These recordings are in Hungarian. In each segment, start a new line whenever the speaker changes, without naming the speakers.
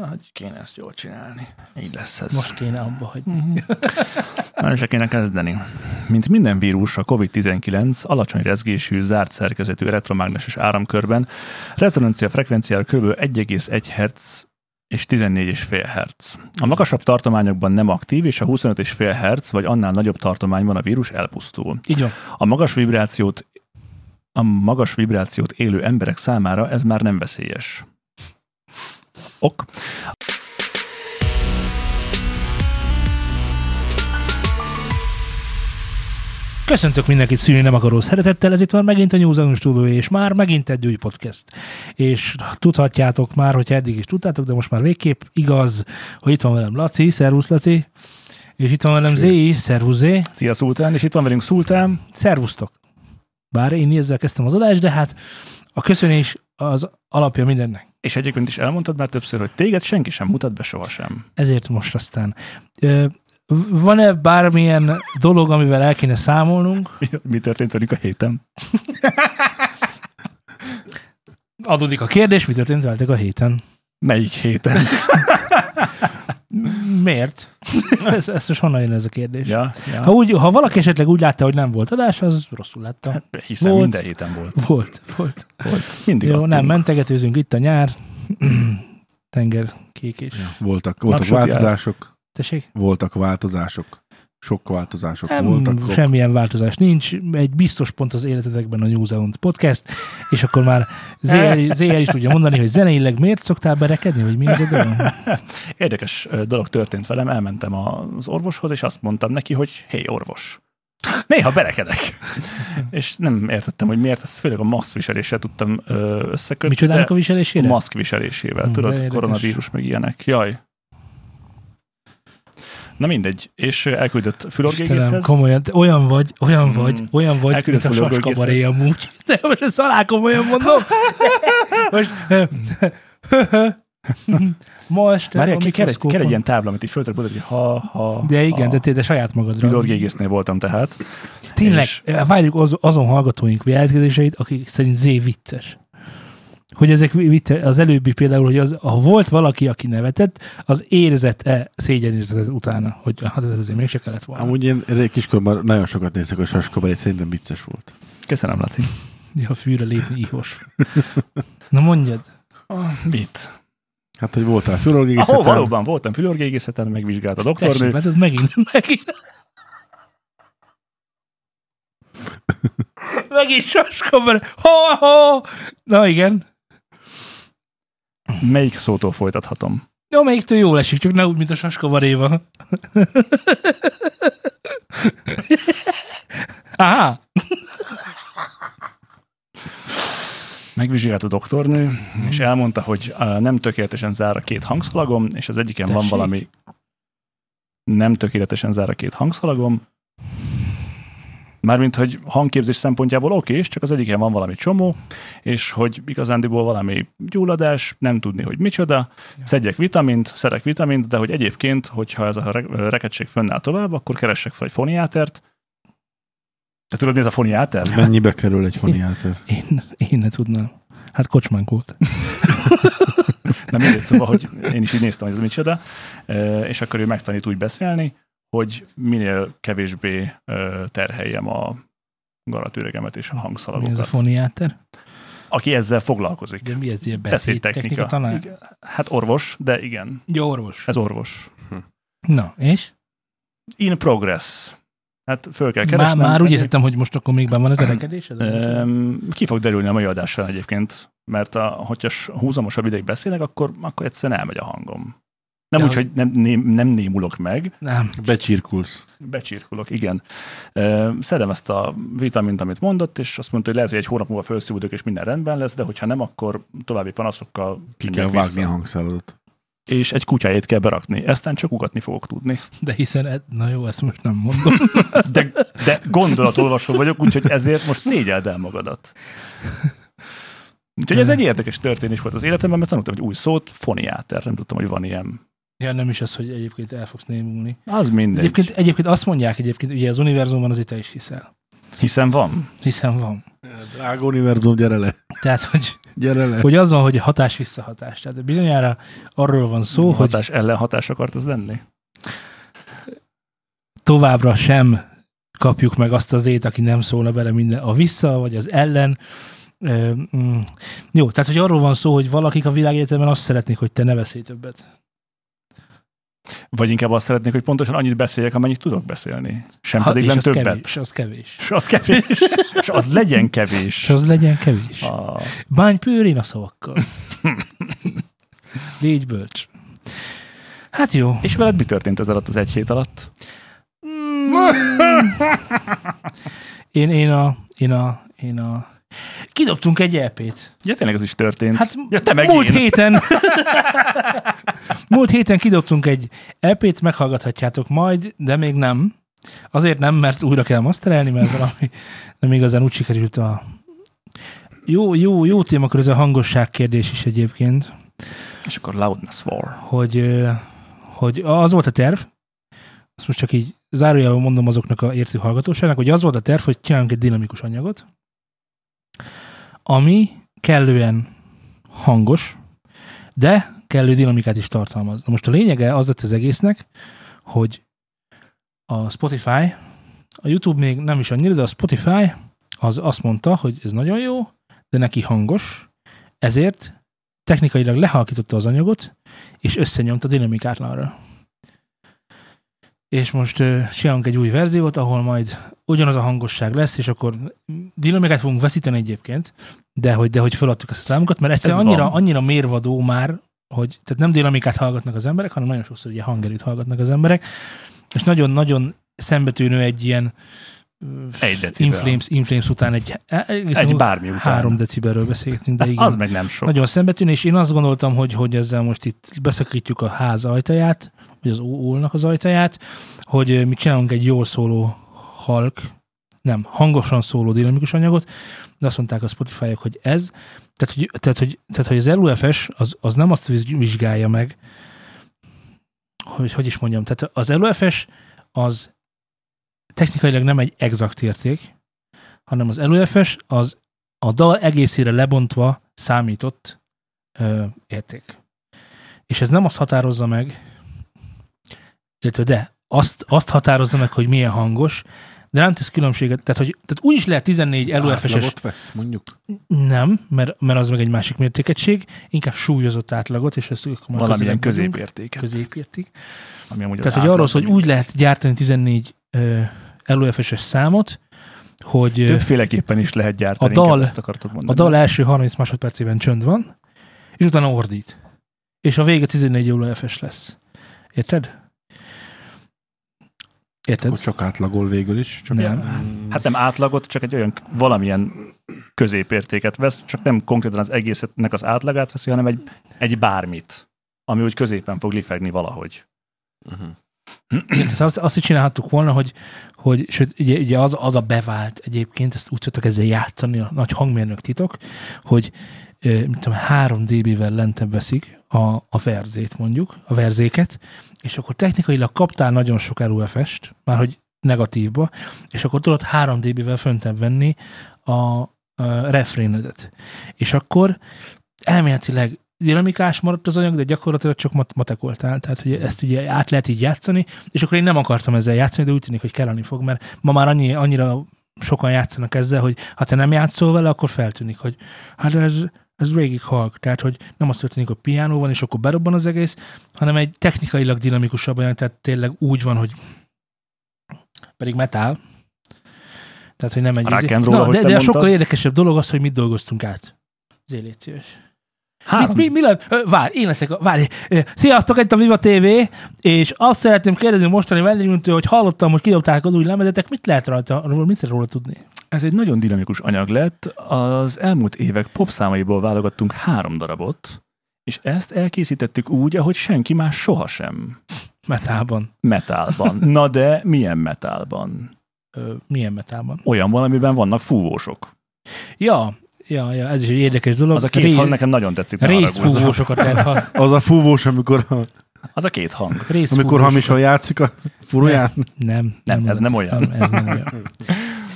Na, Hát, Hogy kéne ezt jól csinálni. Így lesz ez.
Most kéne abba hagyni.
Már is el kéne kezdeni. Mint minden vírus, a COVID-19 alacsony rezgésű, zárt szerkezetű elektromágneses áramkörben rezonancia frekvenciája kb. 1,1 Hz és 14,5 Hz. A magasabb tartományokban nem aktív, és a 25,5 Hz vagy annál nagyobb tartományban a vírus elpusztul.
Így van.
A magas vibrációt a magas vibrációt élő emberek számára ez már nem veszélyes. Ok.
Köszöntök mindenkit szűni nem akaró szeretettel, ez itt van megint a News Anus Tudó, és már megint egy új podcast. És tudhatjátok már, hogyha eddig is tudtátok, de most már végképp igaz, hogy itt van velem Laci, szervusz Laci, és itt van velem Zé is, szervusz Zé,
Szia Szultán, és itt van velünk Szultán.
szervusztok. Bár én ezzel kezdtem az adást, de hát a köszönés az alapja mindennek.
És egyébként is elmondtad már többször, hogy téged senki sem mutat be sohasem.
Ezért most aztán. Ö, v- Van-e bármilyen dolog, amivel el kéne számolnunk?
Mi- Mi történt velük a héten?
Adódik a kérdés, mi történt veletek a héten?
Melyik héten?
Miért? Ez, ez most honnan jön ez a kérdés?
ja,
Ha,
ja.
úgy, ha valaki esetleg úgy látta, hogy nem volt adás, az rosszul látta.
Hiszen
Volt.
minden héten Hát, volt.
Volt, volt.
volt. Mindig
Jó,
adtunk.
nem, mentegetőzünk itt a nyár. Tenger kék és...
Ja, voltak, voltak
Napsüti
változások,
Tessék?
voltak változások, sok változások
Nem,
voltak. sok-
semmilyen változás nincs. Egy biztos pont az életetekben a New Zealand Podcast, és akkor már ZR, ZR is tudja mondani, hogy zeneileg miért szoktál berekedni, vagy mi az a dolog?
Érdekes ö, dolog történt velem, elmentem az orvoshoz, és azt mondtam neki, hogy hé, orvos, néha berekedek. és nem értettem, hogy miért, ezt főleg a maszkviseléssel tudtam ö, összekötni.
Micsodának
de
a viselésére?
maszk viselésével,
Hm, de
tudod,
érdekes.
koronavírus meg ilyenek. Jaj. Na mindegy, és ö, elküldött
Istenem,
fülorgégészhez.
komolyan, te olyan vagy, olyan
Hmm.
vagy, olyan vagy,
Elküldött
mint a
Fulor
saskabaré
Görgészhez.
amúgy. De most ezt alá komolyan mondom. Most... Ma este
Már
a
ki kell, egy- kell egy
mikroszkópon-
ilyen tábla, amit így föltök, hogy ha, ha,
De igen,
ha.
de te, de saját magadra.
Fülorgégésznél voltam tehát.
Tényleg,
és-
várjuk az, azon hallgatóink jelentkezéseit, akik szerint Z vicces. Hogy ezek vicce, az előbbi például, hogy az, ha volt valaki, aki nevetett, az érzett-e szégyenérzetet utána, hogy hát ez azért mégse kellett volna.
Amúgy én rég kiskoromban nagyon sokat néztek a saskabarét, szerintem vicces volt.
Köszönöm, Laci.
Néha fűre lépni ihos. Na mondjad. Ah,
Mit?
Hát, hogy voltál hát fülorgégészeten.
Ahol valóban voltam fülorgégészeten, megvizsgált a doktornő,
Tessék, mert ez megint, megint. megint saskabar. Ha, ha. Na igen.
Melyik szótól folytathatom?
Jó, melyiktől jól esik, csak ne úgy, mint a saskavaréva. Aha.
Megvizsgált a doktornő, és elmondta, hogy á, nem tökéletesen zár a két hangszalagom, és az egyiken van
Tessék?
valami nem tökéletesen zár a két hangszalagom. Mármint, hogy hangképzés szempontjából oké, és csak az egyiken van valami csomó, és hogy igazándiból valami gyulladás, nem tudni, hogy micsoda, szedjek vitamint, szerek vitamint, de hogy egyébként, hogyha ez a re- rekedség fönnáll tovább, akkor keressek fel egy foniátert. Te tudod, mi ez a foniáter?
Mennyibe kerül egy foniátor?
Én, én ne tudnám. Hát kocsmánk volt.
Na mindegy, szóval, hogy én is így néztem, hogy ez micsoda, Ö, és akkor ő megtanít úgy beszélni, hogy minél kevésbé ö, terheljem a garatüregemet és a
Mi ez a
hangszalagokat.
foniáter?
Aki ezzel foglalkozik.
Ugye mi ez ilyen
Beszédtechnika.
beszédtechnika tanár?
Igen. Hát orvos, de igen,
Jó, orvos.
ez orvos.
Na, és?
In progress. Hát föl kell
Már,
keresnem.
már úgy
Ennyi.
értettem, hogy most akkor még benn van ez a rekedés? Ez a-
Öm, Ki fog derülni a mai adással egyébként, mert a, hogyha s- húzamosabb ideig beszélek, akkor, akkor egyszerűen elmegy a hangom. Nem
Ja,
úgy, hogy nem, nem, nem némulok meg,
Nem.
Becsirkulsz.
Becsirkulok, igen. Ö, Szedem ezt a vitamint, amit mondott, és azt mondta, hogy lehet, hogy egy hónap múlva felszívódok, és minden rendben lesz, de hogyha nem, akkor további panaszokkal
Ki kell
menjek
vágni a
vissza.
hangszáladat.
És egy kutyájét kell berakni. Eztán csak ugatni fogok tudni.
De hiszen, e- na jó, ezt most nem mondom.
De, de gondolatolvasó vagyok, úgyhogy ezért most négyeld el magadat. Úgyhogy ez egy érdekes történés volt az életemben, mert tanultam egy új szót, foniáter. Nem tudtam, hogy van ilyen.
Ja, nem is az, hogy egyébként el fogsz némulni.
Az mindegy.
Egyébként, egyébként azt mondják egyébként, ugye az univerzumban azért te is hiszel.
Hiszen van.
Hiszen van.
Drága univerzum, gyere le.
Tehát, hogy
Gyere le.
hogy az van, hogy hatás visszahatás. Tehát bizonyára arról van
Szóval,
szó, hogy
Hatás ellen hatás akart ez lenni?
továbbra sem kapjuk meg azt az ét, aki nem szólna bele minden a vissza, vagy az ellen. Ö, mm. Jó, tehát hogy arról van szó, hogy valakik a világegyetemen azt szeretnék, hogy te ne beszélj többet.
Vagy inkább azt szeretnék, hogy pontosan annyit beszéljek, amennyit tudok beszélni. Sem ha, pedig
és
nem
az
többet.
Kevés, és az kevés.
És az kevés. És az legyen
És
kevés.
az legyen kevés.
A...
Bány pőrén a szavakkal. Légy bölcs. Hát jó.
És veled mi történt ez alatt az egy hét alatt?
Én, én a... Én a... Én a... Kidobtunk egy EP-t.
Ja, tényleg ez is történt.
Hát
ja, te meg
múlt
én.
héten... múlt héten kidobtunk egy EP-t, meghallgathatjátok majd, de még nem. Azért nem, mert újra kell masterelni, mert valami nem igazán úgy sikerült a... Jó, jó, jó témakör ez a hangosság kérdés is egyébként.
És akkor loudness war.
hogy, ö, hogy az volt a terv, azt most csak így zárójelben mondom azoknak a értő hallgatóságnak, hogy az volt a terv, hogy csináljunk egy dinamikus anyagot, ami kellően hangos, de kellő dinamikát is tartalmaz. Na most a lényege az lett az egésznek, hogy a Spotify, a YouTube még nem is annyira, de a Spotify az azt mondta, hogy ez nagyon jó, de neki hangos, ezért technikailag lehalkította az anyagot, és összenyomta dinamikátlanra. És most ö, csinálunk egy új verziót, ahol majd ugyanaz a hangosság lesz, és akkor dinamikát fogunk veszíteni egyébként, de hogy, de hogy feladtuk ezt a számokat, mert egyszerűen
Ez
annyira,
van.
annyira mérvadó már, hogy tehát nem dinamikát hallgatnak az emberek, hanem nagyon sokszor ugye hangerőt hallgatnak az emberek, és nagyon-nagyon szembetűnő egy ilyen ö,
Egy decibel.
Inflames, Inflames után egy,
Egy bármi után. Hát
három decibelről beszélgetünk, de igen.
Az meg nem sok.
Nagyon szembetűnő, és én azt gondoltam, hogy, hogy ezzel most itt beszakítjuk a ház ajtaját, vagy az ólnak az ajtaját, hogy ö, mi csinálunk egy jól szóló halk, nem, hangosan szóló dinamikus anyagot, de azt mondták a spotify hogy ez, tehát hogy, tehát, hogy, tehát, hogy az LUFS az, az nem azt viz- vizsgálja meg, hogy hogy is mondjam, tehát az LUFS az technikailag nem egy exakt érték, hanem az LUFS az a dal egészére lebontva számított ö, érték. És ez nem azt határozza meg, illetve de, azt, azt határozza meg, hogy milyen hangos, de nem tesz különbséget. Tehát, hogy, tehát úgy is lehet 14 LUFS-es
Átlagot vesz, mondjuk.
nem, mert, mert az meg egy másik mértékegység, inkább súlyozott átlagot, és ezt akkor már
Valamilyen
közelebb vagyunk,
középértéket.
középérték.
Ami amúgy az
Tehát, hogy arról
átlag,
szól, hogy
ami-
úgy lehet gyártani 14 uh, LUFS-es számot, hogy ö,
Többféleképpen is lehet gyártani.
A dal-
inkább ezt akartad
A
mondani.
dal első 30 másodpercében csönd van, és utána ordít. És a vége 14 óra FS lesz. Érted?
Akkor
Érted?
csak átlagol végül is. Csak
Nem.
Hát nem átlagot, csak egy olyan valamilyen középértéket vesz, csak nem konkrétan az egésznek az átlagát veszi, hanem egy, egy bármit, ami úgy középen fog lifegni valahogy.
Mhm.
Igen, tehát hát azt, azt is csinálhattuk volna, hogy, hogy sőt, ugye, ugye az, az a bevált egyébként, ezt úgy szoktak ezzel játszani a nagy hangmérnök titok, hogy ö, mit tudom, 3 dB-vel lentebb veszik a, a verzét mondjuk, a verzéket, és akkor technikailag kaptál nagyon sok LUFS-t, már hogy negatívba, és akkor tudod 3 dB-vel föntebb venni a, a refrénedet. És akkor elméletileg dinamikás maradt az anyag, de gyakorlatilag csak mat- matekoltál, tehát hogy ezt ugye át lehet így játszani, és akkor én nem akartam ezzel játszani, de úgy tűnik, hogy kelleni fog, mert ma már annyi, annyira sokan játszanak ezzel, hogy ha te nem játszol vele, akkor feltűnik, hogy hát de ez, ez végig halk, tehát hogy nem az történik, hogy piánó van, és akkor berobban az egész, hanem egy technikailag dinamikusabb olyan, tehát tényleg úgy van, hogy pedig metal, tehát hogy nem egy...
A rock
izé-
and roll, ahogy
de,
te
de a
mondtad.
sokkal érdekesebb dolog az, hogy mit dolgoztunk át. Zé, légy szíves.
Három,
Mit, mi, mi lett? Ö, Várj, én leszek. a- Várj. Ö, Sziasztok, itt a Viva TV, és azt szeretném kérdezni mostani vendégünktől, hogy hallottam, hogy kidobták az új lemezetek, mit lehet rajta, róla- mit lehet róla tudni?
Ez egy nagyon dinamikus anyag lett. Az elmúlt évek popszámaiból válogattunk három darabot, és ezt elkészítettük úgy, ahogy senki más sohasem.
Metában.
Metálban. Na de milyen metálban?
Ö, milyen metában?
Olyan valamiben vannak fúvósok.
Ja, ja, ja, ez is egy érdekes dolog.
Az a két
Ré-
hang nekem nagyon tetszik. ne haragudj.
Részfúvósokat lehet ha,
Az a fúvós, amikor,
Az a két hang.
részfúvósokat.
amikor hamisan játszik a furuján.
Nem, nem,
ez nem olyan.
ez nem olyan.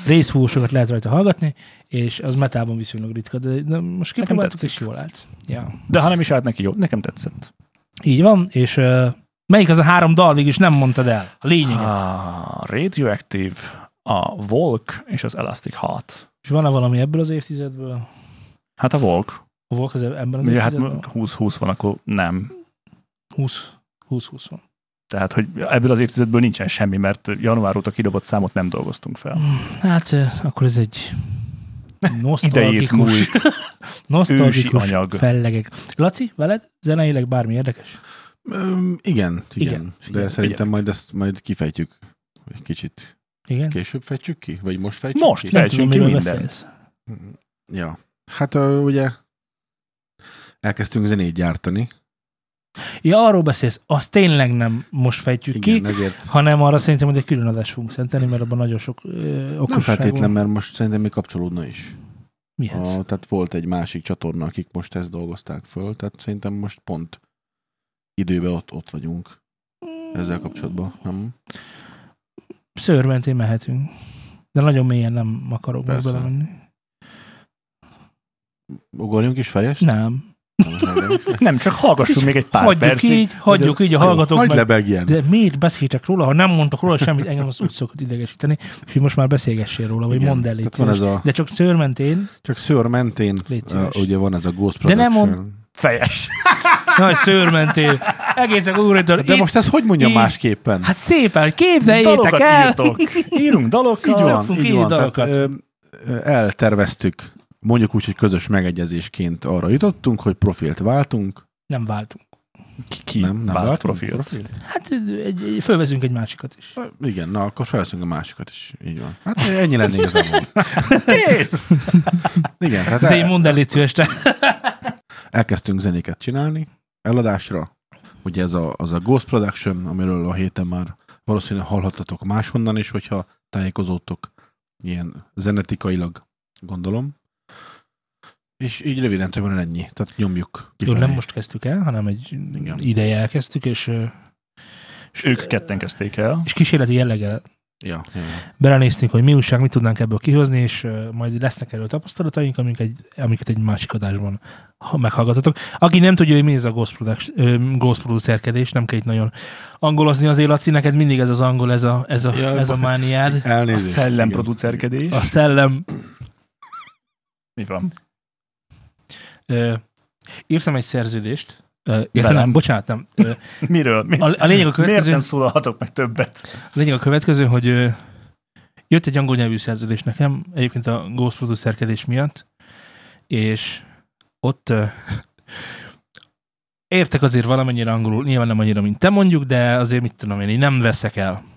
részfúvósokat lehet rajta hallgatni, és az metában viszonylag ritka, de, de most kipróbáltuk,
tetszik.
és jól állt. Ja.
De ha nem is állt neki jó, nekem tetszett.
Így van, és uh, melyik az a három dal végig is nem mondtad el? A lényeget.
A Radioactive, a Volk és az Elastic Heart.
És van-e valami ebből az évtizedből?
Hát a Volk.
A Volk az e- ebben az
Ugye hát
évtizedben?
20-20 van, akkor nem.
20. 20-20 van.
Tehát, hogy ebből az évtizedből nincsen semmi, mert január óta kidobott számot nem dolgoztunk fel.
Hát eh, akkor ez egy
Idejét
nosztalgikus,
múlt.
nosztalgikus
ősi anyag.
fellegek. Laci, veled zeneileg bármi érdekes?
Öm, igen,
Igen,
igen.
igen,
De szerintem majd ezt majd kifejtjük. Egy kicsit
Igen?
később fejtjük ki? Vagy most fejtjük
Most
ki?
fejtjük. Fejtsünk ki
miről
mindent.
beszélsz.
Ja. Hát ö, ugye elkezdtünk zenét gyártani.
Ja, arról beszélsz, azt tényleg nem most fejtjük
Igen,
ki,
ezért
hanem arra szerintem, hogy egy külön adást fogunk szentelni, mert abban nagyon sok ö, okosság
nem feltétlen,
van.
mert most szerintem még kapcsolódna is. A,
Mihez?
tehát volt egy másik csatorna, akik most ezt dolgozták föl, tehát szerintem most pont időben ott, ott vagyunk ezzel kapcsolatban. Nem?
Szőrmentén mehetünk. De nagyon mélyen nem akarok most
Persze.
belemenni.
Ugorjunk is fejest?
Nem.
Nem.
Nem, csak hallgassunk még egy pár
hagyjuk
percig.
így, hagyjuk így a hallgatók
Hagyd
meg.
lebegjen.
De miért beszéltek róla, ha nem mondtak róla semmit, engem az úgy szokott idegesíteni, és hogy most már beszélgessél róla, vagy
Igen.
mondd el légy
Tehát van ez
szíves.
a,
De csak szőrmentén.
csak szőr mentén,
Légy
uh,
szíves.
ugye van ez a Ghost
De nem
Production.
Fejes.
Nagy szőrmentén. Egészen úrítól.
De most ezt hogy mondjam
itt-
másképpen?
Hát szépen, képzeljétek
Dalokat
el!
írtok. Írunk dalokat.
Így van,
szoktunk
így
írni
van. Tehát,
dalokat.
ö, ö, elterveztük, mondjuk úgy, hogy közös megegyezésként arra jutottunk, hogy profilt váltunk.
Nem váltunk.
Ki, ki
nem, nem
vált
váltunk
profilt.
Hát egy, egy, fölvezünk egy másikat is.
Ö, Igen, na akkor felszünk a másikat is. Így van. Hát ennyi lenne igazából.
Kész!
Igen,
Ez egy
tehát Hát el,
mondd el légy szíves, te.
elkezdtünk zenéket csinálni eladásra. Ugye ez a, az a Ghost Production, amiről a héten már valószínűleg hallhattatok máshonnan is, hogyha tájékozódtok ilyen zenetikailag, gondolom. És így röviden többen ennyi. Tehát nyomjuk
Jó,
kifelé.
nem most kezdtük el, hanem egy
Igen.
ideje elkezdtük, és, ö, és,
Ők ketten kezdték el.
és kísérleti jelleggel
Ja, ja, ja.
belenéztünk, hogy mi újság, mit tudnánk ebből kihozni, és ö, majd lesznek erről tapasztalataink, amik egy, amiket egy másik adásban ha- meghallgatatok. Aki nem tudja, hogy mi ez a ghost, product, ö, ghost producerkedés, nem kell itt nagyon angolozni az Laci, neked mindig ez az angol, ez a, ez a,
Ja,
ez a
bo-
mániád.
A
Elnézést.
szellemproducerkedés.
A szellem.
Mi van?
Ö, írtam egy szerződést, ö, írtam,
Velem.
nem, bocsánat, nem. Ö,
Miről? Mi?
a, a lényeg a
Miért
következő,
nem szólalhatok meg többet?
A lényeg a következő, hogy ö, jött egy angol nyelvű szerződés nekem, egyébként a Ghost Produce szerkedés miatt, és ott ö, értek azért valamennyire angolul, nyilván nem annyira, mint te mondjuk, de azért mit tudom én, így nem veszek el.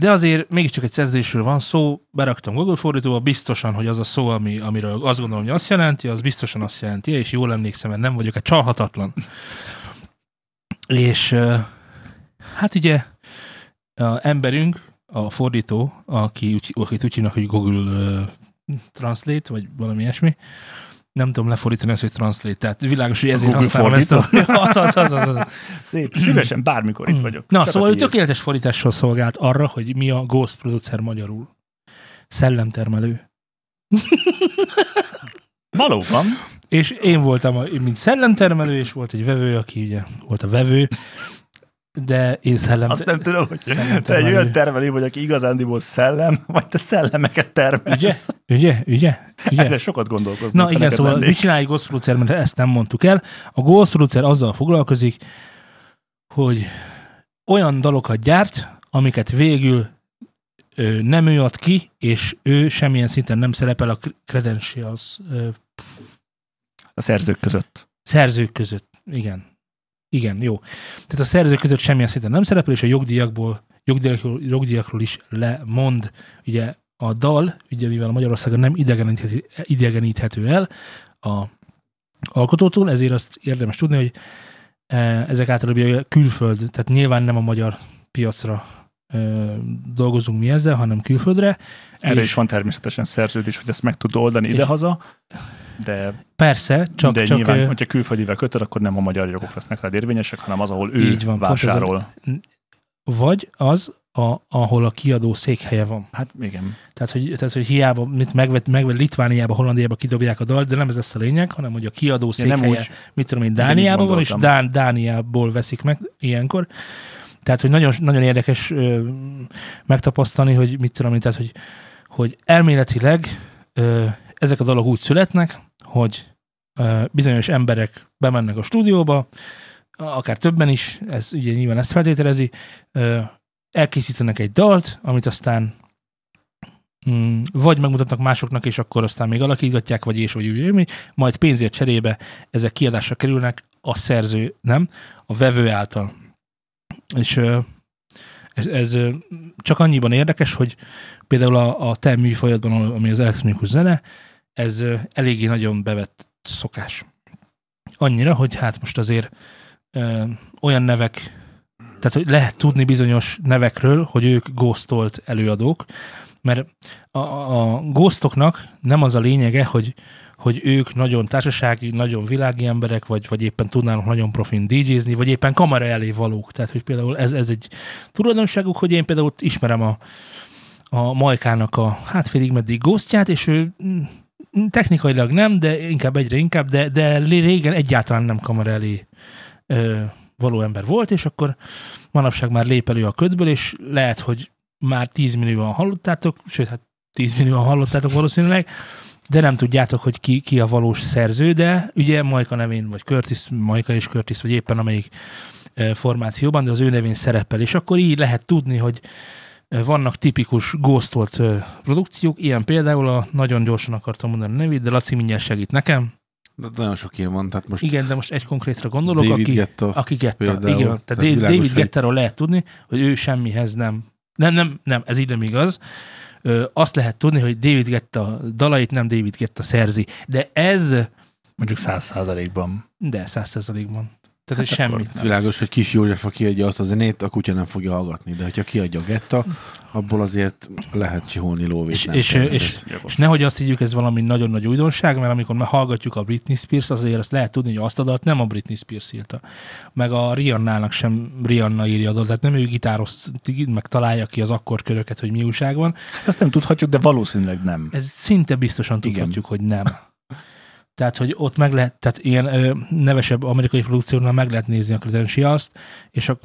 De azért mégiscsak egy szerződésről van szó, beraktam Google fordítóba, biztosan, hogy az a szó, ami, amiről azt gondolom, hogy azt jelenti, az biztosan azt jelenti, és jól emlékszem, mert nem vagyok egy csalhatatlan. És ö, hát ugye a emberünk, a fordító, aki úgy, akit úgy hívnak, hogy Google ö, Translate, vagy valami ilyesmi, nem tudom lefordítani ezt, hogy Translate, tehát világos, hogy ezért
Google
használom ezt a... Az, az, az, az, az.
Szép. Mm. Szívesen bármikor itt vagyok.
Na,
Csak
szóval ő
a tiéd.
tökéletes fordítással szolgált arra, hogy mi a Ghost producer magyarul. Szellemtermelő.
Valóban.
És én voltam, a, mint szellemtermelő, és volt egy vevő, aki ugye volt a vevő, de én szellem...
Azt nem tudom, hogy te egy
Szellemtermelő.
olyan termelő vagy, aki igazándiból szellem, vagy te szellemeket
Ugye?
termelsz.
Ugye? Ugye? Ugye?
Ezzel sokat gondolkoznak.
Na
ha
igen,
neked
szóval
lennék.
mit csinálj Ghost Producer, mert ezt nem mondtuk el. A Ghost Producer azzal foglalkozik, hogy olyan dalokat gyárt, amiket végül ö, nem ő ad ki, és ő semmilyen szinten nem szerepel a cr- credentials ö,
A szerzők között.
szerzők között. Igen. Igen, jó. Tehát a szerzők között semmilyen szinten nem szerepel, és a jogdíjakból, jogdíjakról, jogdíjakról is lemond. Ugye a dal, ugye mivel Magyarországon nem idegeníthető, idegeníthető el a alkotótól, ezért azt érdemes tudni, hogy eh, ezek általában ugye külföld, tehát nyilván nem a magyar piacra eh, dolgozunk mi ezzel, hanem külföldre.
Erre
És-
is van természetesen szerződés, hogy ezt meg tud oldani
És-
idehaza, de,
Persze, csak,
de
csak
nyilván,
eh,
hogyha külföldivel kötöd, akkor nem a magyar jogok lesznek rá érvényesek, hanem az, ahol ő
Így van, pont ez a-
vásárol.
vagy az, a, ahol a kiadó székhelye van.
Hát igen.
Tehát, hogy, tehát, hogy hiába, mit megvet, megvet Litvániába, Hollandiába kidobják a dalt, de nem ez lesz a lényeg, hanem hogy a kiadó
Ja, nem
székhelye,
úgy.
mit tudom én,
én így
Dániában van, és
gondoltam.
Dán, Dániából veszik meg ilyenkor. Tehát, hogy nagyon, nagyon érdekes ö, megtapasztalni, hogy mit tudom én, tehát, hogy, hogy elméletileg ö, ezek a dalok úgy születnek, hogy ö, bizonyos emberek bemennek a stúdióba, akár többen is, ez ugye nyilván ezt feltételezi, ö, elkészítenek egy dalt, amit aztán mm, vagy megmutatnak másoknak, és akkor aztán még alakítgatják, vagy és vagy úgy, mi, majd pénzért cserébe ezek kiadásra kerülnek a szerző, nem, a vevő által. És ö, ez, ez ö, csak annyiban érdekes, hogy például a, a te műfajodban, ami az elektronikus zene, ez ö, eléggé nagyon bevett szokás. Annyira, hogy hát most azért ö, olyan nevek tehát hogy lehet tudni bizonyos nevekről, hogy ők ghostolt előadók, mert a, a ghostoknak nem az a lényege, hogy, hogy ők nagyon társasági, nagyon világi emberek, vagy, vagy éppen tudnának nagyon profin DJ-zni, vagy éppen kamera elé valók. Tehát, hogy például ez, ez egy tulajdonságuk, hogy én például ismerem a, a Majkának a hát félig meddig ghostját, és ő mm, technikailag nem, de inkább egyre inkább, de, de régen egyáltalán nem kamera elé ö, való ember volt, és akkor manapság már lép elő a ködből, és lehet, hogy már 10 millióan hallottátok, sőt, hát 10 millióan hallottátok valószínűleg, de nem tudjátok, hogy ki, ki a valós szerző, de ugye Majka nevén, vagy Curtis, Majka és Curtis, vagy éppen amelyik ö, formációban, de az ő nevén szerepel, és akkor így lehet tudni, hogy ö, vannak tipikus ghostolt ö, produkciók, ilyen például a nagyon gyorsan akartam mondani a nevét, de Laci mindjárt segít nekem.
De nagyon sok ilyen van, tehát most
Igen, de most egy konkrétra gondolok,
David
aki,
Getta
aki Getta,
például.
igen. Tehát,
Tehát
tehát
világos,
David
hogy-
Gettáról lehet tudni, hogy ő semmihez nem. Nem, nem, nem, ez így nem igaz. Ö, azt lehet tudni, hogy David Getta dalait nem David Getta szerzi. De ez,
Mondjuk száz százalékban.
de száz százalékban. Tehát, hogy semmit
Hát
nem.
világos, hogy kis József, ha kiadja azt a zenét, a kutya nem fogja hallgatni, de hogyha kiadja a getta, abból azért lehet csiholni lóvét.
És,
nem
és,
kell.
és, és nehogy azt higgyük, ez valami nagyon nagy újdonság, mert amikor már hallgatjuk a Britney Spears, azért azt lehet tudni, hogy azt a dalt nem a Britney Spears írta. Meg a Rihannának sem Rihanna írja a dalt, tehát nem ő gitáros, meg találja ki az akkor köröket, hogy mi újság van.
Ezt nem tudhatjuk, de valószínűleg nem.
Ez szinte biztosan
Igen.
tudhatjuk, hogy nem. Tehát, hogy ott meg lehet, tehát ilyen ö, nevesebb amerikai produkcióknál meg lehet nézni a credentials és a,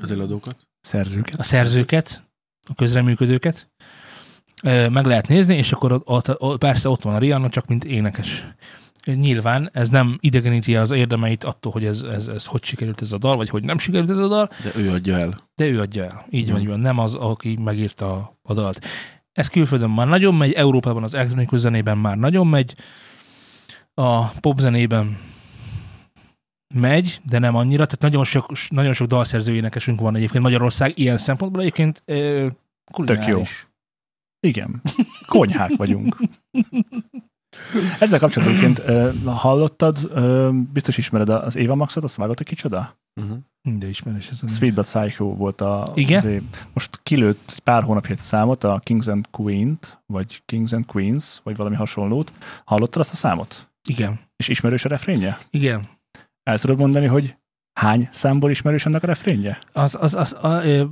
az előadókat.
Szerzőket.
a szerzőket, a közreműködőket, ö, meg lehet nézni, és akkor ott, ott, ott, persze ott van a Rihanna, csak mint énekes. Nyilván ez nem idegeníti el az érdemeit attól, hogy ez, ez, ez hogy sikerült ez a dal, vagy hogy nem sikerült ez a dal,
De ő adja el.
de ő adja el. Így van,
Mhm.
így van. Nem az, aki megírta a- a dalt. Ez külföldön már nagyon megy, Európában az elektronikus zenében már nagyon megy, a popzenében megy, de nem annyira, tehát nagyon sok, nagyon sok dalszerző énekesünk van egyébként Magyarország ilyen szempontból egyébként ö, kulináris.
Tök jó. Igen. Konyhák vagyunk. Ezzel kapcsolatban egyébként, ö, hallottad, ö, biztos ismered a- az Éva Maxot, azt vágott egy kicsoda?
Uh-huh.
De ismerős ez a
Sweet But Psycho volt a...
Igen?
Azért, most kilőtt egy pár hónapja egy számot, a Kings and Queen-t, vagy Kings and Queens, vagy valami hasonlót. Hallottad azt a számot?
Igen.
És ismerős a refrénje?
Igen.
El tudod mondani, hogy hány számból ismerős annak a refrénje?
Az, az, az, a, ö,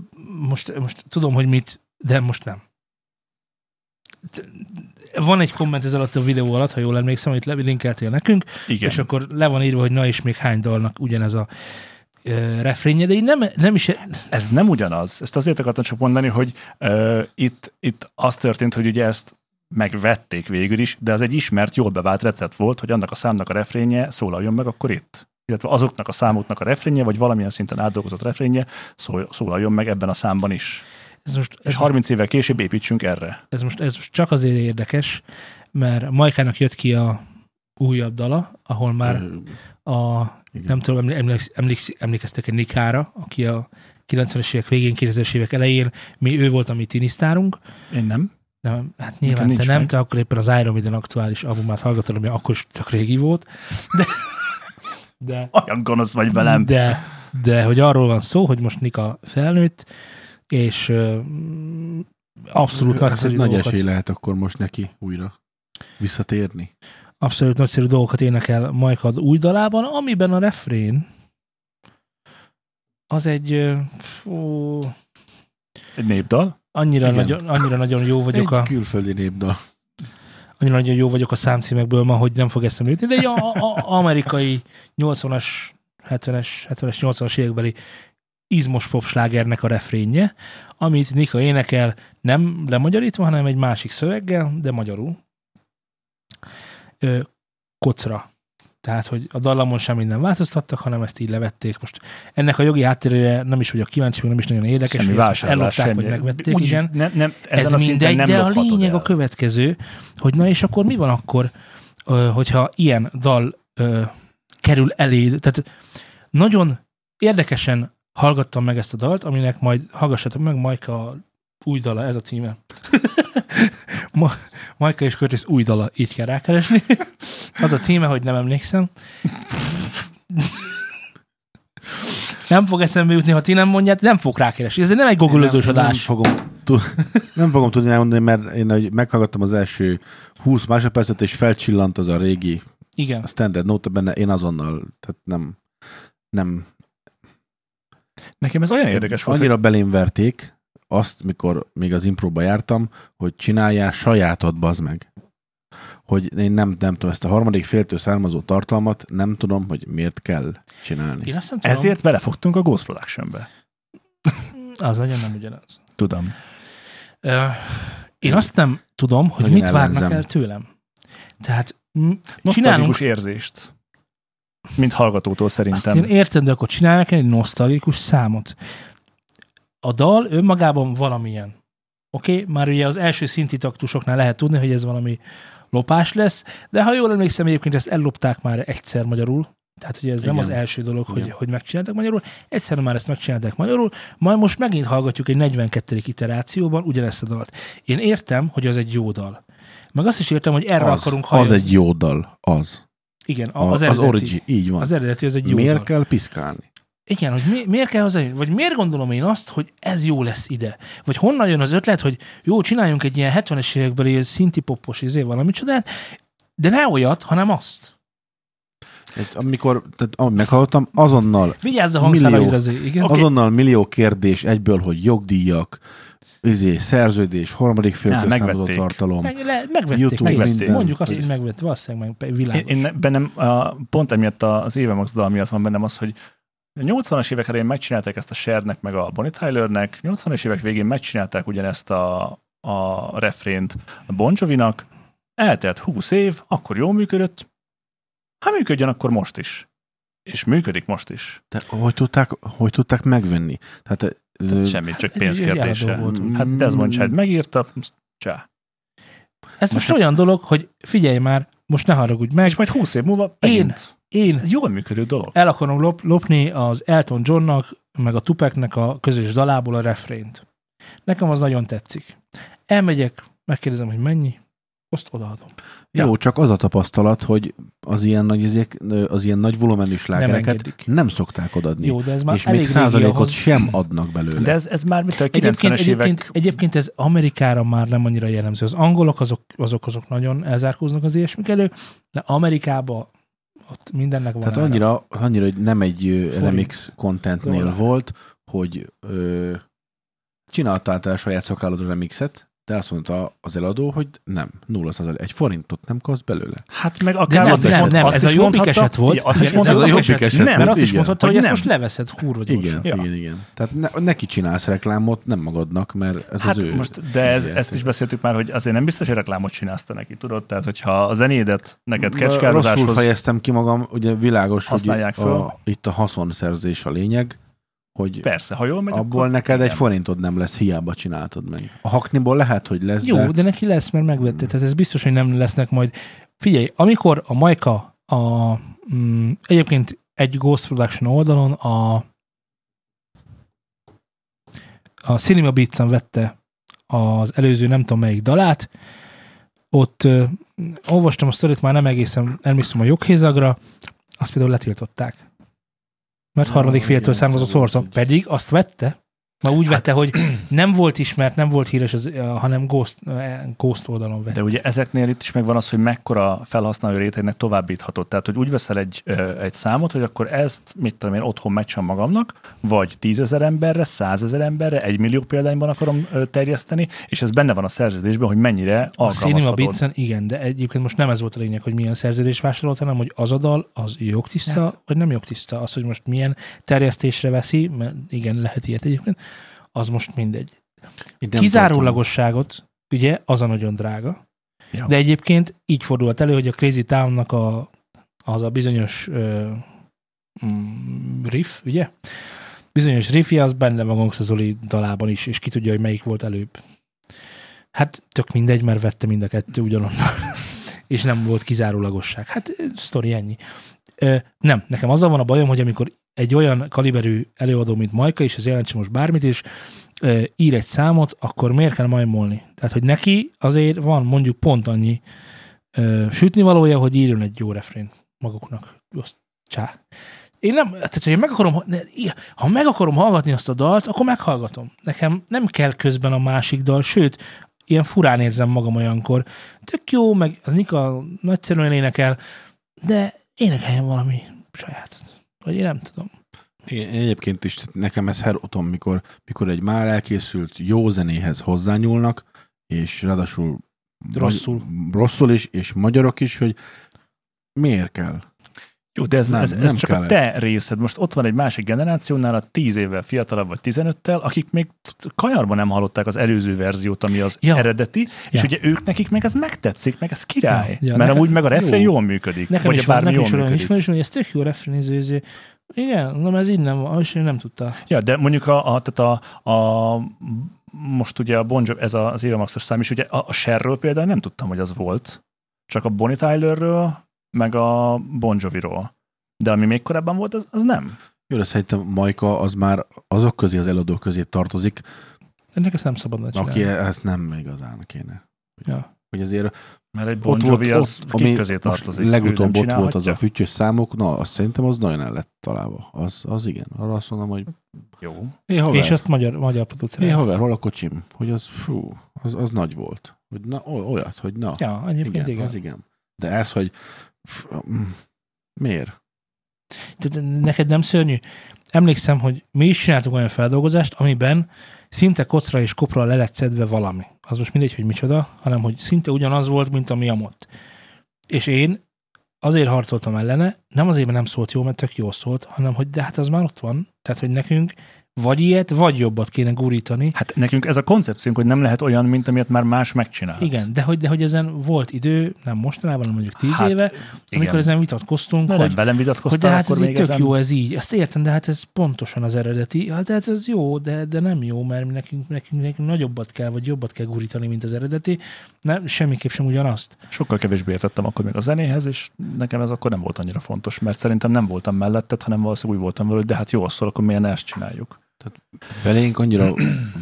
most, most tudom, hogy mit, de most nem. T- Van egy komment ez alatt a videó alatt, ha jól emlékszem, amit le- linkeltél nekünk,
Igen.
és akkor le van írva, hogy na és még hány dalnak ugyanez a ö, refrénje, de így nem, nem is...
ez nem ugyanaz. Ezt azért akartam csak mondani, hogy ö, itt, itt az történt, hogy ugye ezt megvették végül is, de az egy ismert, jól bevált recept volt, hogy annak a számnak a refrénje szólaljon meg akkor itt. Illetve azoknak a számoknak a refrénje, vagy valamilyen szinten átdolgozott refrénje szól, szólaljon meg ebben a számban is.
Ez most,
És
ez, most,
30 évvel később építsünk erre.
ez, most, ez most csak azért érdekes, mert Majkának jött ki a újabb dala, ahol már a
Igen.
nem tudom, emlé- emléksz- emléksz- emlékeztek-e Nikára, aki a 90-es évek végén, 2000-es évek elején, mi ő volt a mi tinisztárunk,
Én nem.
nem, hát
Nekem
nyilván te
nincs
nem,
meg.
te akkor éppen az Iron Maiden aktuális albumát hallgatod, ami akkor is tök régi volt, de, de
Olyan gonosz vagy velem. De.
de, de hogy arról van szó, hogy most Nika felnőtt, és ö, mm, abszolút
hát
nagyszerű
egy nagy
dolgokat,
esély lehet akkor most neki újra visszatérni.
abszolút nagyszerű dolgokat énekel Majkad új dalában, amiben a refrén az egy ö, fú,
Egy népdal.
Annyira,
Igen.
nagyon, annyira nagyon jó vagyok
Egy
a,
külföldi népdal.
annyira nagyon jó vagyok a számcímekből ma, hogy nem fog eszembe jutni, de egy a, a, a amerikai 80-as, 70-es, 70-es, 80-as évekbeli izmos popslágernek a refrénje, amit Nika énekel nem lemagyarítva, hanem egy másik szöveggel, de magyarul. Ö, kocra. Tehát, hogy a dallamon semmit nem változtattak, hanem ezt így levették. Most ennek a jogi háttérére nem is vagyok kíváncsi, meg nem is nagyon érdekes,
Semmi
hogy ezt
vásárlás,
ellopták,
semmi.
vagy megvették.
Úgyis
igen
Nem, nem, ezen
ez
a
mindegy,
szinten nem
de a
lophatod
lényeg
el.
a következő, hogy na és akkor mi van akkor, ö, hogyha ilyen dal ö, kerül elé, tehát nagyon érdekesen hallgattam meg ezt a dalt, aminek majd, hallgassatok meg, Majka új dala, ez a címe. Ma, Majka és Curtis új dala, így kell rákeresni. Az a címe, hogy nem emlékszem. Nem fog eszembe jutni, ha ti nem mondjátok, nem fog rákeresni. Ez nem egy googleözős
Én nem,
adás.
nem, fogom, tu- nem fogom tudni elmondani, mert én ahogy meghallgattam az első 20 másodpercet, és felcsillant az a régi
Igen.
a standard nota benne, én azonnal, tehát nem, nem.
Nekem ez olyan érdekes volt,
Annyira belém verték azt, mikor még az impróba jártam, hogy csináljál sajátod, bazd meg. Hogy én nem, nem tudom, ezt a harmadik féltől származó tartalmat nem tudom, hogy miért kell csinálni.
Én azt nem tudom.
ezért belefogtunk a Ghost Production-be.
Az nagyon nem ugyanaz.
Tudom.
Ö, Én azt nem tudom, hogy
Nagyon
mit várnak
ellenzem.
el tőlem. Tehát m- csinálunk,
Nosztalgikus érzést. Mint hallgatótól
azt
szerintem.
én értem, de akkor csinálnak egy nosztalgikus számot. A dal önmagában valamilyen. Oké, okay? már ugye az első szinti taktusoknál lehet tudni, hogy ez valami lopás lesz, de ha jól emlékszem, egyébként ezt ellopták már egyszer magyarul, tehát ugye ez Igen. nem
Igen.
az első dolog, hogy,
Igen.
hogy megcsinálták magyarul, egyszer már ezt megcsinálták magyarul, majd most megint hallgatjuk egy 42. iterációban ugyanezt a dalt. Én értem, hogy az egy jó dal. Meg azt is értem, hogy erre
az,
akarunk
az
hajozni.
egy jó dal, az.
Igen,
A,
a-
az,
az,
az
eredeti,
origi, így van.
Az eredeti az egy jó
miért
dal.
kell piszkálni?
Igen, hogy mi, miért kell hozzá, vagy miért gondolom én azt, hogy ez jó lesz ide? Vagy honnan jön az ötlet, hogy jó, csináljunk egy ilyen 70-es évekbeli szinti popos izé valami csodát, de ne olyat, hanem azt.
Hát, amikor, tehát, ahogy meghallottam, azonnal
Vigyázz a
Millió.
hangszáraidra, azért, igen.
Okay. Azonnal millió kérdés egyből, hogy jogdíjak, izé, szerződés, harmadik féltől
Á,
származó
megvették.
tartalom.
Meg, le, megvették,
YouTube,
megvették.
minden.
Mondjuk azt, hogy
Kész.
megvett, valószínűleg meg világos.
Én, én ne- bennem, a, pont emiatt a- az Évemax dal miatt van bennem az, hogy a 80-as évek elején megcsinálták ezt a Shernek, meg a Bonnie Tylernek, 80-as évek végén megcsinálták ugyanezt a, a refrént a Bon Jovinak, eltelt 20 év, akkor jól működött, ha működjön, akkor most is. És működik most is.
De hogy tudták, hogy tudták megvenni? Tehát, eh, ö, Mm,
Tehát Hát semmi, csak
Hát, egy- egy
pénzkérdése.
állandó volt.
Hát Desmond Child megírta, azt csá.
Ez most
most-
olyan dolog, hogy figyelj már, most ne haragudj meg,
És majd 20 év múlva
Én-
megint.
én
Ez jól működő dolog.
el akarom lop, lopni az Elton Johnnak, meg a Tupacnek a közös dalából a refrént. Nekem az nagyon tetszik. Elmegyek, megkérdezem, hogy mennyi, azt odaadom.
Jó, csak az a tapasztalat, hogy az ilyen nagy, izék, ö, az ilyen nagy volumenű slágereket nem,
engedik.
szokták odaadni.
Jó, de ez már
és
elég
még
régi
százalékot
ahhoz.
sem adnak belőle.
De ez, ez már mit a 90-es
Egyébként,
évek...
egyébként, egyébként ez Amerikára már nem annyira jellemző. Az angolok azok, azok, azok nagyon elzárkóznak az ilyesmik elő, de Amerikába ott mindennek van.
Tehát
ára.
annyira, annyira, hogy nem egy ö,
Forint.
remix contentnél
Dollár.
volt, hogy ö, csináltál te a saját szakálladra remixet, de azt mondta az eladó, hogy nem, 0 százalék, egy forintot nem kasz belőle.
Hát meg
De
akár
nem,
azt is
nem,
mond,
nem,
azt
ez
is
a jobbik
mondhatta-
eset volt.
Igen, Azt is
Igen, ez a
mondhatta,
jobbik
hogy
eset
nem,
Mert azt is
igen.
mondhatta,
Hogy
hogy ezt
nem.
most leveszed, húrva
Igen,
gyorsan.
Ja.
ja. igen, igen. Tehát ne, neki csinálsz reklámot, nem magadnak, mert ez
hát
az ő.
most, de ez,
Igen,
ezt is
igen.
beszéltük már, hogy azért nem biztos, hogy reklámot csinálsz te neki, tudod? Tehát, hogyha a zenédet neked
Rosszul
kecskározáshoz...
fejeztem ki magam, ugye világos, hogy
Használják föl.
a, itt a haszonszerzés a lényeg, hogy
Persze, ha jól megy,
abból
akkor
neked egy
igen.
forintod nem lesz, hiába csináltad meg. A hakniból lehet, hogy lesz,
Jó,
de...
de... neki lesz, mert megvette. Tehát ez biztos, hogy nem lesznek majd. Figyelj, amikor a Majka a, mm, egyébként egy Ghost Production oldalon a a Cinema beats vette az előző nem tudom melyik dalát, ott ö, olvastam a sztorit, már nem egészen emlékszem a joghézagra, azt például letiltották. Mert
Ja,
harmadik
igen,
féltől származó
szóval
szorszom.
így.
Pedig azt vette, Ma
Hát
úgy vette, hogy nem volt ismert, nem volt híres, az, eh, hanem Ghost, eh, Ghost oldalon vette.
De ugye ezeknél itt is megvan az, hogy mekkora felhasználó rétegnek továbbíthatod. Tehát, hogy úgy veszel egy, ö, egy számot, hogy akkor ezt, mit tudom én, otthon meccsem magamnak, vagy tízezer emberre, százezer emberre, egy millió példányban akarom ö, terjeszteni, és ez benne van a szerződésben, hogy mennyire
A Cinema
alkalmazhatod.
Beats-en igen, de egyébként most nem ez volt a lényeg, hogy milyen szerződést vásárolt, hanem hogy az a dal az jogtiszta, vagy nem jogtiszta. Az, hogy most milyen terjesztésre veszi, mert igen, lehet ilyet egyébként, az most mindegy.
Itt nem
Kizárólagosságot, ugye, az a nagyon drága.
Ja.
De egyébként így fordulhat elő, hogy a Crazy Town-nak a, az a bizonyos ö, mm, riff, ugye? Bizonyos riffje, az benne van Gangsta Zoli dalában is, és ki tudja, hogy melyik volt előbb. Hát tök mindegy, mert vette mind a kettő ugyanonnan. és nem volt kizárólagosság. Hát ö, sztori ennyi. Ö, nem, nekem azzal van a bajom, hogy amikor egy olyan kaliberű előadó, mint Majka, és ez jelentse most bármit is, ö, ír egy számot, akkor miért kell majmolni? Tehát, hogy neki azért van mondjuk pont annyi ö, sütnivalója, hogy írjon egy jó refrént maguknak. Azt csá. Én nem, tehát, hogy én meg akarom, ne- i- ha meg akarom hallgatni azt a dalt, akkor meghallgatom. Nekem nem kell közben a másik dal, sőt, ilyen furán érzem magam olyankor. Tök jó, meg az Nika nagyszerűen énekel, de énekeljen valami saját. Vagy én nem tudom.
Én én egyébként is, tehát nekem ez herotom, mikor, mikor egy már elkészült jó zenéhez hozzányúlnak, és ráadásul
Rosszul.
Magy- rosszul is, és magyarok is, hogy miért kell?
Jó, de ez,
Nem,
nem, ez, ez
nem
csak
kell
a te részed. Most ott van egy másik generációnál, a 10 évvel fiatalabb vagy 15-tel, akik még t- kajarban nem hallották az előző verziót, ami az
Ja.
ja. eredeti, ja. és
Ja.
ugye ők nekik meg ez megtetszik, meg ez király.
Ja.
Ja.
Ja,
Ja, mert
nekem-
amúgy meg a refrén
jó.
jól működik.
Nekem
vagy
is
a
van,
bármi
nekem is
jól
olyan
működik.
ismerősöm, hogy ez tök jó refrénző, izé. igen, mondom, ez innen van, és ő nem tudta.
Ja, de mondjuk a, a, tehát a, a most ugye a Bon Jovi, ez az Eva Maxos szám is, ugye a, a Sherről például nem tudtam, hogy az volt, csak a Bonnie Tylerről, meg a Bon Joviról. De ami még korábban volt, az, az nem.
Jó, de szerintem Majka az már azok közé, az eladók közé tartozik,
Ennek ezt nem szabadna csinálni.
aki ezt nem igazán kéne.
Ja.
Hogy azért
Mert egy Bon
ott
Jovi
volt,
az
ott,
kik
ami
közé tartozik.
most
Ő
legutóbb
nem
ott volt az
csinálhatja?
a füttyös számok, na azt szerintem az nagyon el lett találva. Az, az igen, arra azt mondom, hogy
Jó.
hé haver,
És azt magyar, magyar producer.
hé haver, hol a kocsim? Hogy az, fú, az, az nagy volt. Hogy na, o- olyat, hogy na.
Ja, egyébként
igen,
igen.
igen, az igen. De ez, hogy f- mm, miért?
Tehát neked nem szörnyű? Emlékszem, hogy mi is csináltuk olyan feldolgozást, amiben szinte kocra és kopra le lett szedve valami. Az most mindegy, hogy micsoda, hanem hogy szinte ugyanaz volt, mint ami amott. És én azért harcoltam ellene, nem azért, mert nem szólt jó, mert tök jól szólt, hanem hogy de hát az már ott van. Tehát, hogy nekünk vagy ilyet, vagy jobbat kéne gurítani.
Hát nekünk ez a koncepciónk, hogy nem lehet olyan, mint amilyet már más megcsinált.
Igen, de hogy, de hogy ezen volt idő, nem mostanában, hanem mondjuk tíz
Hát,
éve, amikor
igen.
ezen vitatkoztunk,
Na,
hogy
nem velem vitatkoztál,
Hogy de hát
akkor
ez
még
így tök
ezen...
jó, ez így. Ezt értem, de hát ez pontosan az eredeti. Hát, hát ez jó, de, de nem jó, mert nekünk, nekünk, nekünk nagyobbat kell, vagy jobbat kell gurítani, mint az eredeti. Nem, semmiképp sem ugyanazt.
Sokkal kevésbé értettem akkor még a zenéhez, és nekem ez akkor nem volt annyira fontos, mert szerintem nem voltam melletted, hanem valószínűleg úgy voltam vele, hogy de hát jó, szól, akkor miért ne ezt csináljuk.
Belénk annyira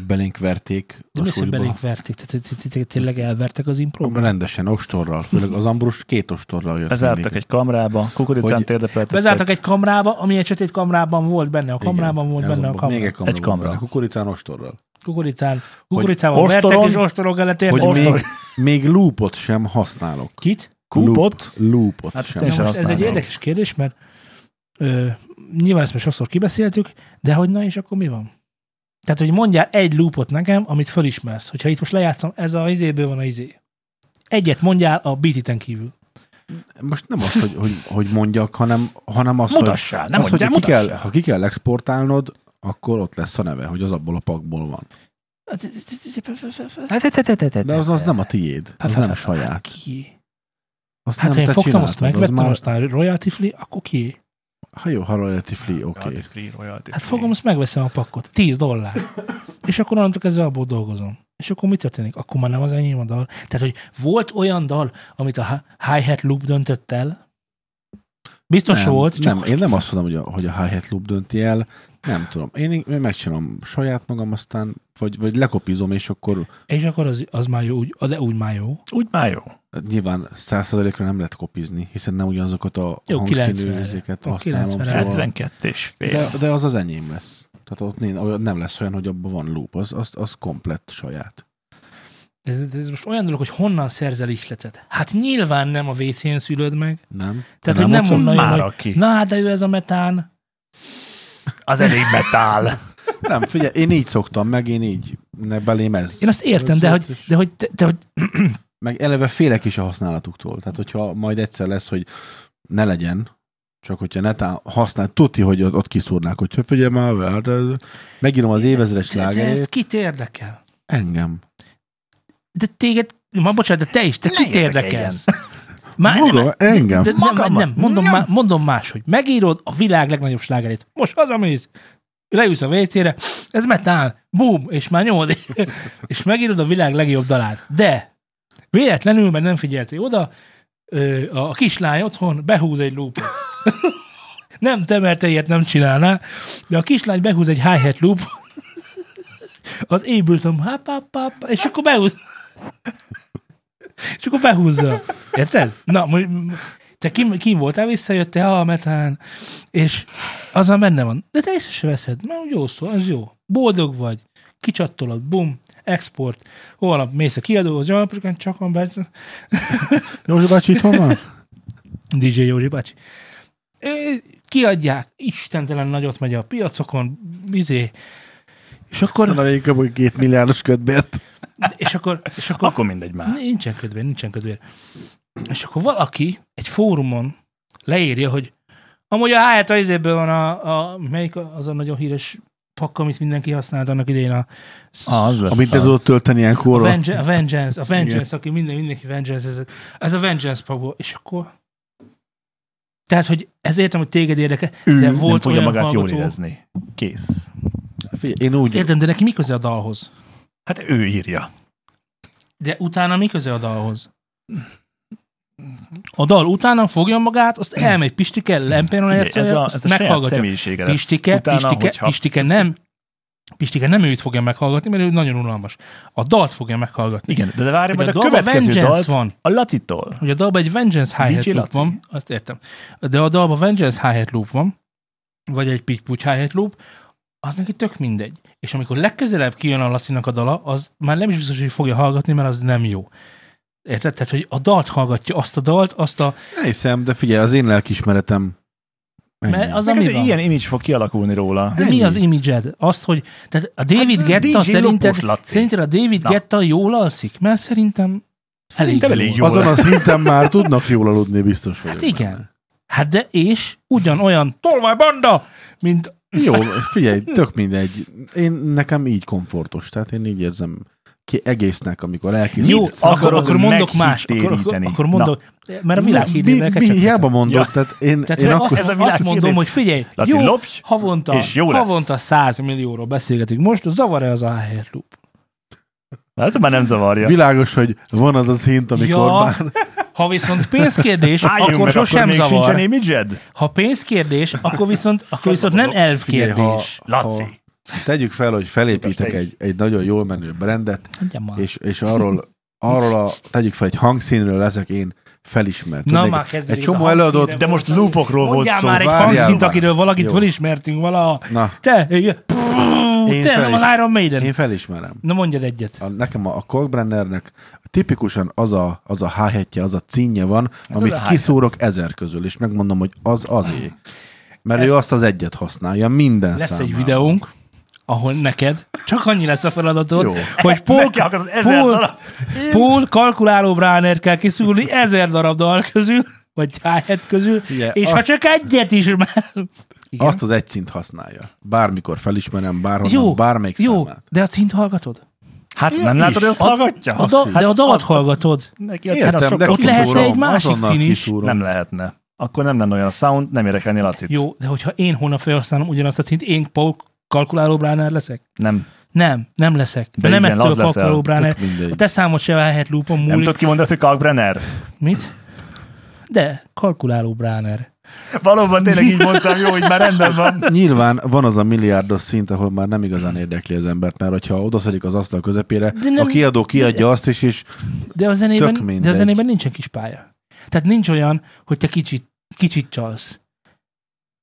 belénk verték
De
a
mi hogy
súlyba.
belénk verték? Tehát te- te- te- tényleg elvertek az improv?
Rendesen, ostorral, főleg az Ambrus két ostorral jött
Bezártak egy kamrába, kukoricán
Hogy-
térdepeltettek.
Bezártak egy kamrába, ami egy sötét kamrában volt benne. A
Igen.
kamrában volt
Ez
benne a
abban.
kamra.
Még egy kamra.
Egy
Egy
kamra.
kamra. Benne. Kukoricán ostorral.
Kukoricán. Kukoricával vertek,
ostoron-
és ostorok kellett érni.
Hogy
ostor-
még, még loopot sem használok.
Kit?
Kúpot?
Loop, loopot
Hát
hát
ezt én
sem.
sem
Na most ez egy
használom.
érdekes kérdés, mert ö, nyilván ezt már sokszor kibeszéltük, de hogy na és akkor mi van? Tehát, hogy mondjál egy loopot nekem, amit fölismersz. Hogyha itt most lejátszom, ez a izéből van a izé. Egyet mondjál a beatiten kívül.
Most nem azt, hogy, hogy, hogy mondjak, hanem, hanem azt,
Mutassál,
hogy,
nem
azt, hogy
mondjál,
ki kell,
mutassál.
ha ki kell exportálnod, akkor ott lesz a neve, hogy az abból a pakból van.
Hát, hát, hát, hát, hát,
De az, az nem a tiéd, az nem saját.
ki?
Azt
Hát, ha
nem
én
te
fogtam, azt
csináltad, az
megvettem,
már,
aztán royalty free, akkor ki?
ha jó, ha royalty free, oké.
Royalty free, royalty
Hát
free.
fogom, azt megveszem a pakkot. 10 dollár. És akkor onnantól kezdve abból dolgozom. És akkor mi történik? Akkor már nem az enyém a dal. Tehát, hogy volt olyan dal, amit a hi- hi-hat loop döntött el, biztos
nem,
volt, csak
nem, én nem azt mondom, hogy a, hogy a hi-hat loop dönti el, nem tudom. Én, én megcsinom saját magam, aztán, vagy, vagy lekopizom, és akkor
és akkor az, az már jó, úgy, de úgy már jó.
Úgy már jó.
nyilván 100%-ra nem lehet kopizni, hiszen nem ugyanazokat a
Jó,
hangszínű
90-re.
érzéket
Jó,
használom.
90-re.
Szóval,
72 és fél.
de, de az az enyém lesz. Tehát ott né- olyan- nem lesz olyan, hogy abban van loop, az, az, az komplett saját.
Ez, ez most olyan dolog, hogy honnan szerzel ihletet. Hát nyilván nem a WC-n szülöd meg.
Nem?
Tehát, nem hogy nem
ott-
onnan jön,
Már
hogy
aki.
na hát, de ő ez a metán.
Az elég metál.
Nem, figyelj, én így szoktam meg, én így, ne belém ez.
Én azt értem, de hogy, de hogy, de, de, hogy
Meg eleve félek is a használatuktól. Tehát, hogyha majd egyszer lesz, hogy ne legyen, csak hogyha netán használ, tuti, hogy ott, ott kiszúrnák, hogy figyelj már, hát ez- megírom az évezres
de, de ez
lágerét.
kit érdekel?
Engem.
De téged, ma bocsánat, de te is, te
Ne
kit
érdekeljen.
érdekelsz?
Maga, engem.
De, de, nem,
Magamat.
nem, mondom,
Nem.
Má, mondom más, hogy megírod a világ legnagyobb slágerét. Most hazamész, leülsz a WC-re, ez metál, bum, és már nyomod, és megírod a világ legjobb dalát. De véletlenül, mert nem figyeltél oda, ö, a kislány otthon behúz egy lúpot. Nem te, mert te ilyet nem csinálnál, de a kislány behúz egy hi-hat loop, az Ableton, hap, hap, hap, és akkor behúz. És akkor behúzza. Érted? Na, mo- m- te kim, kim voltál, visszajöttél, a metán, és az már benne van. De te észre se veszed, mert úgy jó szó, ez jó. Boldog vagy, kicsattolod, bum, export, holnap mész a kiadóhoz, jaj, apukám, csak van benne.
Józsi bácsi itthon van?
DJ Józsi bácsi. Ö, Kiadják, istentelen nagyot megy a piacokon, izé, és akkor,
Na, inkább, hogy két milliárdos kötbért.
és akkor, és akkor
Akkor mindegy már.
Nincsen ködvér, nincsen ködvér. És akkor valaki egy fórumon leírja, hogy amúgy a hát a izéből van a, a, melyik az a nagyon híres pakk, amit mindenki használt annak idején, a,
Az lesz
Amit
az.
ez ott tölteni
a,
ilyenkorra.
Vengeance, a Vengeance, a Vengeance aki minden, mindenki Vengeance, ez, ez a Vengeance pakból. És akkor tehát, hogy ez értem, hogy téged érdekel,
Ő
de
nem
volt
fogja
olyan
magát
hallgató,
jól érezni. Kész.
Figyelj, én úgy,
Értem, de neki mi köze a dalhoz?
Hát ő írja.
De utána mi köze a dalhoz? A dal utána fogja magát, azt elmegy Pistike, lempéron
Figyelj, ez a, ez
azt
a saját
meghallgatja.
személyisége lesz.
Pistike,
Utána,
Pistike,
hogyha
Pistike nem, Pistike nem őt fogja meghallgatni, mert ő nagyon unalmas. A dalt fogja meghallgatni.
Igen, de, de várj
Hogy
majd a,
dalban
következő
Vengeance
dalt van.
van.
a Latitól.
Hogy a dalban egy Vengeance hi
DJ
hat loop
Laci.
van, azt értem. De a dalban Vengeance hi hat loop van, vagy egy pitty hi hat loop, az neki tök mindegy. És amikor legközelebb kijön a Lacinak a dala, az már nem is biztos, hogy fogja hallgatni, mert az nem jó. Érted? Tehát, hogy a dalt hallgatja, azt a dalt, azt a...
ne hiszem, de figyelj, az én lelkismeretem. Ennyi.
Mert az,
Neked
ami
egy
van.
ilyen image fog kialakulni róla.
De mi
Ennyi.
az imidzsed? Azt, hogy tehát a David
Hát,
Getta
DJ
szerinted,
lopos Laci.
szerinted a David
Na.
Getta jól alszik? Mert szerintem elég,
Szerintem elég jól.
Azon az hinten már tudnak jól aludni, biztos vagyok.
Hát igen. Hát de és ugyanolyan tolvaj banda, mint
Jó, figyelj, tök mindegy. Én, nekem így komfortos, tehát én így érzem ki egésznek, amikor elkészítem.
Jó,
Jó, akkor,
akarod
akkor mondok más. Akkor, akkor,
meghitéríteni?
akkor mondok, mert a világ
mi, mi hiába mondod,
Ja.
tehát én,
Tehát
én
én
akkor...
azt,
Ez a
ez
világ
azt mondom,
hírnév.
hogy figyelj,
Laci,
jó,
lopj,
havonta,
és jó lesz.
havonta 100 millióról beszélgetünk. Most zavar-e az a HR loop?
Hát már nem zavarja.
Világos, hogy van az az hint, amikor
Ja.
már...
Ha viszont pénzkérdés,
Álljunk
akkor
meg,
sosem
még
zavar.
sincsen image-ed?
Ha pénzkérdés, akkor viszont, akkor viszont nem
Figyelj, ha,
elvkérdés.
ha,
Laci.
tegyük fel, hogy felépítek
Te is.
egy, egy nagyon jól menő brandet,
Mondjam már.
és, és arról, arról a, tegyük fel, egy hangszínről ezek én felismert.
Na,
Tudnék,
már kezdődik
Egy
ez
csomó
a
előadót,
hangszínre.
De most loopokról volt
Mondjál
szó.
már egy
várjál
hangszint,
már.
akiről valakit
Jó.
felismertünk valaha.
na,
Te, igen. te nem
felis-
az Iron Maiden.
én felismerem.
Na mondjad egyet.
A, nekem a, a Kalkbrennernek tipikusan az a, az a hájhetje, az a cínje van, hát amit
az a hi-hat.
kiszúrok ezer közül, és megmondom, hogy az azé. Mert
Ezt-
ő azt az egyet használja minden
Lesz
számára.
egy videónk, ahol neked csak annyi lesz a feladatod,
Jó.
hogy Paul,
Neki akarsz ezer
Paul,
darab.
Paul kalkuláló Bránert kell kiszúrni ezer darab dal közül, vagy hájhet közül,
Ugye,
és ha
azt-
csak egyet is már... Igen.
Azt az egy cint használja. Bármikor felismerem, bárhonnan,
jó,
bármelyik
jó,
számát.
de a cint hallgatod?
Hát
Én
nem
is.
látod, hogy azt
A-
hallgatja?
A da,
is.
de a dalt hallgatod.
Neki a cína
Értem,
sok-
de
ott lehetne
kiszúrom,
egy másik
azonnal
cín is.
kiszúrom.
Nem lehetne. Akkor nem lenne olyan sound, nem érekelni Lacit.
Jó, de hogyha én holnap felhasználom ugyanazt a cint, én Paul kalkuláló Bráner leszek?
Nem.
Nem, nem leszek.
De
De, nem
igen,
ettől
az
a kalkuláló
leszel.
Bráner.
Tök mindegy.
A te számot se lehet lúpon
Nem
múlik.
tudod kimondani, hogy Kalkbrenner?
Mit? De, kalkuláló Bráner.
Valóban tényleg így mondtam, jó, hogy már rendben van.
Nyilván van az a milliárdos szint, ahol már nem igazán érdekli az embert, mert hogyha odaszedik az asztal közepére,
De nem-
a kiadó kiadja azt is, és
De a
Tök
zenében,
mindegy.
de a zenében nincsen kis pálya. Tehát nincs olyan, hogy te kicsit, kicsit csalsz.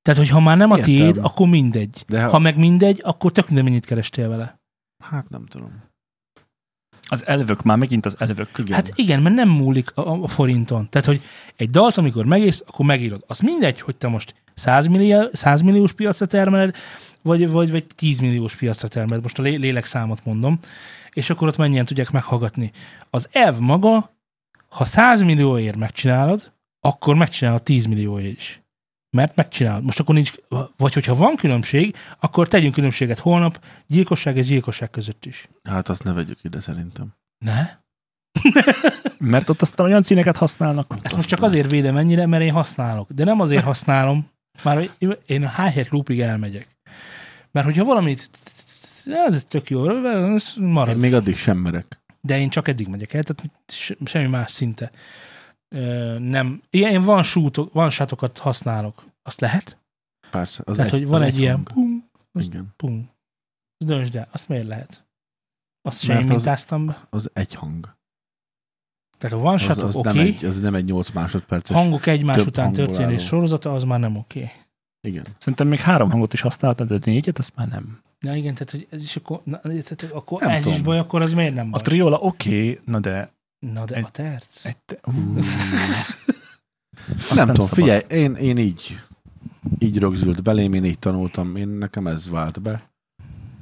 Tehát, hogyha már nem a
Értem.
tiéd, akkor mindegy.
De
Ha meg mindegy, akkor tök minden mennyit kerestél vele.
Hát nem tudom.
Az elvök, már megint az elvök.
Igen.
Hát igen, mert nem múlik a, a forinton. Tehát, hogy egy dalt, amikor megész, akkor megírod. Az mindegy, hogy te most 100, millió, 100 milliós piacra termeled, vagy, vagy, vagy 10 milliós piacra termeled. Most a lé- lélekszámot mondom. És akkor ott mennyien tudják meghallgatni. Az elv maga, ha 100 millióért megcsinálod, akkor megcsinálod 10 millióért is. Mert megcsinálod. Most akkor nincs, vagy hogyha van különbség, akkor tegyünk különbséget holnap gyilkosság és gyilkosság között is.
Hát azt ne vegyük ide szerintem.
Ne?
Mert ott aztán olyan címeket használnak.
Ezt Hát most csak azért védem ennyire, mert én használok. De nem azért használom, már hogy én a hi-hat loopig elmegyek. Mert hogyha valamit ez tök jó, ez
Én
marad.
még addig sem merek.
De én csak eddig megyek el, tehát se- semmi más szinte. Ö, nem. Ilyen, én van, sútok, van sátokat használok. Azt lehet?
Persze. Az
Tehát,
egy,
hogy van
az
egy ilyen
hang.
pum, az-
Igen.
pum. Azt Döntsd el. Azt miért lehet? Azt sem
Mert az-
mintáztam be.
Az egy hang.
Tehát a van
Az,
sátok,
az,
hát oké.
nem egy, az nem egy 8 másodperces.
Hangok egymás
több
után
hangból
történő
álló.
sorozata, az már nem oké.
Igen.
Szerintem még három hangot is használtad, de négyet, azt már nem.
Na igen, tehát hogy ez is akkor, na, tehát akkor
Nem
ez is
tudom.
baj, akkor az miért nem
A
baj?
triola oké, okay, na de...
na de
egy-
a terc?
Egy te...
nem
nem
tudom,
szabad.
figyelj, én, én így így rögzült belém, én így tanultam, én nekem ez vált be.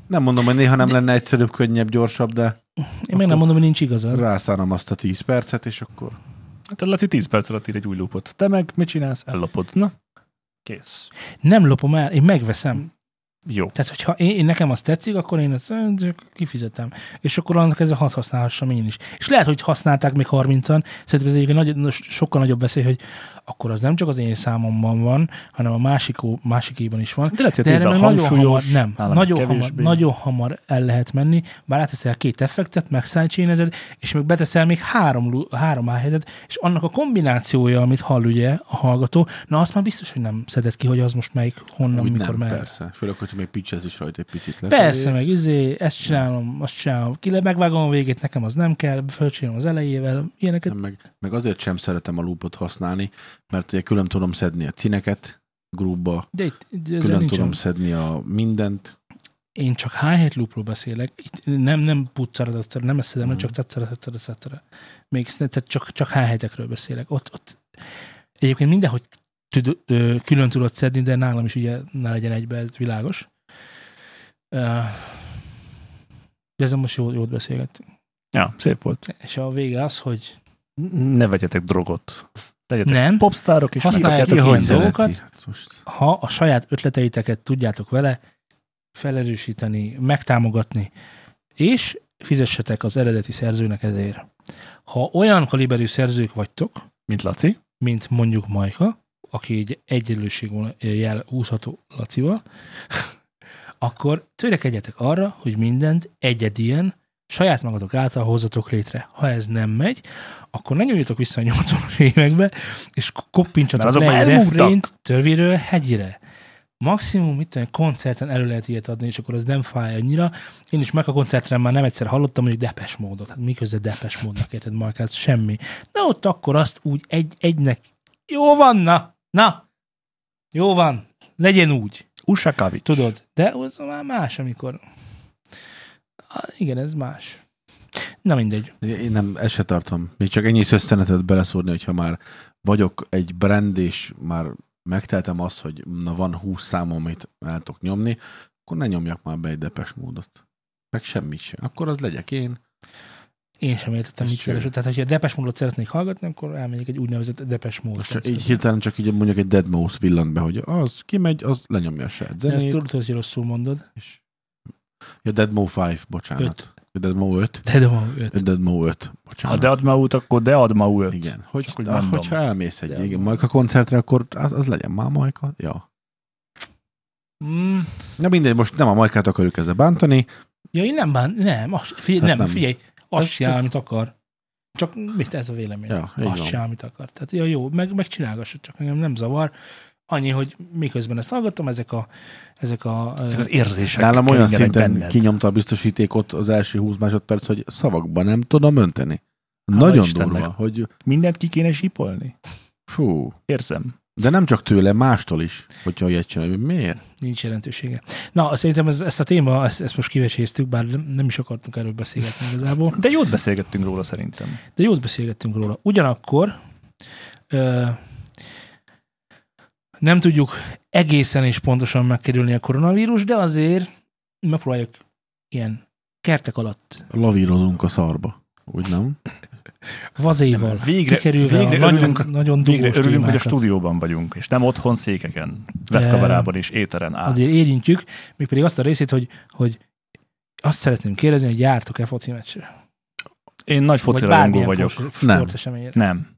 Nem mondom, hogy néha nem lenne egyszerűbb, könnyebb, gyorsabb, de
Én még nem mondom, hogy nincs igazad.
rászánom azt a 10 percet, és akkor
Te Hát Laci 10 perc alatt ír egy új lúpot. Te meg mit csinálsz? Ellopod. Na, kész.
Nem lopom el, én megveszem.
Jó.
Tehát, hogyha én, én nekem az tetszik, akkor én ezt eh, csak kifizetem. És akkor annak ezzel hat használhassam én is. És lehet, hogy használták még 30-an. Szerintem ez egyébként nagy, no- sokkal nagyobb veszély, hogy akkor az nem csak az én számomban van, hanem a másik, másikéban is van.
De lehet, hogy
De
a
erre
tiédben
már nagyon hamar,
hangsúlyos,
nem,
nálam
nagyon
kevésbé.
hamar, nagyon hamar el lehet menni, bár áteszel két effektet, megszájcsénezed, és még beteszel még három, lu- három helyzetet, és annak a kombinációja, amit hall ugye a hallgató, na azt már biztos, hogy nem szedett ki, hogy az most melyik honnan,
úgy
mikor
nem,
mehet. Persze,
persze. Főleg, hogy még pitchhez is rajta egy picit lesz.
persze meg izé, ezt csinálom, azt csinálom, ki megvágom a végét, nekem az nem kell, fölcsinálom az elejével, ilyeneket.
Nem, Meg, meg azért sem szeretem a loopot használni, mert ugye külön tudom szedni a cineket, grúba,
De itt, de ezzel
külön
nincs
tudom
olyan-
szedni a mindent.
én csak hi-hat loopról beszélek, itt nem, nem puccaradattara, nem eszedem, nem csak tattara, Még szne- tehát csak, csak hi beszélek. Ott, ott egyébként mindenhogy tud, ö, külön tudod szedni, de nálam is ugye ne legyen egybe, ez világos. Ö, De ezen most jó, jót beszélgettünk.
Ja, szép volt.
És a vége az, hogy
Ne vegyetek drogot. Legyetek
nem,
popstárok és
Használják
megkapjátok
ki, hogy
ilyen
szereti?
dolgokat.
dolgokat?
Hát most
ha a saját ötleteiteket tudjátok vele felerősíteni, megtámogatni, és fizessetek az eredeti szerzőnek ezért. Ha olyan kaliberű szerzők vagytok,
Mint Laci.
mint mondjuk Majka, aki egy egyenlőség vonal- jel úszható Lacival, akkor törekedjetek arra, hogy mindent egyedien, saját magatok által hozzatok létre. Ha ez nem megy, akkor ne nyúljatok vissza a 80-as évekbe, és k- koppincsatok
Mert azok
le
már
egy
elmúltak.
refrént törvéről hegyire. Maximum, mit tudom, koncerten elő lehet ilyet adni, és akkor az nem fáj annyira. Én is meg a koncerten már nem egyszer hallottam, hogy depes módot. Hát miközben depes módnak érted, Markát, semmi. De ott akkor azt úgy egy, egynek jó van, na, na, jó van, legyen úgy,
Usa Kavics.
tudod. De az már más, amikor... Á, igen, ez más. Na mindegy.
Én nem, ezt se tartom. Még csak ennyi szösszenetet beleszórni, hogyha már vagyok egy brand, és már megteltem azt, hogy na van 20 számom, amit el tudok nyomni, akkor ne nyomjak már be egy depes módot. Meg semmit sem. Akkor az legyek én.
Én sem értettem,
Ez
mit
cső.
keresett. Tehát, hogyha depes módot szeretnék hallgatni, akkor elmegyek egy úgynevezett depes módot.
Most csak így hirtelen csak így mondjuk egy Dead Mouse villant be, hogy az kimegy, az lenyomja a saját
Ezt
zenét.
tudod, hogy rosszul mondod.
És... Ja, Dead Mouse 5, bocsánat. Ja, Dead Mouse 5.
De de van öt.
Ja, Dead Mouse 5,
Ha
bocsánat.
de ad ma út, akkor de ad ma út.
Igen. Hogy,
Csak úgy
ah,
mondom.
hogyha elmész egy
De-
igen, Majka koncertre, akkor az, az legyen már Majka. Ja.
Mm,
Na mindegy, most nem a majkát akarjuk ezzel bántani.
Ja, én nem bán, nem, az, figyelj,
Hát
nem, nem,
nem.
figyelj, azt
Ez
csinál,
csak-
amit akar. Csak mit ez a vélemény?
Ja, így
azt
van.
csinál, amit akar. Tehát ja, jó, meg, meg csinálgassa, csak engem nem zavar. Annyi, hogy miközben ezt hallgatom, ezek a... Ezek a
ezek az érzések.
Nálam olyan
keringenek
szinten
benned.
kinyomta a biztosítékot az első 20 másodperc, hogy szavakban nem tudom önteni.
Hála
Nagyon
Istennek.
durva, hogy
Mindent ki kéne sípolni.
fú,
Érzem.
De nem csak tőle, mástól is, hogyha ilyet csinálja. Miért?
Nincs jelentősége. Na, szerintem ez, ezt a téma, ezt, ezt most kiveséztük, bár nem nem is akartunk erről beszélgetni igazából.
De jót beszélgettünk róla szerintem.
De jót beszélgettünk róla. Ugyanakkor ö, nem tudjuk egészen és pontosan megkerülni a koronavírus, de azért megpróbáljuk ilyen kertek alatt,
Lavírozunk a szarba. Úgy nem?
vazéval,
Végre-
kikerülve
végre
a nagyon,
örülünk-
nagyon dugós
Végre örülünk, hogy a
témákat.
stúdióban vagyunk, és nem otthon székeken,
De-
webkamerában és éteren át.
azért érintjük, mégpedig azt a részét, hogy, hogy azt szeretném kérdezni, hogy jártok-e foci meccsre?
Én nagy
Vagy
focirajongó
bármilyen
vagyok.
fos-
Nem.
sporteseményre.
Nem,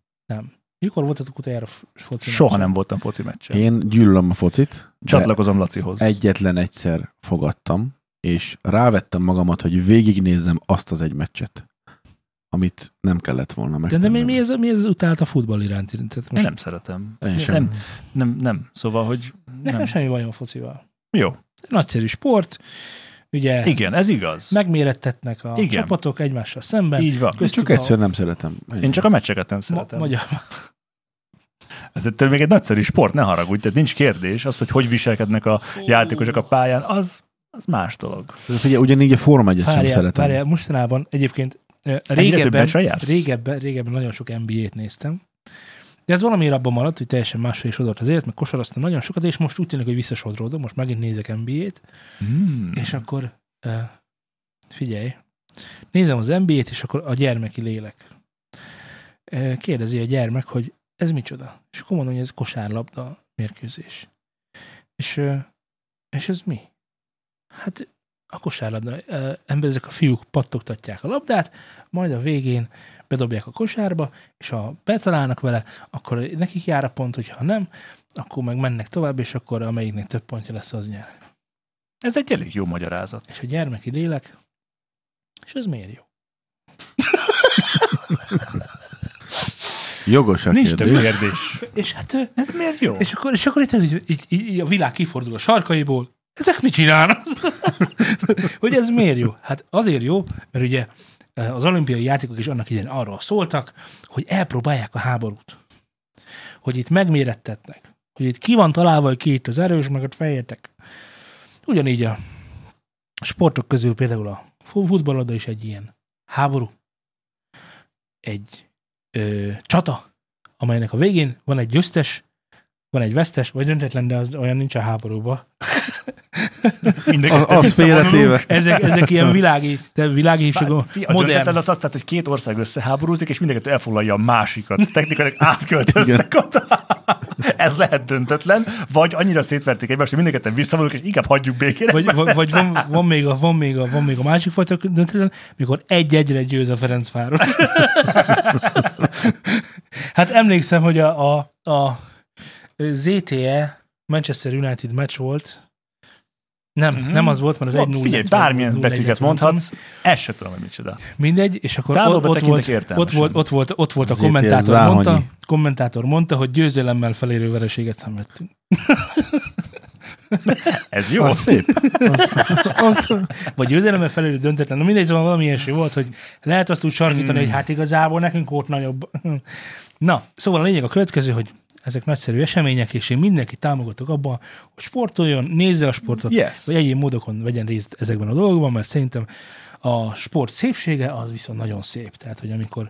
Mikor voltatok utoljára f- foci
soha
meccsen?
nem voltam foci meccsen.
Én gyűlölöm a focit. de
Csatlakozom Lacihoz.
Egyetlen egyszer fogadtam, és rávettem magamat, hogy végignézzem azt az egy meccset, amit nem kellett volna
De,
megtennem.
de mi, mi, ez, mi ez utált a futball iránt? Tehát
Én
most
nem szeretem.
Én sem.
Nem, nem, nem. Szóval, hogy
nekem
nem.
semmi bajom a focival.
Jó.
Nagyszerű sport, ugye
Igen, ez igaz.
megmérettetnek a
Igen.
csapatok egymással szemben.
Így van.
Én
köztük
csak
a-
egyszer nem szeretem. Ennyi.
Én csak a meccseket nem
Ma-
szeretem.
magyar,
Ez ettől még egy nagyszerű sport, ne haragudj, tehát nincs kérdés. Az, hogy hogy viselkednek a játékosok a pályán, az, az más dolog.
Figyelj, ugyanígy a Forma egyet sem
várjál,
szeretem.
várjál, mostanában egyébként ö,
több
régebben,
meccsre jársz?
régebben, régebben nagyon sok NBA-t néztem, de ez valamiért abban maradt, hogy teljesen másra is sodort az élet, meg kosaraztam nagyon sokat, és most úgy tűnik, hogy visszasodródom, most megint nézek NBA-t,
Hmm.
és akkor ö, figyelj, nézem az NBA-t, és akkor a gyermeki lélek. Ö, Kérdezi a gyermek, hogy ez micsoda? És akkor mondom, hogy ez kosárlabda mérkőzés. És, ö, és ez mi? Hát a kosárlabda, ö, ember- ezek a fiúk pattogtatják a labdát, majd a végén bedobják a kosárba, és ha betalálnak vele, akkor nekik jár a pont, hogyha nem, akkor meg mennek tovább, és akkor amelyiknek több pontja lesz, az nyer
Ez egy elég jó magyarázat.
és a gyermeki lélek, és ez miért jó?
Jogos a
Nincs több
kérdés.
kérdés.
És hát ő,
Ez miért jó?
és akkor, és akkor itt így, így, így, a világ kifordul a sarkaiból, ezek mit csinálnak? hogy ez miért jó? Hát azért jó, mert ugye eh, az olimpiai játékok is annak idején arról szóltak, hogy elpróbálják a háborút. Hogy itt megmérettetnek. Hogy itt ki van találva, hogy ki itt az erős, meg ott fejértek. Ugyanígy a sportok közül például a fu- futballada is egy ilyen háború. Egy ö, csata, amelynek a végén van egy győztes, van egy vesztes, vagy döntetlen, de az olyan nincs a háborúba.
Mindenki
Az, az félretéve.
Ezek, ezek ilyen világi, te világi is,
Bár,
akkor
Hát, fi, a
modern.
döntetlen az azt, tehát, hogy két ország összeháborúzik, és mindeket elfoglalja a másikat. Technikailag átköltöztek oda. Ez lehet döntetlen, vagy annyira szétverték egymást, hogy mindketten visszavonulunk, és inkább hagyjuk békére.
Vagy, vagy, vagy van, van, még a, van, még a, van még a másik fajta döntetlen, mikor egy-egyre győz a Ferencváros. hát emlékszem, hogy a, a, a ZTE Manchester United meccs volt. Nem,
Mhm.
mm-hmm. nem az volt, mert az egy 0
Figyelj, bármilyen betűket mondhatsz, ezt se tudom, hogy micsoda.
Mindegy, és akkor
Távolba
ott, ott,
tekintek
volt, ott,
értelmesen.
volt, ott, volt, ott volt a
ZTE
kommentátor
Záhonyi.
mondta, kommentátor mondta, hogy győzelemmel felérő vereséget szenvedtünk.
Ez jó.
Az szép. Az, az,
vagy győzelemmel felül döntetlen. Na mindegy, szóval valami ilyesmi volt, hogy lehet azt úgy sarkítani,
Hmm.
hogy hát igazából nekünk volt nagyobb. Na, szóval a lényeg a következő, hogy ezek nagyszerű események, és én mindenkit támogatok abban, hogy sportoljon, nézze a sportot,
Yes.
vagy egyéb módokon vegyen részt ezekben a dolgokban, mert szerintem a sport szépsége az viszont nagyon szép. Tehát, hogy amikor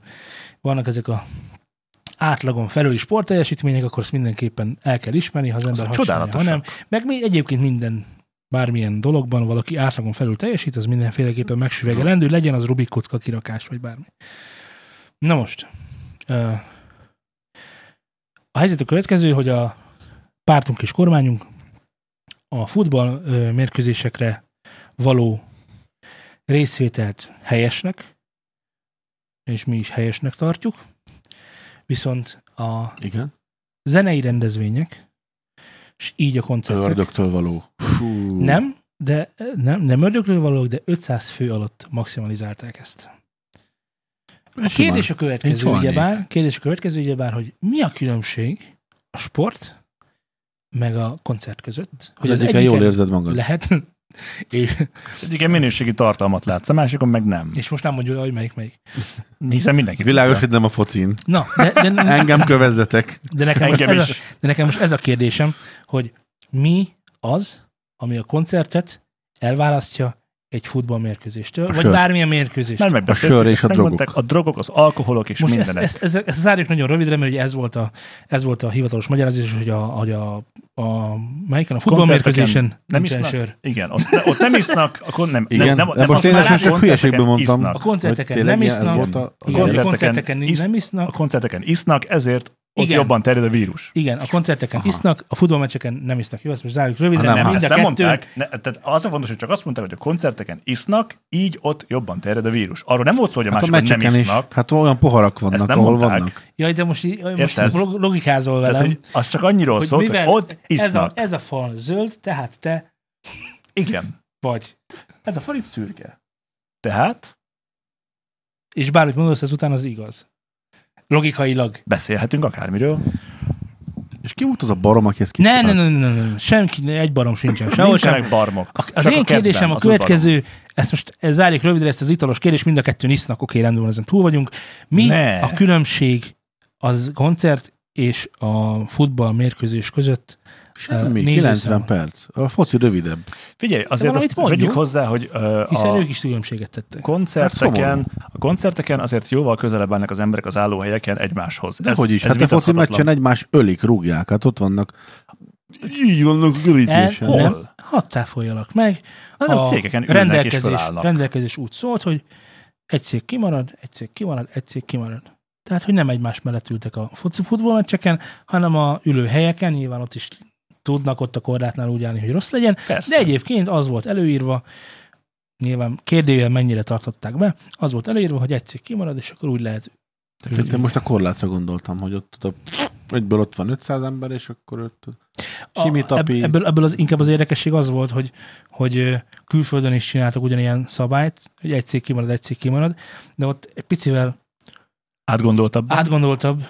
vannak ezek a átlagon felüli sportteljesítmények, akkor azt mindenképpen el kell ismerni, ha az ember azt
csodálatosak.
hanem meg mi egyébként minden bármilyen dologban valaki átlagon felül teljesít, az mindenféleképpen megsüvegelendő, legyen az Rubik kocka kirakás, vagy bármi. Na most, ö, a helyzet a következő, hogy a pártunk és kormányunk a futball ö, mérkőzésekre való részvételt helyesnek, és mi is helyesnek tartjuk, viszont a
igen.
zenei rendezvények, és így a koncertek.
Ördögtől való. Fú.
Nem, de nem, nem ördögről valók, de 500 fő alatt maximalizálták ezt. A
Simán.
kérdés a
Én
következő,
csalnék.
ugyebár, kérdés a következő, ugyebár, hogy mi a különbség a sport meg a koncert között?
Az
Hogy
egyiken
egyiken
jól érzed magad.
Lehet, És,
Egyiken minőségi tartalmat látsz, a másikon meg nem.
és most nem mondjuk, hogy melyik melyik.
Hiszen mindenki
Világos,
tudja.
hogy nem a focin.
Na, de, de,
Engem kövezzetek.
de, nekem most
Engem
ez a,
is.
de nekem most ez a kérdésem, hogy mi az, ami a koncertet elválasztja egy futballmérkőzéstől, vagy
sör.
bármilyen mérkőzéstől.
Már megbeszéltük,
sör és
ezt
a
megmondták,
drogok.
A drogok, az alkoholok és
Most ezt,
mindenek.
ezt, ezt, ezt zárjuk nagyon rövidre, mert ugye ez volt a, ez volt a hivatalos magyarázás, hogy a, hogy a, a melyiken a futballmérkőzésen
nem
nincsen
isznak?
sör.
Igen, ott, ne, ott nem isznak, akkor nem.
Igen,
nem, nem,
de
nem azt
most én
már
ezt most
látom,
csak hülyeségből
koncerteken
mondtam.
A
Isznak.
Hogy
koncerteken
tényleg
nem
ilyen ez
isznak,
volt a...
A
igen, a
koncerteken
koncerteken
isz-
nem
A
isznak,
koncerteken isznak, ezért ott
Igen.
jobban terjed a vírus.
igen, a koncerteken
Aha.
isznak, a futballmeccseken nem isznak. Jó, ezt most zárjuk rövidre,
Ha
nem,
nem, hát.
Nem, ezt
mind a
nem
kettő.
mondták. Ne, tehát az a fontos, hogy csak azt mondták, hogy a koncerteken isznak, így ott jobban terjed a vírus. Arról nem volt szó, hogy a
Hát a
másikon nem
meccseken is.
isznak.
Hát olyan poharak vannak,
nem
ahol
mondták.
vannak.
Jaj, de most, így- most
Érted?
log- logikázol velem.
Tehát, hogy az csak annyiról
hogy
szólt, hogy
mivel
ott
ez a,
isznak.
ez a fal zöld, tehát te
Igen.
vagy.
Ez a farit szürke. Tehát
És bármit mondasz, ez után az igaz. Logikailag.
beszélhetünk akármiről.
És ki volt az a barom, aki ezt
Ne,
kitalált?
ne, ne, ne, ne, ne. senki, ne, egy barom sincsen, sehol sem.
Nincsenek
hát
barmok.
A, az
Csak
én
kertben,
kérdésem a
az
következő, ezt most ez zárjuk rövidre, ezt az italos kérdés, mind a kettőn isznak, oké, rendben van, ezen túl vagyunk. Mi
Ne.
a különbség az koncert és a futball mérkőzés között?
Semmi,
Nézőszám.
90 perc. A foci rövidebb.
Figyelj, azért
valamit
azt vegyük
mondjuk.
hozzá, hogy ö,
Hiszen
a
ők is különbséget tettek.
koncerteken,
Hát
a koncerteken azért jóval közelebb állnak az emberek az állóhelyeken egymáshoz.
De hogy is, hát a foci
vitathatatlan.
meccsen egymás ölik, rúgják, hát ott vannak. Így vannak a
El,
görítésen.
E, Hol?
nem, E, hadd cáfoljalak meg,
Hát nem, cégeken ülnek és
rendelkezés,
fölállnak.
rendelkezés úgy szólt, hogy egy cég kimarad, egy cég kimarad, egy cég kimarad. Tehát, hogy nem egymás mellett ültek a foci futballmeccseken, hanem a ülőhelyeken, nyilván ott is tudnak ott a korlátnál úgy állni, hogy rossz legyen,
Persze.
de egyébként az volt előírva, nyilván kérdőjel mennyire tartották be, az volt előírva, hogy egy cég kimarad, és akkor úgy lehet
Én most a korlátra gondoltam, hogy ott a, egyből ott van 500 ember, és akkor ott
A-
Simi Tapi.
ebb- Ebből, ebből az, inkább az érdekesség az volt, hogy, hogy ö, külföldön is csináltak ugyanilyen szabályt, hogy egy cég kimarad, egy cég kimarad, de ott egy picivel
Átgondoltabb.
átgondoltabb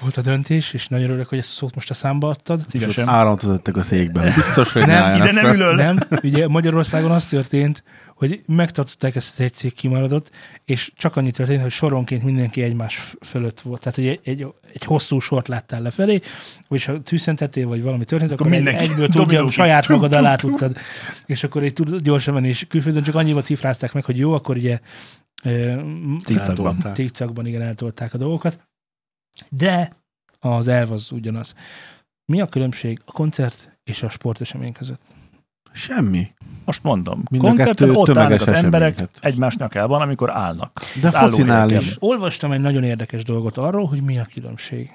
volt a döntés, és nagyon örülök, hogy ezt a szót most a számba adtad.
Szívesen.
áramot vezettek a székbe. hogy Biztos, hogy
Nem,
ne álljanak
Ide nem
fel.
ülöl.
Nem, ugye Magyarországon az történt, hogy megtartották ezt az egy cég kimaradott, és csak annyi történt, hogy soronként mindenki egymás f- fölött volt. Tehát, hogy egy, egy, egy hosszú sort láttál lefelé, és ha tűzszentettél, vagy valami történt, akkor, akkor
mindenki
egyből tudja,
dominóként.
saját magad alá tudtad. És akkor egy tud gyorsan menni, és külföldön csak annyival cifrázták meg, hogy jó, akkor ugye ö,
Cicakban.
Eltolták.
Tigcakban igen eltolták a dolgokat, de az elv az ugyanaz. Mi a különbség a koncert és a sportesemény között?
Semmi.
Most mondom.
Mind a
Koncerten
kettő
ott állnak
tömeges
az emberek
eseményeket.
egymás nyakában, amikor állnak.
De
Az
focinál
állóhelyeken.
is.
Olvastam egy nagyon érdekes dolgot arról, hogy mi a különbség.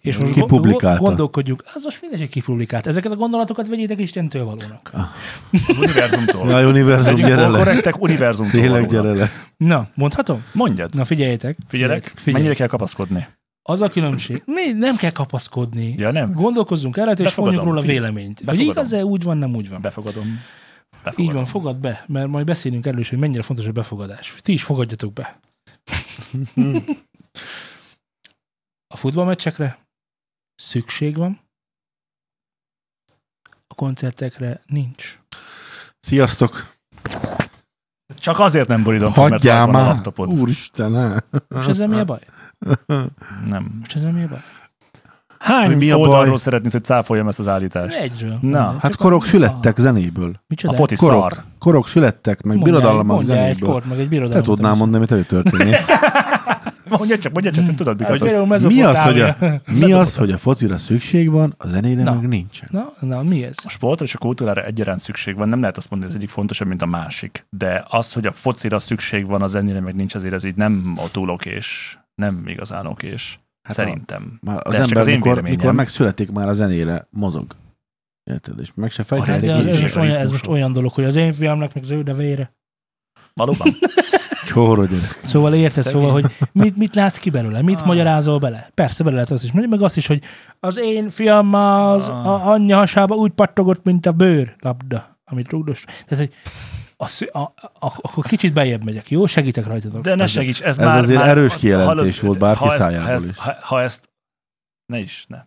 És
Ki
most go-
publikálta?
go- gondolkodjunk, az most mindegy, hogy ki publikált. Ezeket a gondolatokat vegyétek Istentől valónak.
Az univerzumtól.
Jaj, univerzum,
Legyünk
gyere
hol
le.
korrektek, univerzumtól.
Tényleg,
valónak.
gyere le.
Na, mondhatom?
Mondjad.
Na figyeljetek.
Figyelek, mennyire kell kapaszkodni.
Az a különbség. Mi, nem kell kapaszkodni.
Ja, nem?
Gondolkozzunk el, rajta, és
Befogadom,
mondjuk róla
figyelj.
véleményt. Hogy
Befogadom.
igaz-e, úgy van, nem úgy van.
Befogadom. Befogadom.
Így van, fogad be, mert majd beszélünk erről is, hogy mennyire fontos a befogadás. Ti is fogadjatok be. a futballmeccsekre szükség van, a koncertekre nincs.
Sziasztok.
Csak azért nem borítom fel, mert
Hagyjál
rajta van a
már.
laptopod.
Úristen, ne.
Most ezzel mi a baj?
Nem.
Most ezzel mi a baj?
Hány
Hogy mi a
oldalról
baj?
szeretnéd, hogy cáfoljam ezt az állítást?
Egyről.
Na,
Mindegy,
Hát
csak
korok
a-
születtek zenéből.
Micsoda?
A foti
Korok.
szar.
Korok születtek, meg
Mondjál-
birodalmak
Mondjál egy
zenéből.
kort, meg egy
Te
birodalmat.
tudnám mondani, mit elő történész.
Mondja csak, mondja csak, te tudod,
Hát,
mikor
például
Mi az, hogy a,
Mezopotámia.
mi az, hogy a focira szükség van, a zenére
Na.
meg nincsen?
Na, na, mi ez?
a sportra és a kultúrára egyaránt szükség van. Nem lehet azt mondani, hogy az egyik fontosabb, mint a másik. De az, hogy a focira szükség van, a zenére meg nincs, azért ez így nem a túl okés. Nem igazán okés. Hát
Hát
Szerintem.
Már az
De ez csak
ember,
az én
mikor,
véleményem.
mikor megszületik, már a zenére mozog. Érted? És meg
A
se
Ez,
fejtődik.
rendszer-
ez, ez,
nincs
kicsit
most
a
olyan, ez
ritmusú.
most olyan dolog, hogy az én fiamnak meg zöld a vére.
Valóban?
Csóró gyerek.
Szóval érted,
Szóval. Szegény.
szóval, hogy mit, mit látsz ki belőle, mit
Ah.
magyarázol bele. Persze bele lehet azt is mondani, meg azt is, hogy az én fiam az
Ah.
a anyja hasába úgy pattogott, mint a bőr labda, amit rúgdost. Tehát, hogy a, szü- a, a, akkor kicsit beljebb megyek, jó? Segítek rajtatok.
De ne segíts, ez,
ez
már...
azért
már,
erős kijelentés volt bárki
ha ezt,
szájából
ha ezt,
is.
Ha, ha ezt... Ne is, ne.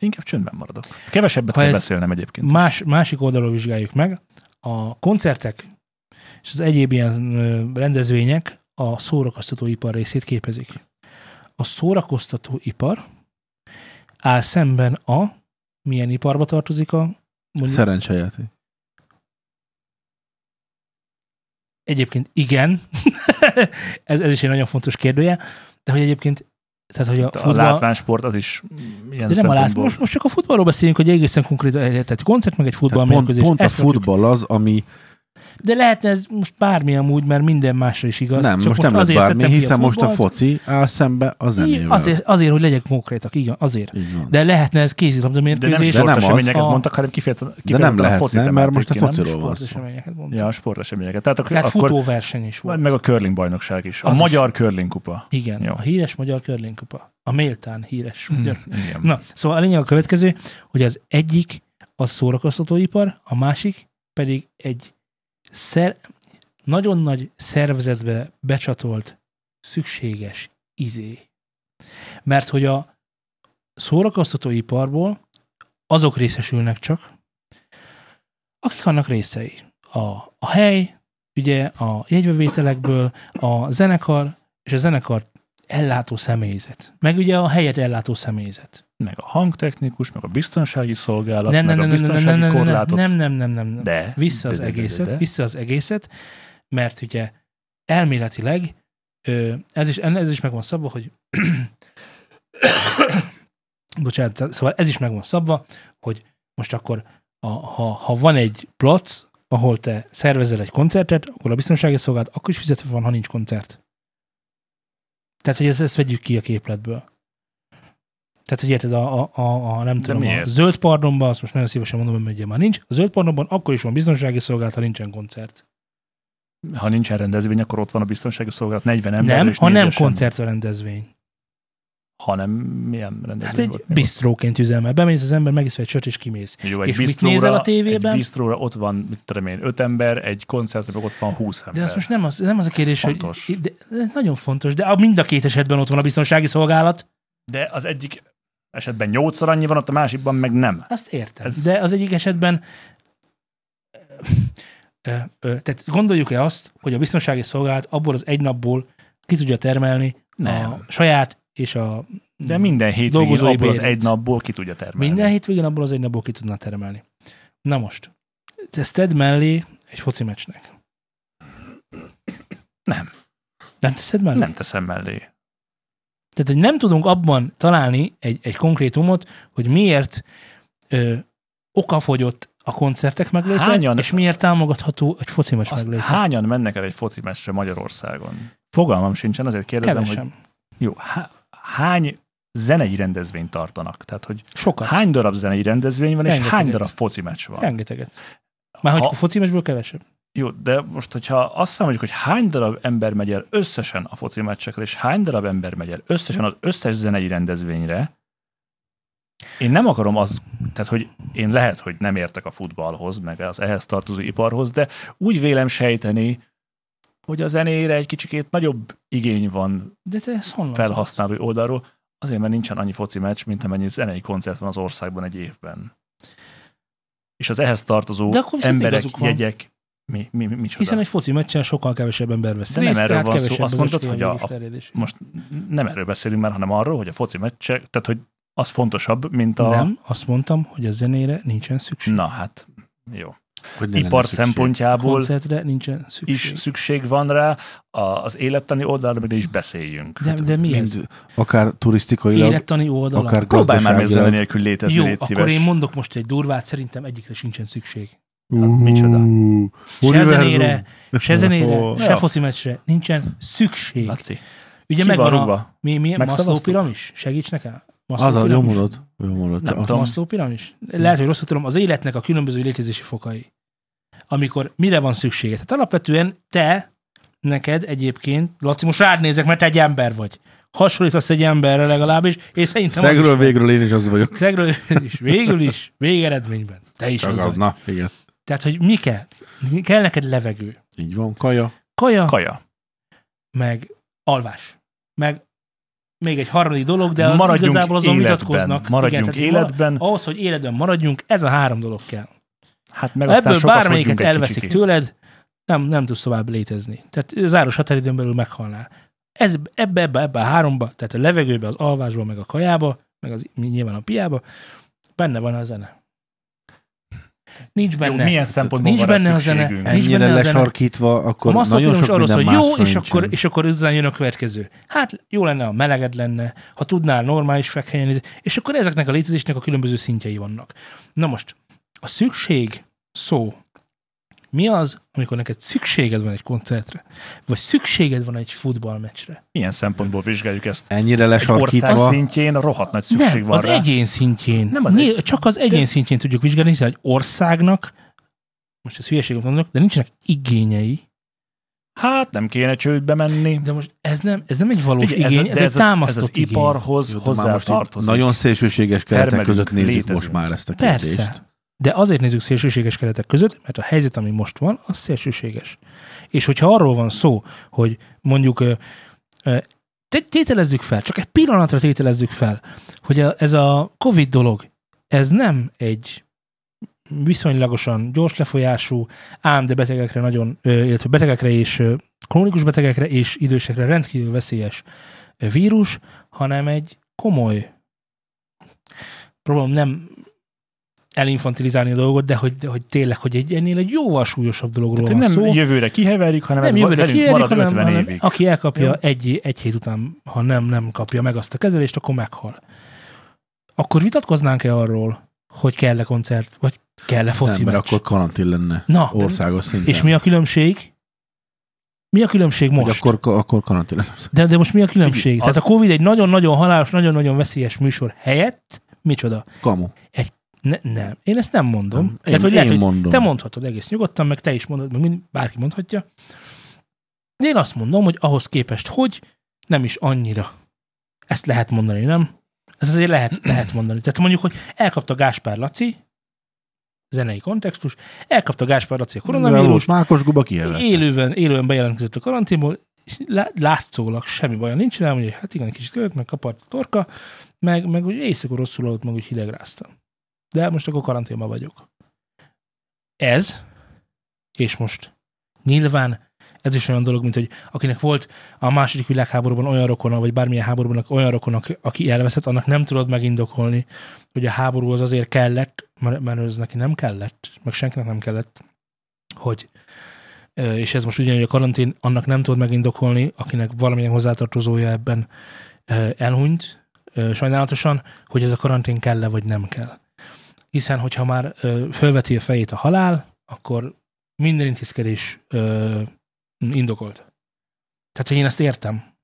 Inkább csöndben maradok. Kevesebbet
Ha
kell
ez
beszélnem egyébként.
Más, másik oldalról vizsgáljuk meg. A koncertek és az egyéb ilyen ö, rendezvények a szórakoztatóipar részét képezik. A szórakoztatóipar áll szemben a milyen iparba tartozik a mondjuk,
Szerencsejáték.
egyébként igen, ez, ez is egy nagyon fontos kérdője, de hogy egyébként tehát, hogy a,
Itt a, a
futball-
látványsport az is ilyen
De nem a látsz,
szempontból-
most, most csak a futballról beszélünk, hogy egészen konkrét, tehát koncert, meg egy
Tehát pont,
futballmérkőzés.
pont a
Ezt rakjuk.
futball az, ami
De lehetne ez most bármi amúgy, mert minden másra is igaz.
nem,
Csak
most, nem lesz
azért
bármi,
szedtem ki
hiszen most a
futballt.
foci áll szembe a
Így,
zenével.
Azért, azért, hogy legyek konkrétak, igen, azért.
Így van.
De lehetne ez kézilabda
De nem
mérkőzés.
De nem az.
sporteseményeket
A-
mondtak, hanem kifejezetten,
De
kifejezetten
nem
a foci
lehetne, mert
temátik
most a
ki, nem?
fociról van szó.
sporteseményeket mondtam.
Ja, a sporteseményeket. Tehát, ak-
Tehát
akkor,
futóverseny is volt.
meg a curling bajnokság is. A
Az is.
magyar curling kupa.
Igen,
Jó.
a híres magyar curling kupa. A méltán híres
Mhm.
magyar
Igen.
Na, szóval a lényeg a következő, hogy az egyik a szórakoztatóipar, a másik pedig egy szer, nagyon nagy szervezetbe becsatolt szükséges izé. Mert hogy a szórakoztatóiparból azok részesülnek csak, akik annak részei. A, a hely, ugye a jegybevételekből, a zenekar, és a zenekar ellátó személyzet. Meg ugye a helyet ellátó személyzet.
Meg a hangtechnikus, meg a biztonsági szolgálat,
Nem,
meg a
nem, nem, nem, nem,
biztonsági
nem, nem, nem,
korlátot.
nem, nem, nem, nem, nem.
De.
Vissza
De,
az
de, de, de, de.
egészet, vissza az egészet, mert ugye elméletileg ö, ez is, ez is meg van szabva, hogy bocsánat, tehát- szóval ez is meg van szabva, hogy most akkor a, ha, ha van egy plac, ahol te szervezel egy koncertet, akkor a biztonsági szolgálat akkor is fizetve van, ha nincs koncert. Tehát, hogy ezt, ezt vegyük ki a képletből. Tehát, hogy érted, a, a, a, a nem
De
tudom, a
miért?
zöld pardonban, azt most nagyon szívesen mondom, hogy ugye már nincs, a zöld pardonban akkor is van biztonsági szolgálat, ha nincsen koncert.
Ha nincsen rendezvény, akkor ott van a biztonsági szolgálat 40
Nem,
ember.
nem
és
ha nem
nézzessen.
koncert a rendezvény.
Hanem milyen rendezvény
Hát egy
volt?
bisztróként üzemel. Bemész az ember, megisz egy sört és kimész.
Jó, egy
és mit
bistróra-
nézel a tévében?
Egy bistróra ott van, mit tudom én, öt ember, egy koncertre meg ott van 20 ember.
De ez most nem az, nem az a kérdés, hogy...
fontos.
De, de ez nagyon fontos, de a mind a két esetben ott van a biztonsági szolgálat.
De az egyik esetben 8 annyi van, ott a másikban meg nem.
Azt értem. Ez...
Ez-
De az egyik esetben... Ö, ö, Tehát gondoljuk-e azt, hogy a biztonsági szolgálat abból az egy napból ki tudja termelni
Nem.
a saját és a...
De minden hétvégén
Dolgozói
abból az
bérlet.
egy napból ki tudja termelni.
Minden hétvégén abból az egy napból ki tudná termelni. Na most, ezt tedd mellé egy foci meccsnek.
Nem.
Nem teszed mellé?
Nem teszem mellé.
Tehát, hogy nem tudunk abban találni egy, egy konkrétumot, hogy miért ö, okafogyott a koncertek megléte,
Hányan-
és miért támogatható egy foci meccs
Azt
megléte.
hányan mennek el egy foci meccsre Magyarországon? Fogalmam sincsen, azért kérdezem,
Kevesen.
hogy jó, há, hány zenei rendezvényt tartanak? Tehát, hogy
Sokat.
hány darab zenei rendezvény van, és
Rengeteget.
hány darab foci meccs van?
Rengeteget. Már hogy
Ha-
a foci meccsből kevesebb.
Jó, de most, hogyha azt számoljuk, hogy hány darab ember megy el összesen a foci meccsekre, és hány darab ember megy el összesen az összes zenei rendezvényre, én nem akarom az, tehát hogy én lehet, hogy nem értek a futballhoz, meg az ehhez tartozó iparhoz, de úgy vélem sejteni, hogy a zenére egy kicsikét nagyobb igény van
De te ezt honnan tudod?
felhasználói oldalról, azért, mert nincsen annyi foci meccs, mint amennyi zenei koncert van az országban egy évben. És az ehhez tartozó
De akkor viszont
emberek,
igazuk van.
jegyek, mi, mi, mi, micsoda?
Hiszen egy foci meccsen sokkal kevesebb ember vesz
De nem
részt,
erről
tehát
van szó.
kevesebb
Azt
az
mondtad,
esély a
hogy a-
vírus terjedésére.
most nem erről beszélünk már, hanem arról, hogy a foci meccsek, tehát hogy az fontosabb, mint a...
Nem, azt mondtam, hogy a zenére nincsen szükség.
Na hát, jó.
Hogy ne lenne
Ipar
szükség.
szempontjából
Koncertre nincsen szükség.
is szükség van rá, a- az élettani oldalra még is beszéljünk. Hát,
de, de mi ez?
Mind, akár turisztikailag,
Élettani oldalon.
akár
Próbálj már még zene
gazdaságilag.
nélkül létezni,
Jó,
légy
akkor
szíves.
én mondok most egy durvát, szerintem egyikre sincsen szükség.
Hát, micsoda?
Ú,
Se
univerzum.
zenére, se zenére,
Ó,
se
jó.
foci meccsre nincsen szükség.
Laci,
Ugye
ki van
megvan a
rúgva?
mi, mi,
Megszavaztuk?
Maszló piramis? Segíts nekem? Maszló
Az a, jó
piramis?
mondod. Jó mondod.
Nem
Csak-
tudom.
Maszló piramis? Lehet, hogy rosszul tudom. Az életnek a különböző létezési fokai. Amikor mire van szüksége? Tehát alapvetően te, neked egyébként, Laci, most rád nézek, mert te egy ember vagy. Hasonlítasz egy emberre legalábbis, és szerintem az is
Szegről
vagy.
végről én is az vagyok.
Szegről is, végül is, végeredményben. Te is
Csak
az
az,
vagy.
na, igen.
Tehát, hogy mi kell? Mi- Kell neked levegő.
Így van, kaja.
Kaja, Kaj.
Kaja.
meg alvás. Meg még egy harmadik dolog, de az
Maradjunk
igazából azon
életben.
vitatkoznak.
Maradjunk
tehát mara-
életben.
Ahhoz, hogy életben maradjunk, ez a három dolog kell.
Hát meg
Ha
aztán
Ebből
sokat
bármelyiket
hagyjunk egy
elveszik
kicsikét.
tőled, nem, nem tudsz tovább létezni. Tehát záros határidőn belül meghalnál. Ez, ebbe, ebbe, ebbe a háromba, tehát a levegőbe, az alvásba, meg a kajába, meg az, nyilván a piába, benne van a zene. Nincs
Jó,
benne.
milyen szempontból
Nincs
van rá
benne a zene.
szükségünk?
Nincs
Ennyire
benne a zene.
lesarkítva,
A
akkor nagyon
maszkatúrós
sok
arról
minden
szól,
más
jó, és
nincsen.
akkor, és akkor ezzel jön a következő. Hát jó lenne, ha meleged lenne, ha tudnál normális fekhelyen, és akkor ezeknek a létezésnek a különböző szintjei vannak. Na most, a szükség szó mi az, amikor neked szükséged van egy koncertre, vagy szükséged van egy futballmeccsre?
Milyen szempontból vizsgáljuk ezt?
Ennyire
Egy ország
lesarkítva,
szintjén rohadt nagy szükség
Nem,
van
az
rá.
egyén szintjén. Nem
Nem
az
az
egy... Csak az egyén szintjén tudjuk vizsgálni, hiszen egy országnak, most ez hülyeséget mondok, de nincsenek igényei,
Hát nem kéne csődbe menni.
de most ez nem, ez nem egy valós
Figyelj,
igény,
de
ez, egy
az-
támasztott
ez az
igény.
iparhoz
Jó, de már
hozzá
most így
tartozik.
Nagyon szélsőséges keretek
Termelünk,
között nézzük
létezünk.
most már ezt a kérdést.
Persze. De azért nézzük szélsőséges keretek között, mert a helyzet, ami most van, az szélsőséges. És hogyha arról van szó, hogy mondjuk ö, ö, te- tételezzük fel, csak egy pillanatra tételezzük fel, hogy a- ez a COVID dolog, ez nem egy viszonylagosan gyors lefolyású, ám de betegekre nagyon, ö, illetve betegekre és ö, krónikus betegekre és idősekre rendkívül veszélyes ö, vírus, hanem egy komoly próbálom nem elinfantilizálni a dolgot, de hogy, de hogy tényleg, hogy egy ennél egy jóval súlyosabb dologról
Tehát Hát, nem
van szó.
jövőre kiheverjük, hanem
Nem
ez
jövőre
velünk
kiérik,
marad
hanem,
50
hanem
évig.
aki elkapja
Jó.
egy, egy hét után, ha nem, nem kapja meg azt a kezelést, akkor meghal. Akkor vitatkoznánk-e arról, hogy kell-e koncert, vagy kell-e foci
Nem, mert
meccs?
akkor karantin lenne
Na,
országos szinten.
és mi a különbség? Mi a különbség
Hogy
most?
Akkor, akkor karantin lenne.
De, de most mi a különbség?
Figyelj,
Tehát
az-
a Covid egy nagyon-nagyon halálos, nagyon-nagyon veszélyes műsor helyett, micsoda?
Kamu.
Ne, nem. Én ezt nem mondom.
Én,
lehet, hogy,
én
lehet, hogy
mondom.
Te mondhatod egész nyugodtan, meg te is mondod, meg mind, bárki mondhatja. De én azt mondom, hogy ahhoz képest, hogy nem is annyira. Ezt lehet mondani, nem? Ez azért lehet, lehet mondani. Tehát mondjuk, hogy elkapta Gáspár Laci, zenei kontextus, elkapta Gáspár Laci a koronavírus,
Mákos guba kijelent.
élőben, élőben bejelentkezett a karanténból, és lá- látszólag semmi baja nincs, rá, hogy hát igen, kicsit költ, meg kapart a torka, meg, meg úgy éjszaka rosszul aludt, meg úgy hidegráztam. De most akkor karanténban vagyok. Ez, és most nyilván ez is olyan dolog, mint hogy akinek volt a második világháborúban olyan rokona, vagy bármilyen háborúban olyan rokona, aki elveszett, annak nem tudod megindokolni, hogy a háború az azért kellett, mert, mert ez neki nem kellett, meg senkinek nem kellett, hogy Ö, és ez most ugyanúgy a karantén, annak nem tudod megindokolni, akinek valamilyen hozzátartozója ebben ö, elhunyt, ö, sajnálatosan, hogy ez a karantén kell-e, vagy nem kell. Hiszen, hogyha már ö, fölveti a fejét a halál, akkor minden intézkedés ö, indokolt. Tehát, hogy én ezt értem.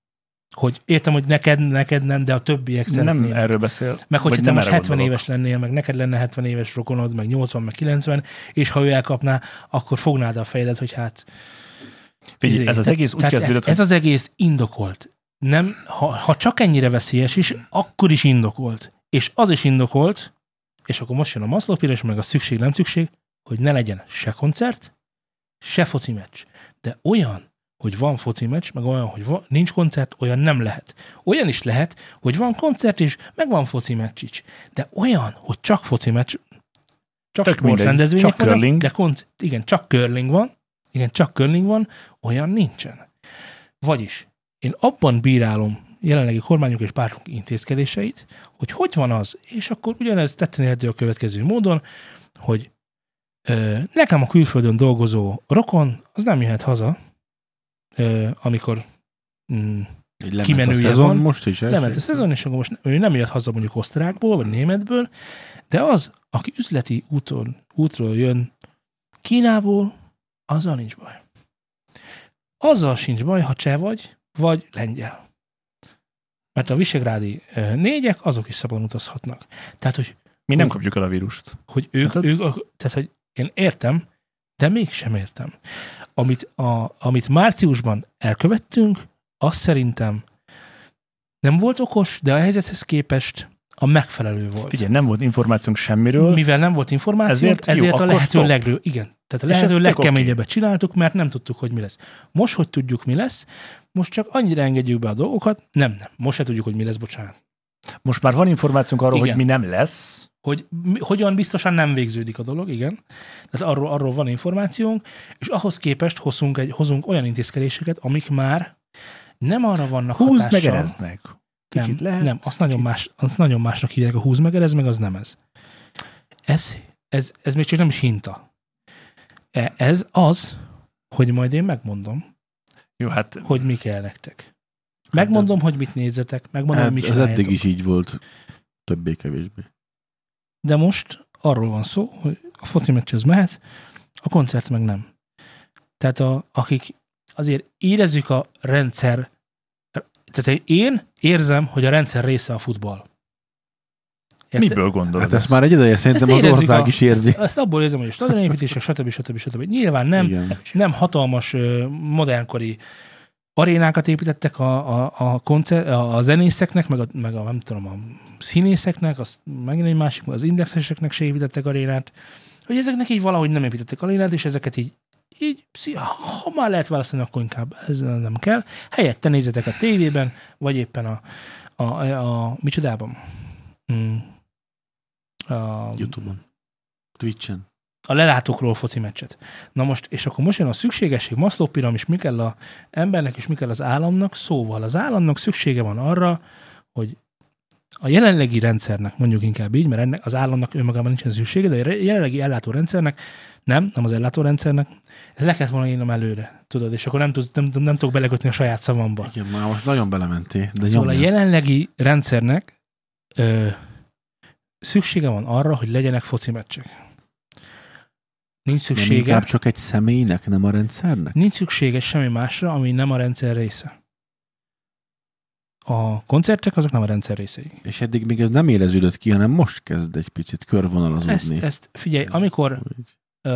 Hogy értem, hogy neked, neked nem, de a többiek
Nem
szeretnék.
erről beszél.
Meg hogyha
Vagy
te
nem
most
erre
70
gondolok.
éves lennél, meg neked lenne 70 éves rokonod, meg 80, meg 90, és ha ő elkapná, akkor fognád a fejedet, hogy hát...
Figyelj,
izé.
ez az egész úgy
Tehát
kezdődött,
ez, ez az egész indokolt. Nem, ha, ha csak ennyire veszélyes is, akkor is indokolt. És az is indokolt, és akkor most jön a Maslow pirás, meg a szükség, nem szükség, hogy ne legyen se koncert, se foci meccs. De olyan, hogy van foci meccs, meg olyan, hogy van, nincs koncert, olyan nem lehet. Olyan is lehet, hogy van koncert is, meg van foci meccs is. De olyan, hogy csak foci meccs, csak
Tök mindegy,
sportrendezvények
csak
vannak,
curling.
de konc- igen, csak curling van, igen, csak curling van, olyan nincsen. Vagyis én abban bírálom jelenlegi kormányok és pártok intézkedéseit, hogy hogy van az, és akkor ugyanez tetten érhető a következő módon, hogy ö, nekem a külföldön dolgozó rokon, az nem jöhet haza, ö, amikor mm,
Egy lement
kimenője
a szezon
van.
most is. első.
lement a szezon, és akkor most ő nem jött haza mondjuk osztrákból, vagy németből, de az, aki üzleti úton, útról jön Kínából, azzal nincs baj. Azzal sincs baj, ha cseh vagy, vagy lengyel. Mert a visegrádi eh, négyek, azok is szabadon utazhatnak. Tehát, hogy
mi nem
úgy-
kapjuk el a vírust.
hogy ők,
Hát
ők a- tehát hogy én értem, de mégsem értem. Amit, a, amit márciusban elkövettünk, az szerintem nem volt okos, de a helyzethez képest a megfelelő volt.
Figyelj, nem volt információnk semmiről.
Mivel nem volt információ, ezért,
Ezért jó,
ezért a
akkor
lehető
stop.
legrő. Igen, Tehát a
És ez
lehető
tök
legkeményebbet csináltuk, mert nem tudtuk, hogy mi lesz. Most, hogy tudjuk, mi lesz, most csak annyira engedjük be a dolgokat, nem, nem, most se tudjuk, hogy mi lesz, bocsánat.
Most már van információnk arról,
Igen.
hogy mi nem lesz.
Hogy mi, hogyan biztosan nem végződik a dolog, igen. Tehát arról, arról van információnk, és ahhoz képest hozunk, egy, hozunk olyan intézkedéseket, amik már nem arra vannak
Húzd meg,
hatással.
erezd meg.
Nem,
Kicsit lehet.
nem azt, nagyon
kicsit.
más, azt nagyon másnak hívják a húz meg, ez meg az nem ez. Ez, ez, ez még csak nem is hinta. E- Ez az, hogy majd én megmondom,
Jó, hát
hogy mi kell nektek. Megmondom, hogy mit nézzetek, megmondom,
Hát,
hogy mit
ez eddig
csináljátok.
is így volt, többé-kevésbé.
De most arról van szó, hogy a foci meccs az mehet, a koncert meg nem. Tehát a, akik azért érezzük a rendszer, tehát én érzem, hogy a rendszer része a futball. Érted?
miből gondolod?
Hát ezt már egy ideje szerintem
Ezt
az
érezzük
ország
a-
is érzi.
Azt abból érzem, hogy a stadionépítések, stb. stb. stb. Nyilván nem,
Igen.
nem hatalmas ö, modernkori arénákat építettek a, a, a, koncer, a a zenészeknek, meg a, meg a, nem tudom, a színészeknek, az megint egy másik, az indexeseknek se építettek arénát, hogy ezeknek így valahogy nem építettek arénát, és ezeket így, így szí- ha már lehet választani, akkor inkább ez nem kell. Helyette nézzetek a tévében, vagy éppen a, a, a, a micsodában? Mm. A,
Youtube-on. Twitch-en.
a lelátókról foci meccset. Na most, és akkor most jön a szükségesség, Maslow piramis, mi kell a embernek és mi kell az államnak, szóval az államnak szüksége van arra, hogy a jelenlegi rendszernek, mondjuk inkább így, mert ennek az államnak önmagában nincsen szüksége, de a jelenlegi ellátórendszernek, nem, nem az ellátórendszernek, ez le kellett volna írnom előre, tudod, és akkor nem, tud, nem, nem, nem tudok belekötni a saját szavamba.
Igen, már most nagyon belementél, de
Szóval a
nyomjad.
jelenlegi rendszernek ö, szüksége van arra, hogy legyenek foci meccsek. Nincs
Nem
szüksége.
inkább csak egy személynek, nem a rendszernek?
Nincs szüksége semmi másra, ami nem a rendszer része. A koncertek azok nem a rendszer részei.
És eddig még ez nem éleződött ki, hanem most kezd egy picit
Ezt,
körvonalazódni.
ezt figyelj, amikor
Úgy.
ö,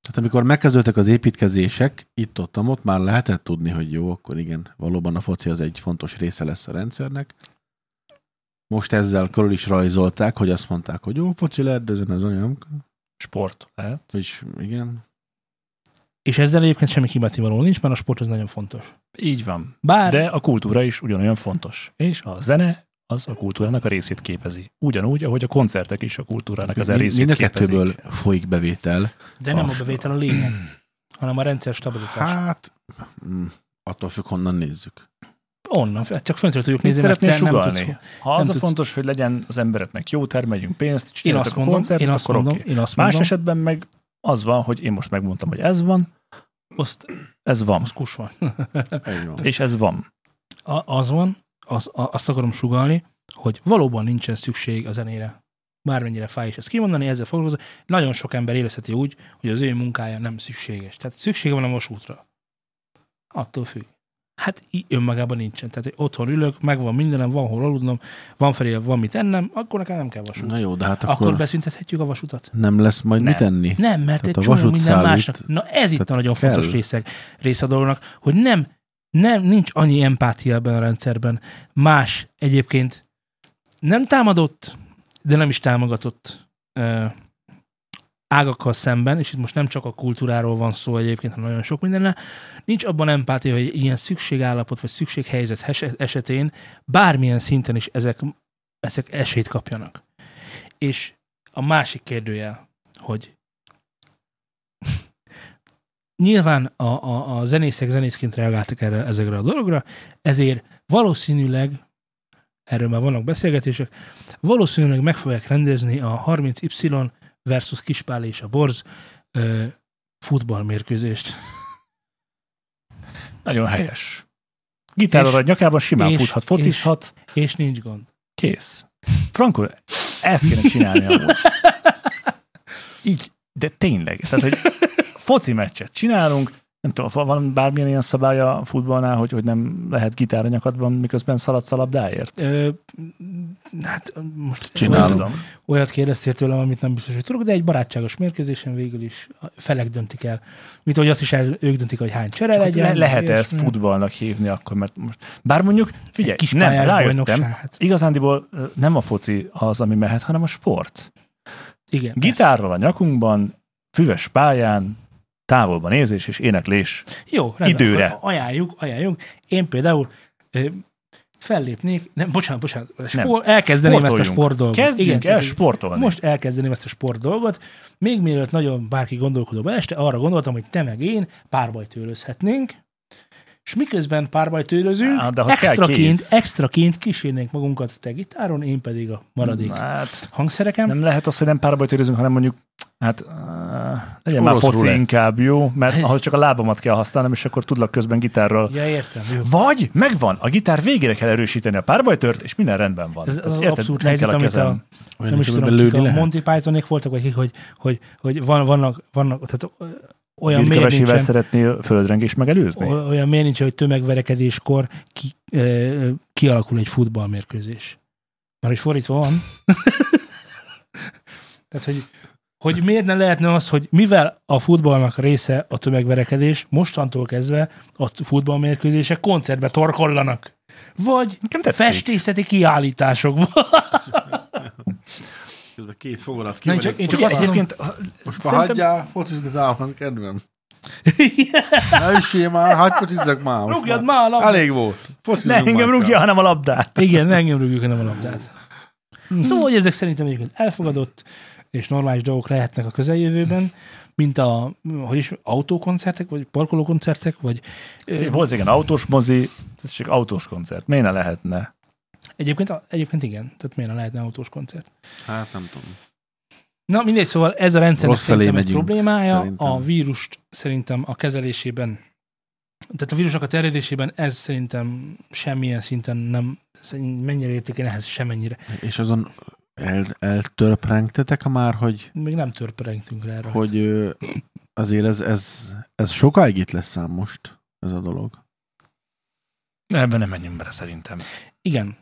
Tehát amikor megkezdődtek az építkezések, itt ott, ott már lehetett tudni, hogy jó, akkor igen, valóban a foci az egy fontos része lesz a rendszernek. Most ezzel körül is rajzolták, hogy azt mondták, hogy jó, foci lehet, de ezen az anyám.
Sport lehet.
És igen,
és ezzel egyébként semmi kibátivaló nincs, mert a sport az nagyon fontos.
Így van.
Bár
De a kultúra is ugyanolyan fontos. És a zene az a kultúrának a részét képezi. Ugyanúgy, ahogy a koncertek is a kultúrának az a
Mind-
részét
mind a
képezik.
kettőből folyik bevétel.
de nem a
Ah.
Azt-
bevétel a lényeg, hanem a rendszer stabilitás. Hát,
Hát, mm, attól függ, honnan nézzük.
Onnan, hát csak föntről tudjuk
Mit
nézni, mert
szeretnél
te nem tudsz.
sugalni? Ha az
nem
a
tudsz.
fontos, hogy legyen az embereknek jó, termeljünk pénzt,
Én
csináljuk
azt
a
mondom,
koncertet,
én azt
akkor oké.
mondom, én azt
Más
mondom,
esetben meg az van, hogy én most megmondtam, hogy ez van, azt ez van,
az kus van.
Így van.
és ez van.
A, az van, az, a, azt akarom sugalni, hogy valóban nincsen szükség a zenére. Bármennyire fáj is ezt kimondani, ezzel foglalkozom. Nagyon sok ember érezheti úgy, hogy az ő munkája nem szükséges. Tehát szüksége van a vasútra. Attól függ. Hát í- önmagában nincsen. Tehát hogy otthon ülök, megvan mindenem, van hol aludnom, van felé, van mit ennem, akkor nekem nem kell vasút.
Na jó, de hát
akkor...
akkor,
akkor beszüntethetjük a vasutat?
nem lesz majd
Nem.
mit enni.
Nem, mert
Tehát
egy
a
csomó
vasút
minden
szállít-
másnak. Na ez itt a
tehát
nagyon fontos
kell.
részeg, része a dolognak, hogy nem, nem, nincs annyi empátia ebben a rendszerben. Más egyébként nem támadott, de nem is támogatott ö, ágakkal szemben, és itt most nem csak a kultúráról van szó egyébként, hanem nagyon sok mindennel, nincs abban empátia, hogy egy ilyen szükségállapot vagy szükséghelyzet hes- esetén bármilyen szinten is ezek, ezek esélyt kapjanak. És a másik kérdőjel, hogy nyilván a, a, a zenészek zenészként reagáltak erre, ezekre a dologra, ezért valószínűleg, erről már vannak beszélgetések, valószínűleg meg fogják rendezni a 30Y versus Kispál és a Borz ö, futballmérkőzést.
Nagyon helyes. Gitárral a
És-
nyakában simán
és-
futhat, focizhat,
És nincs gond.
kész. Franco, ezt kéne csinálni amúgy. Így, de tényleg. Tehát, hogy foci meccset csinálunk, nem tudom, va- van bármilyen ilyen szabálya a futballnál, hogy, hogy nem lehet gitár a nyakadban, miközben szaladsz a labdáért?
Ö, m- hát most
Csinálunk.
Olyat, olyat kérdeztél tőlem, amit nem biztos, hogy tudok, de egy barátságos mérkőzésen végül is a felek döntik el. Mint ahogy azt is el, ők döntik, hogy hány csere
Csak hogy
legyen.
Hát le- lehet
és-
ezt futballnak hívni akkor, mert most, bár mondjuk, figyelj,
Egy kis
nem,
pályás
rájöttem,
bajnokság. Hát,
igazándiból ö, nem a foci az, ami mehet, hanem a sport.
igen.
Gitárral a nyakunkban füves pályán, távolban nézés és éneklés.
Jó, rendben,
Időre.
akkor Ajánljuk, ajánljuk. Én például ö, fellépnék, nem, bocsánat, bocsánat, spor, elkezdeném ezt a
Sportoljunk.
sport dolgot.
Kezdjünk
Igen,
el
tehát,
sportolni.
Most elkezdeném ezt a sport dolgot. Még mielőtt nagyon bárki gondolkodóba este, arra gondoltam, hogy te meg én párbajtőlözhetnénk, és miközben párbajtőlözünk,
Á, de ha kell
extraként,
kéz.
extraként kísérnénk magunkat te gitáron, én pedig a maradék
Na, Hát,
hangszereken.
nem lehet az, hogy nem párbajtőrözünk, hanem mondjuk, hát uh, legyen már
Orosz
foci
rulett.
inkább, jó? Mert ahhoz csak a lábamat kell használnom, és akkor tudlak közben gitárral.
Ja, értem. Jó.
Vagy megvan, a gitár végére kell erősíteni a párbajtört, és minden rendben van.
Ez
Tehát,
az
érted?
abszurd
Nem
helyzet,
kell
amit
kezem.
a,
Olyan
nem is
nincs,
tudom,
amiben
kik a
lehet.
Monty Pythonék voltak, vagy kik, hogy, hogy, hogy van, vannak, vannak, tehát ö, olyan miért
Birkövesével
nincsen,
szeretnél földrengést megelőzni?
o- olyan miért nincsen, hogy tömegverekedéskor ki, ö, kialakul egy futballmérkőzés. Már hogy fordítva van. tehát, hogy, hogy miért ne lehetne az, hogy mivel a futballnak része a tömegverekedés, mostantól kezdve a futballmérkőzések koncertbe torkollanak. Vagy
tetszik.
festészeti kiállításokban.
Közben Két fogalat
Na, én
kimegy.
csak- én
Most
csak
Ugye
azt mondom-
egyébként
Most már
szerintem-
hagyjál, focizni állam, kedvem. Ne üssél már, hagyd focizzak már. most
Rúgjad már a labdát.
Elég volt.
Ne
Focizzunk
engem
már.
rúgja, hanem a labdát.
Igen, ne engem rúgjuk, hanem a labdát.
Hm.
Szóval, hogy ezek szerintem egyébként elfogadott és normális dolgok lehetnek a közeljövőben, mint a, hogy is, autókoncertek, vagy parkolókoncertek, vagy
Volt igen, autós mozi, ez csak autós koncert. Miért ne lehetne?
egyébként, a- egyébként igen, tehát miért ne lehetne autós koncert.
Hát nem tudom.
Na mindegy, szóval ez a rendszernek
Rossz felé
szerintem egy
megyünk,
problémája,
szerintem.
a vírust szerintem a kezelésében, tehát a vírusnak a terjedésében ez szerintem semmilyen szinten nem, szerint- mennyire érték én ehhez semennyire.
És azon el, eltörprengtetek már, hogy,
Még nem törperengtünk rá erre.
hogy ö, azért ez, ez, ez sokáig itt lesz szám most, ez a dolog.
Ebben nem menjünk bele szerintem.
Igen.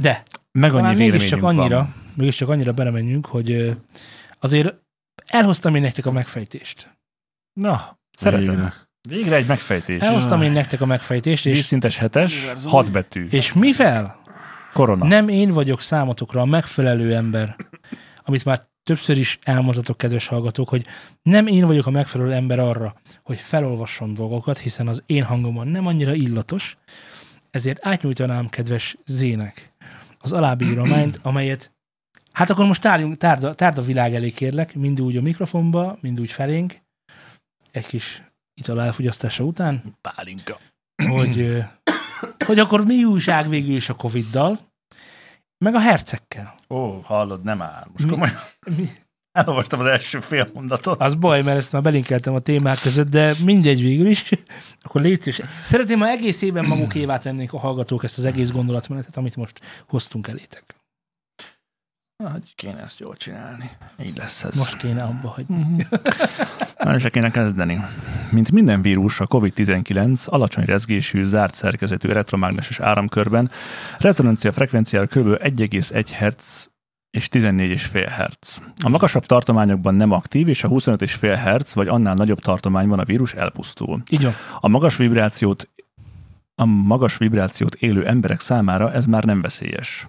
De
Meg annyi
Talán
véleményünk
mégiscsak
annyira.
annyira, mégiscsak annyira belemenjünk, hogy ö, azért elhoztam én nektek a megfejtést.
Na, szeretem.
Végre.
Végre egy megfejtés.
Elhoztam én nektek a megfejtést, és,
Vízszintes hetes, hat betű.
és mivel
Korona.
nem én vagyok számotokra a megfelelő ember, amit már többször is elmondhatok, kedves hallgatók, hogy nem én vagyok a megfelelő ember arra, hogy felolvasson dolgokat, hiszen az én hangomon nem annyira illatos, ezért átnyújtanám kedves Zének az alábbi írományt, amelyet hát akkor most tárjunk, tárd, a- tárd a világ elé kérlek, mind úgy a mikrofonba, mind úgy felénk, egy kis ital elfogyasztása után,
pálinka.
hogy, ö, hogy akkor mi újság végül is a Covid-dal, meg a hercekkel.
Ó, hallod, nem áll. Most
Mi-
komolyan.
mi-
Elolvastam az első fél mondatot.
Az baj, mert ezt már belinkeltem a témák között, de mindegy végül is. Akkor légy szíves. Szeretném, ha egész évben magukévá tennék a hallgatók ezt az egész gondolatmenetet, amit most hoztunk elétek.
Hogy kéne ezt jól csinálni. Így lesz ez.
Most kéne abba hagyni.
Nem is kéne kezdeni. Mint minden vírus, a COVID-19 alacsony rezgésű, zárt szerkezetű elektromágneses áramkörben rezonancia frekvenciája kb. 1,1 Hz és 14,5 Hz. A magasabb tartományokban nem aktív, és a 25,5 Hz vagy annál nagyobb tartományban a vírus elpusztul.
Így van.
A magas vibrációt a magas vibrációt élő emberek számára ez már nem veszélyes.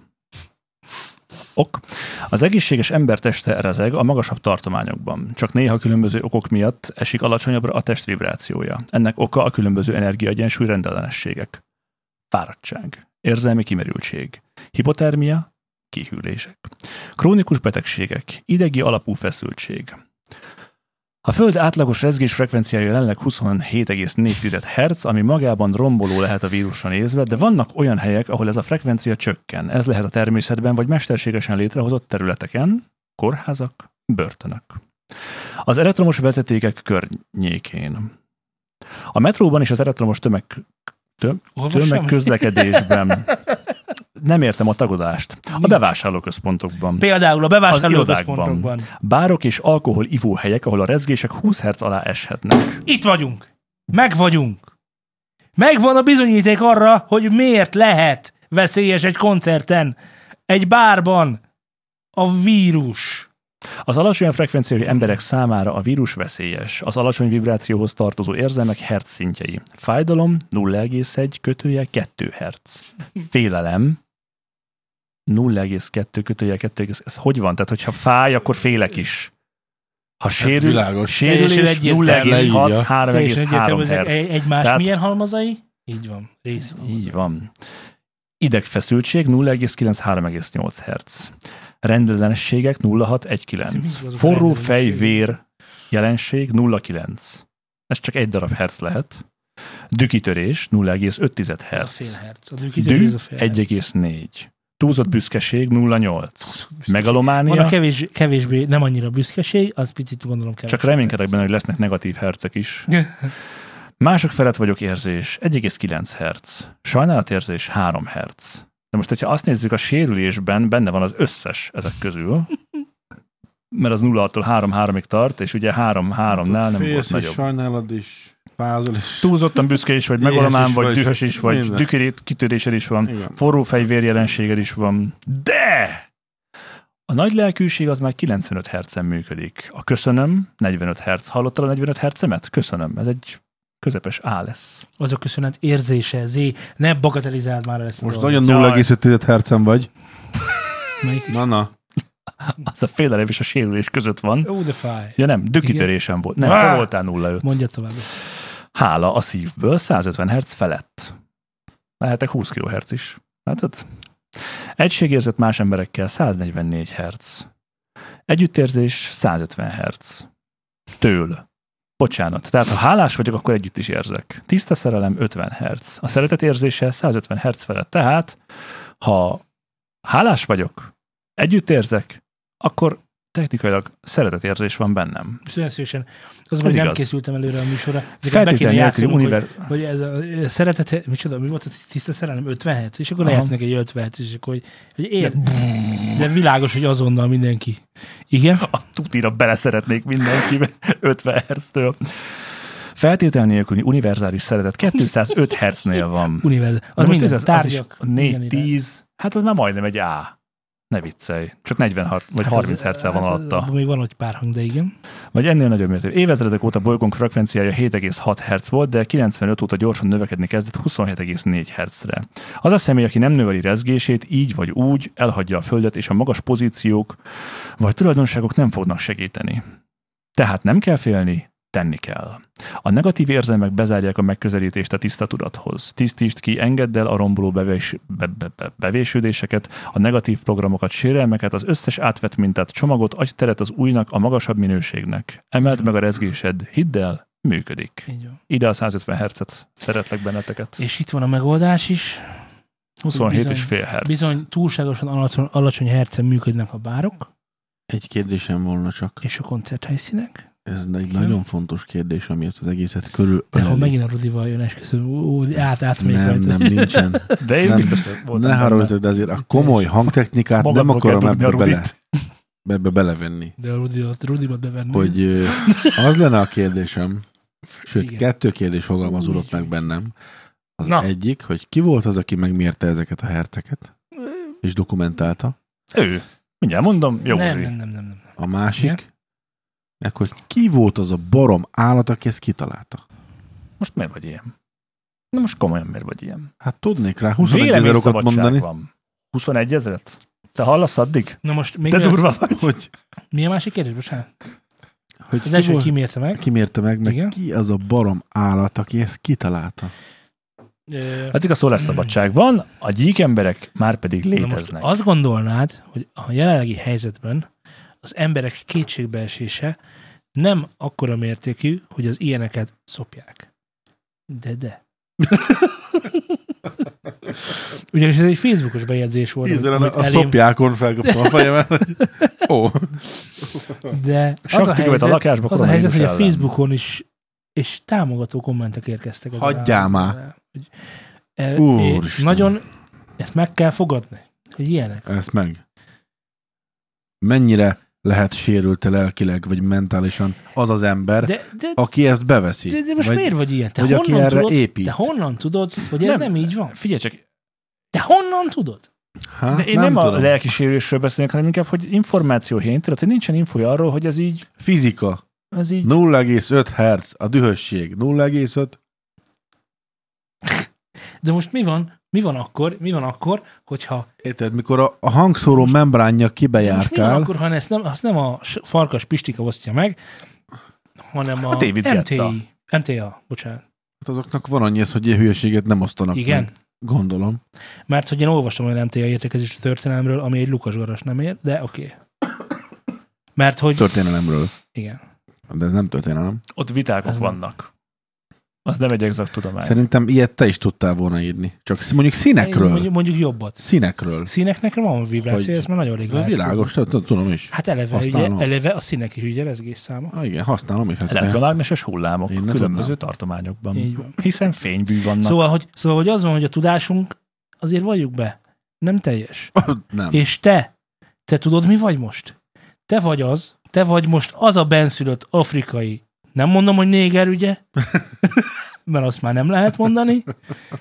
Ok. Az egészséges ember teste rezeg a magasabb tartományokban, csak néha különböző okok miatt esik alacsonyabbra a test vibrációja. Ennek oka a különböző energiaegyensúly rendellenességek. Fáradtság, érzelmi kimerültség, hipotermia, kihűlések, krónikus betegségek, idegi alapú feszültség, a Föld átlagos rezgés frekvenciája jelenleg 27,4 Hz, ami magában romboló lehet a vírusra nézve, de vannak olyan helyek, ahol ez a frekvencia csökken. Ez lehet a természetben vagy mesterségesen létrehozott területeken, kórházak, börtönök. Az elektromos vezetékek környékén. A metróban és az elektromos tömeg,
Olvassam?
tömegközlekedésben. Nem értem a tagodást. A bevásárlóközpontokban.
Például a
Az
bevásárlóközpontokban.
Bárok és alkohol ivóhelyek, ahol a rezgések 20 Hz alá eshetnek.
Itt vagyunk. Meg vagyunk. Megvan a bizonyíték arra, hogy miért lehet veszélyes egy koncerten, egy bárban a vírus.
Az alacsony frekvenciájú emberek számára a vírus veszélyes. Az alacsony vibrációhoz tartozó érzelmek hertz szintjei. Fájdalom 0,1 kötője 2 hertz. Félelem 0,2 kötője 2, ez hogy van? Tehát, hogyha fáj, akkor félek is. Ha sérül,
világos.
Hát Teljesen
sérülés
egyértelmű.
0,6,
Leírja.
3,3 hertz.
egymás
Tehát-
Tehát... milyen halmazai? Így van, részhalmazai.
Így van. Idegfeszültség 0,9-3,8 Hz. Rendellenességek
Mi
0,6-1,9.
az azok a
Forró fej,
rendellenességek?
vér jelenség 0,9. Ez csak egy darab herc lehet. Dükitörés 0,5
Ez a
Hz.
fél herc. A dűkítő,
Dű
ez a fél herc.
1,4. Túlzott büszkeség 0,8.
Van a
Megalománia.
kevés, kevésbé, nem annyira büszkeség, az picit gondolom kevés.
Csak reménykedek benne, hogy lesznek negatív hercek is. Mások felett vagyok érzés, 1,9 Hz. Sajnálatérzés 3 Hz. De most, hogyha azt nézzük, a sérülésben benne van az összes ezek közül, mert az 0-tól 3-3-ig tart, és ugye 3-3-nál nem volt
Félsz is,
nagyobb.
sajnálod is, fázol is.
Túlzottan büszke is vagy,
Éhes
megalomán
is
vagy,
vagy,
dühös is vagy,
minden.
dükirét kitörésed is van,
Igen.
forró fejvér jelenséged is van, de a nagy lelkűség az már 95 hercen működik. A köszönöm, 45 herc. Hallottad a 45 hercemet? Köszönöm, ez egy közepes A lesz.
Az a köszönet érzése, zé, ne bagatelizáld már el ezt a
Most
dolgot.
nagyon
Jaj.
0,5 hercen vagy.
Melyik?
Na, na.
Az a félelem és a sérülés között van.
Ó, de fáj.
Ja nem, dükitörésem volt. Nem,
Á!
te voltál 05.
Mondja tovább.
Hála a szívből 150 Hz felett. Lehetek 20 kHz is. Látod? Egységérzet más emberekkel 144 Hz. Együttérzés 150 Hz. Től. Bocsánat. Tehát ha hálás vagyok, akkor együtt is érzek. Tiszta szerelem 50 Hz. A szeretet érzése 150 Hz felett. Tehát, ha hálás vagyok, együtt érzek, akkor technikailag szeretetérzés van bennem.
Most olyan szívesen. Az,
Ez
hogy nem
igaz.
készültem előre a műsorra. Ezeket be
Feltétel
kéne
nélkül
játszanunk, hogy-
univer...
hogy ez a szeretet, micsoda, mi volt a tiszta szerelem? 50 herc, és akkor
Aha.
lehetnek egy 50 herc, és akkor, hogy, hogy ér, de világos, hogy azonnal mindenki. Igen?
a tutira beleszeretnék mindenkibe 50 Hz-től. Feltétel nélküli univerzális szeretet 205 Hz-nél van.
Univerz.
De
Az minden,
az- az is
tárgyak.
4,
minden irány.
10, hát az már majdnem egy A. Ne viccelj. Csak 46 vagy
Hát
30
az-
hz van
hát az-
alatta.
abban Még van ott pár hang, de igen.
Vagy ennél nagyobb mértékű. Évezredek óta bolygónk frekvenciája 7,6 Hz volt, de 95 óta gyorsan növekedni kezdett 27,4 Hz-re. Az a személy, aki nem növeli rezgését, így vagy úgy elhagyja a Földet, és a magas pozíciók vagy tulajdonságok nem fognak segíteni. Tehát nem kell félni, tenni kell. A negatív érzelmek bezárják a megközelítést a tiszta tudathoz. Tisztítsd ki, engedd el a romboló bevés, be, be, be, bevésődéseket, a negatív programokat, sérelmeket, az összes átvett mintát, csomagot, adj teret az újnak, a magasabb minőségnek. Emeld meg a rezgésed, hidd el, működik.
Így van.
Ide a 150 hercet, szeretlek benneteket.
És itt van a megoldás is.
27,5 herc.
Bizony túlságosan alacsony, alacsony hercen működnek a bárok
Egy kérdésem volna csak.
és a koncerthelyszínek.
Ez egy
Igen.
nagyon fontos kérdés, ami ezt az egészet körül.
De ha megint a Rudival jön esküszöm, ú, ú, át, át még
nem,
rajta.
nem, nincsen.
De én
Nem.
biztos hogy voltam.
ne
benne.
haragudjatok, de azért a komoly hangtechnikát nem
Magadból kell
akarom
dugni a
ebbe
Rudit.
bele, ebbe belevenni.
De a Rudibat, Rudibat
Mhm.
beverni.
Hogy ö, az lenne a kérdésem, sőt,
Igen.
kettő kérdés fogalmazódott
Úgy.
meg bennem. Az
Na.
egyik, hogy ki volt az, aki megmérte ezeket a herceket, és dokumentálta.
Ő. Mindjárt mondom, jó.
nem,
Zsuzsi.
nem, nem, nem, nem.
A másik,
Igen.
meg hogy ki volt az a barom állat, aki ezt kitalálta.
Most miért vagy ilyen? Na most komolyan miért vagy ilyen?
Hát tudnék rá 21
Vélemény
ezerokat
szabadság
mondani,
Van. 21 ezeret? Te hallasz addig?
Na most még
De
mi, a,
durva vagy.
hogy,
mi a másik kérdés? Bocsánat.
hogy
Az
ki,
első, hogy
volt,
ki mérte meg.
kimérte meg, meg
Igen.
ki az a barom állat, aki ezt kitalálta.
Ö,
Eddig Hát a szólásszabadság van, a gyík emberek már pedig
na most
léteznek.
azt gondolnád, hogy a jelenlegi helyzetben az emberek kétségbeesése nem akkora mértékű, hogy az ilyeneket szopják. De de. Ugyanis ez egy Facebookos bejegyzés volt. amit-
Ízlem,
amit
a
elém-
szopjákon felkaptam a fejemet. Ó,
De az a
Sakti követ
helyzet,
a lakásba
az a helyzet
koronavírus
hogy a
ellen.
Facebookon is és támogató kommentek érkeztek. az
Hagyjál
alá-
már.
alá, hogy, e,
Úristen.
e, Nagyon ezt meg kell fogadni, hogy ilyenek.
ezt meg. Mennyire lehet sérült lelkileg vagy mentálisan az az ember,
De, de,
aki ezt beveszi?
de, de most
vagy,
miért vagy ilyen? Te
vagy aki
honnan,
erre
tudod,
épít?
te honnan tudod, hogy ez nem.
Nem.
így van?
Figyelj csak,
Te honnan tudod?
Há,
de én nem, a
tudom.
lelki sérülésről beszélek, hanem inkább, hogy információhény, tudod, hogy nincsen infója arról, hogy ez így,
Fizika.
ez így
0,5 hertz. A dühösség. 0,5.
De most mi van, Mi van akkor, mi van akkor, hogyha
Érted, mikor a, a hangszóró membránja
De most Mi van
kibejárkál,
akkor, ha ezt nem, azt nem a s- farkas Pistika osztja meg, hanem a,
A David Guetta.
MTI. MTA, bocsánat.
hát azoknak van annyi ez, hogy ilyen hülyeséget nem osztanak
Igen.
meg. Gondolom.
Mert hogy én olvastam olyan MTA értekezési történelemről, ami egy Lukas Garas nem ér, de oké. Okay. Mert hogy...
Történelemről.
Igen.
De ez nem történelem.
Ott vitákok
Ez nem.
vannak. Az nem egy exakt tudomány.
Szerintem ilyet te is tudtál volna írni. Csak szí- mondjuk színekről.
Mondjuk, mondjuk jobbat.
Színekről.
Színeknek van vibráció,
Hogy-
ez már nagyon rég
Ez
lehet.
világos, tehát tudom is.
Hát eleve, ugye,
Használom.
eleve a színek is ugye rezgésszáma.
Ah, igen, használom is. Hát
Elektromágneses hullámok
Én nem
különböző
tudnám.
tartományokban.
Így van.
Hiszen fénybű vannak. Szóval
Szóval hogy, szóval, hogy az van, hogy a tudásunk azért valljuk be, nem teljes.
nem.
És te, te tudod, mi vagy most? Te vagy az, te vagy most az a benszülött afrikai, nem mondom, hogy néger, ugye? Mert azt már nem lehet mondani,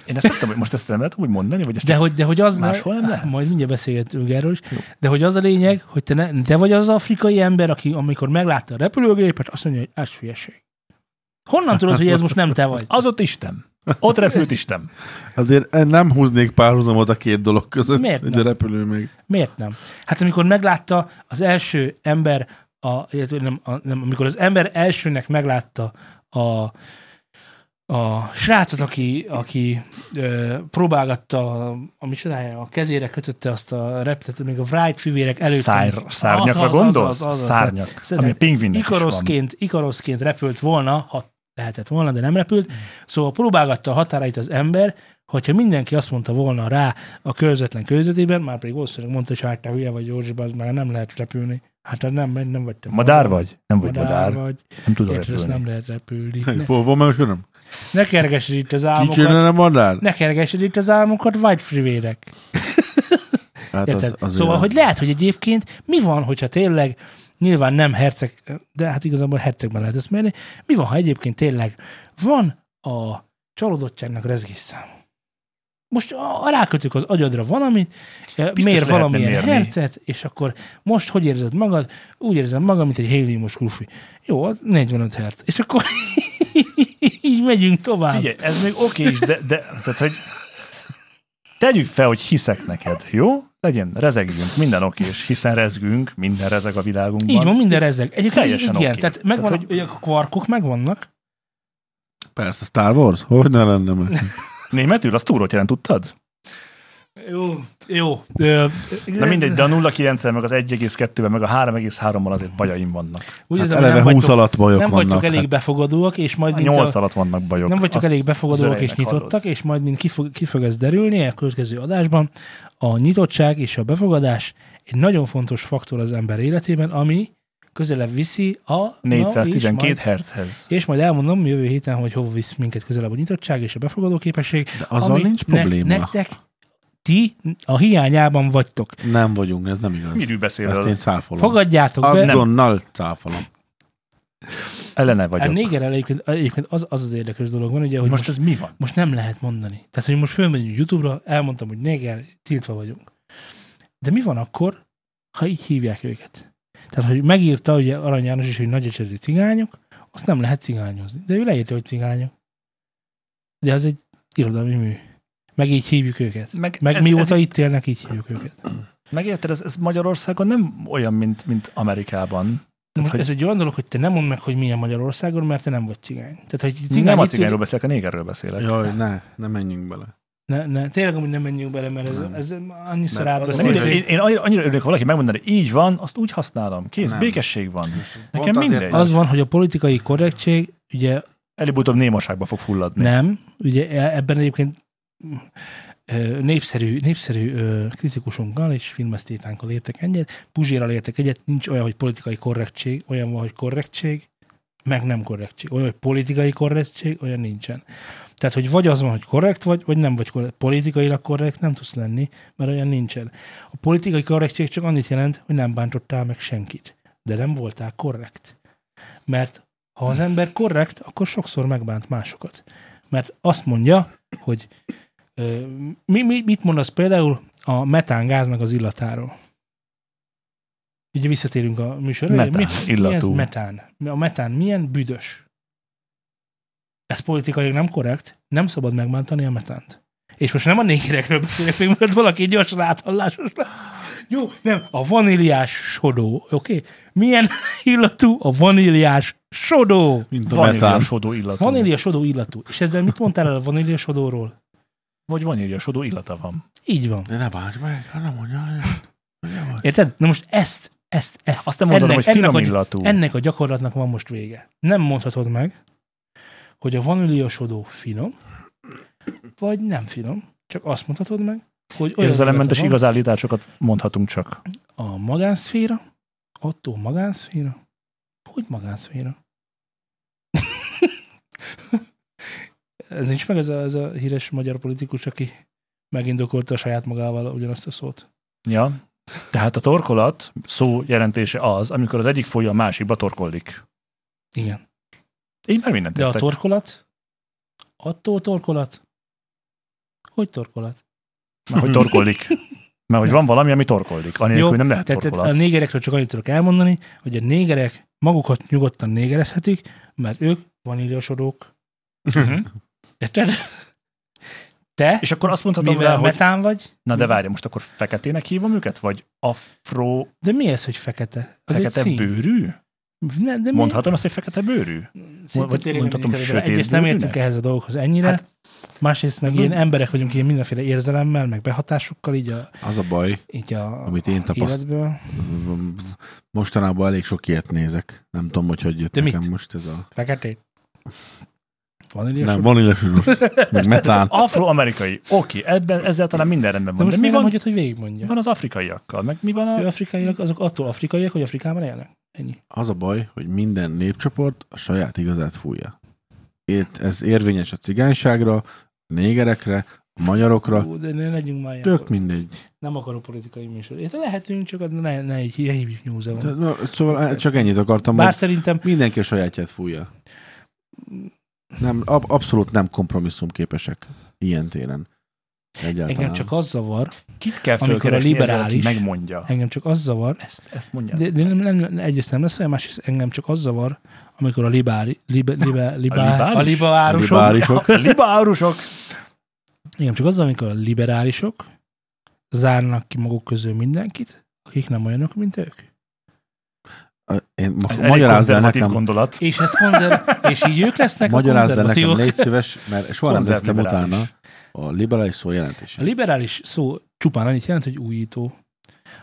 én ezt tudtam, hogy most ezt nem lehet úgy mondani, vagy ezt
de hogy, de hogy az...
Máshol nem lehet?
Majd mindjárt beszélgetünk erről is. De hogy az a lényeg, hogy te, ne, te vagy az az afrikai ember, aki amikor meglátta a repülőgépet, azt mondja, hogy ez hülyeség. Honnan tudod, hogy ez most nem te vagy?
Az ott Isten. Ott repült Isten.
Azért eh, nem húznék párhuzamot a két dolog között.
Miért
hogy
nem?
a repülő még.
Miért nem? Hát amikor meglátta az első ember, a, illetve nem, a, nem, amikor az ember elsőnek meglátta a, a srácot, aki, aki ö, próbálgatta, a- a micsodája, a kezére kötötte azt a reptet, még a Wright fivérek előtt.
Szár, szárnyakra gondolsz? Szárnyak. Ami a pingvinnek is van.
Ikaroszként, Ikaroszként repült volna, ha lehetett volna, de nem repült. Szóval próbálgatta a határait az ember, hogyha mindenki azt mondta volna rá a közvetlen körzetében, már pedig valószínűleg mondta, hogy hát te hülye vagy Józsi, az már nem lehet repülni. Hát az nem, nem vagy te.
Madár vagy? Nem vagy
Madár,
madár.
vagy.
Nem tudom
Érted, ezt
repülni.
nem lehet repülni. Ne,
Volva mesélem?
ne kergesd itt az
Kicsőre
álmokat.
nem adnál?
Ne kergesd itt az álmokat, vagy frivérek.
Hát
Érted?
azért
szóval, hogy lehet, hogy egyébként mi van, hogyha tényleg nyilván nem herceg, de hát igazából hercegben lehet ezt mérni, mi van, ha egyébként tényleg van a csalódottságnak rezgésszáma. Most a- alákötjük az agyadra valamit, Biztos mér
lehetne
valamilyen
mérni.
hercet, és akkor most hogy érzed magad? Úgy érzem magam, mint egy héliumos krufi. Jó, az 45 herc. És akkor így megyünk tovább.
Figyelj, ez még oké is, de, de tehát, hogy tegyük fel, hogy hiszek neked, jó? Legyen, rezegjünk, minden oké, és hiszen rezgünk, minden rezeg a világunkban.
Így van, minden rezeg. Egyébként
Teljesen
igen,
oké.
tehát megvan,
Tehát,
hogy... a kvarkok megvannak,
Persze, Star Wars? Hogy ne lenne meg? Hát
Németül, azt túrót jelent, tudtad?
Jó, jó. Ö,
Na mindegy, de a 0,9-el, meg az 1,2-vel, meg a 3,3-mal azért bajaim vannak.
Úgy
Hát
érzem,
eleve
nem
20
vagytok,
alatt bajok
nem vagytok
vannak.
elég
Hát
befogadóak, és majd mint
8
a,
alatt vannak bajok.
nem vagytok
Azt
elég befogadóak és
zörejnek
nyitottak,
adod.
és majd mint kifog, ki fog ez derülni a következő adásban, a nyitottság és a befogadás egy nagyon fontos faktor az ember életében, ami közelebb viszi a... na, és
412
majd-
Hz-hez.
és majd elmondom jövő héten, hogy hova visz minket közelebb a nyitottság és a befogadó képesség.
De azzal
ami
nincs
ne-
probléma.
Nektek ti a hiányában vagytok.
Nem vagyunk, ez nem igaz.
Miről beszél?
Ezt
az?
én cáfolom.
Fogadjátok be,
Azonnal cáfolom.
Ellene
A
vagyok.
néger egyébként, egyébként az, az az érdekes dolog van, ugye, hogy most,
Most
most,
ez mi van?
most nem lehet mondani. Tehát, hogy most fölmegyünk YouTube-ra, elmondtam, hogy néger, tiltva vagyunk. De mi van akkor, ha így hívják őket? Tehát, hogy megírta ugye Arany János is, hogy nagyöcserű cigányok, azt nem lehet cigányozni. De ő leírta, hogy cigányok. De az egy irodalmi mű. Meg így hívjuk őket. Meg ez, mióta
ez,
itt élnek, így hívjuk őket.
Megérted, ez, ez Magyarországon nem olyan, mint, mint Amerikában.
Most
hogy-
ez egy olyan dolog, hogy te nem mondd meg, hogy milyen Magyarországon, mert te nem vagy cigány. Tehát, hogy cigány
Cigány nem a
itt ül-
cigányról beszélek, a négerről beszélek.
Jaj, ne, ne menjünk bele.
Ne, ne, tényleg amúgy nem menjünk bele, mert ez,
Nem.
ez annyiszor
Mert az
Nem,
átbeszéltük.
mindegy,
hogy-
én, én annyira, annyira örülök, ha valaki megmondaná, hogy így van, azt úgy használom. Kész,
Nem.
békesség van.
Pont
Nekem
azért-
mindegy.
Az van, hogy a politikai korrektség, ugye
Előbb-utóbb némaságba fog fulladni.
nem, ugye e- ebben egyébként mm, ö, népszerű, népszerű ö, kritikusunkkal és filmesztétánkkal értek egyet, Puzsérral értek egyet, nincs olyan, hogy politikai korrektség, olyan van, hogy korrektség, meg nem korrektség. Olyan, hogy politikai korrektség, olyan nincsen. Tehát, hogy vagy az van, hogy korrekt vagy, vagy nem vagy korrekt. Politikailag korrekt nem tudsz lenni, mert olyan nincsen. A politikai korrektség csak annyit jelent, hogy nem bántottál meg senkit. De nem voltál korrekt. Mert ha az ember korrekt, akkor sokszor megbánt másokat. Mert azt mondja, hogy ö, mi, mi, mit mondasz például a metángáznak az illatáról? Ugye visszatérünk a műsorra.
Metán,
mi, mi ez
illatú.
metán? A metán milyen büdös? Ez politikailag nem korrekt, nem szabad megbántani a metánt. És most nem a négerekről beszélek, még mert valaki egy gyorsan áthallásos. lesz. Jó, nem, a vaníliás sodó, oké? Okay? Milyen illatú a vaníliás sodó?
Mint a metán.
Vaníliasodó illatú.
Vanília sodó illatú. És ezzel mit mondtál el a vanília sodóról?
Vagy vaníliasodó illata van.
Így van.
De ne bánts meg, ha nem mondja.
Érted? Na most ezt, ezt, ezt.
Azt nem mondom, hogy finom
ennek, a,
illatú.
ennek a gyakorlatnak van most vége. Nem mondhatod meg, hogy a vaníliasodó finom, vagy nem finom. Csak azt mondhatod meg, hogy olyan
Érzelemmentes
illata van.
igazállításokat mondhatunk csak.
a magánszféra, attól magánszféra, hogy magánszféra? ez nincs meg ez a, ez a híres magyar politikus, aki megindokolta saját magával ugyanazt a szót.
Ja. Tehát a torkolat szó jelentése az, amikor az egyik folyó a másikba torkollik.
Igen.
Így már mindent
De a
értek.
torkolat? Attól torkolat? Hogy torkolat?
Mert hogy torkollik. Mert hogy van valami, ami torkollik. Anélkül nem lehet
tehát, tehát a
torkolat.
négerekről csak annyit tudok elmondani, hogy a négerek magukat nyugodtan négerezhetik, mert ők vaníliasodók.
Mhm.
Érted? Te,
És akkor azt mondhatom
mivel
rá, hogy...
metán vagy,
Na de várj, most akkor feketének hívom őket? Vagy afro...
De mi ez, hogy fekete? Az
fekete
egy szín.
bőrű?
Ne, de mi-
Mondhatom azt, hogy fekete bőrű?
szinte
vagy
tényleg
mondhatom
nem értek ebbe.
sötét
Egyrészt nem értünk
bőrűnek?
ehhez a dolgokhoz ennyire, hát, másrészt meg ilyen emberek vagyunk ilyen mindenféle érzelemmel, meg behatásukkal, így a,
Az a baj,
így a
Amit én tapaszt-
életből.
mostanában elég sok ilyet nézek. Nem tudom, hogy hogy jött
De mit?
nekem most ez a...
Feketét. Vaníliás
Nem,
nem,
van illesúzós, meg metán.
Afroamerikai. Oké, ebben, ezzel talán minden rendben
de
van. De,
most
mi, van,
nem
hogy...
hagyod, hogy
mi
végigmondja.
van az afrikaiakkal? Meg mi van a...
Ő afrikaiak, azok attól afrikaiak, hogy Afrikában élnek. Ennyi.
Az a baj, hogy minden népcsoport a saját igazát fújja. Ért, ez érvényes a cigányságra, a négerekre, a magyarokra,
Ú, de ne legyünk már ilyen.
tök mindegy.
Nem akarok politikai műsor. Érte, lehetünk, csak az- ne, ne, így- ne hívjuk
Tehát,
nyúzeum.
na, Szóval eh, csak ennyit akartam,
Bár
hogy
szerintem
mindenki a sajátját fújja. Nem, ab, abszolút nem kompromisszumképesek ilyen téren. Egyáltalán.
Engem csak az zavar,
Kit kell
Amikor a
fölkeresni
liberális-
ezzel, aki megmondja?
engem csak az zavar,
Ezt, ezt mondja.
de, de nem, nem, egyrészt nem lesz olyan, másrészt engem csak az zavar, amikor a libári, libe, libe, libá, a
libáris?
libárusok,
A libárisok.
A libárusok!
engem csak az zavar, amikor a liberálisok zárnak ki maguk közül mindenkit, akik nem olyanok, mint ők.
A- Én ma-
Ez elég
magyarázd el
konzervatív
nekem,
gondolat.
És ez konzer, és így ők lesznek
magyarázd
a
el nekem,
konzervatívok.
légy szíves, mert soha nem néztem
Konzervliberális.
utána a liberális szó jelentését.
A liberális szó csupán annyit jelent, hogy újító.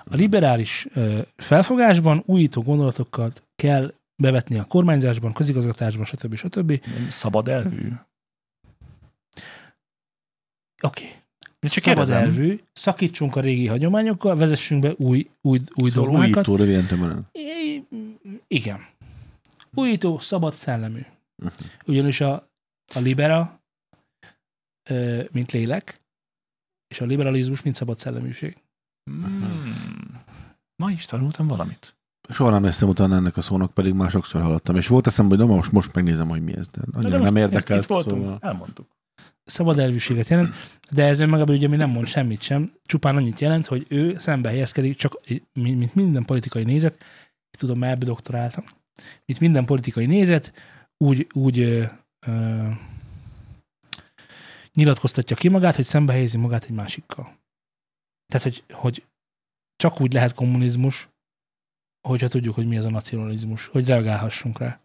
A liberális ö, felfogásban újító gondolatokat kell bevetni a kormányzásban, közigazgatásban, stb. stb. Oké.
Szabad elvű.
Okay.
Mit csak
szabad
kérdezem.
elvű, szakítsunk a régi hagyományokkal, vezessünk be új, új, új
Szóval
dogmákat.
újító röviden tömören.
I- Igen. Újító, szabad szellemű. Ugyanis a, a libera, ö, mint lélek, és a liberalizmus, mint szabad szelleműség.
Hmm. Ma is tanultam valamit.
Soha nem néztem utána ennek a szónak, pedig már sokszor hallottam. És volt eszembe, hogy na most, most megnézem, hogy mi ez. De
Na,
annyira de nem
Ezt
érdekelt.
itt voltunk,
Szóval...
elmondtuk.
Szabad elvűséget jelent, de ez önmagában ugye mi nem mond semmit sem, csupán annyit jelent, hogy ő szembe helyezkedik, csak egy- mi- mint minden politikai nézet, tudom, már ebbe doktoráltam, mint minden politikai nézet, úgy, úgy ö, ö, nyilatkoztatja ki magát, hogy szembe helyezi magát egy másikkal. Tehát, hogy, hogy csak úgy lehet kommunizmus, hogyha tudjuk, hogy mi az a nacionalizmus, hogy reagálhassunk rá.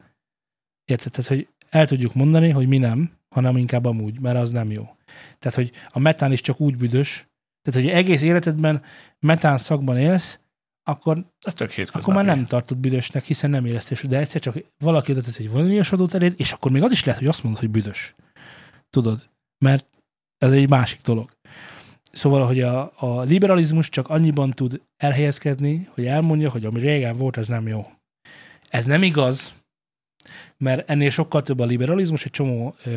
Érted? Tehát, hogy el tudjuk mondani, hogy mi nem, hanem inkább amúgy, mert az nem jó. Tehát, hogy a metán is csak úgy büdös, tehát, hogy egész életedben metán szakban élsz, akkor
Ez tök hétköznapi.
akkor már nem tartod büdösnek, hiszen nem éreztés. De egyszer csak valaki oda tesz egy vaníliasodót eléd, és akkor még az is lehet, hogy azt mondod, hogy büdös. Tudod? Mert ez egy másik dolog. Szóval, hogy a, a liberalizmus csak annyiban tud elhelyezkedni, hogy elmondja, hogy ami régen volt, az nem jó. Ez nem igaz, mert ennél sokkal több a liberalizmus, egy csomó, ö,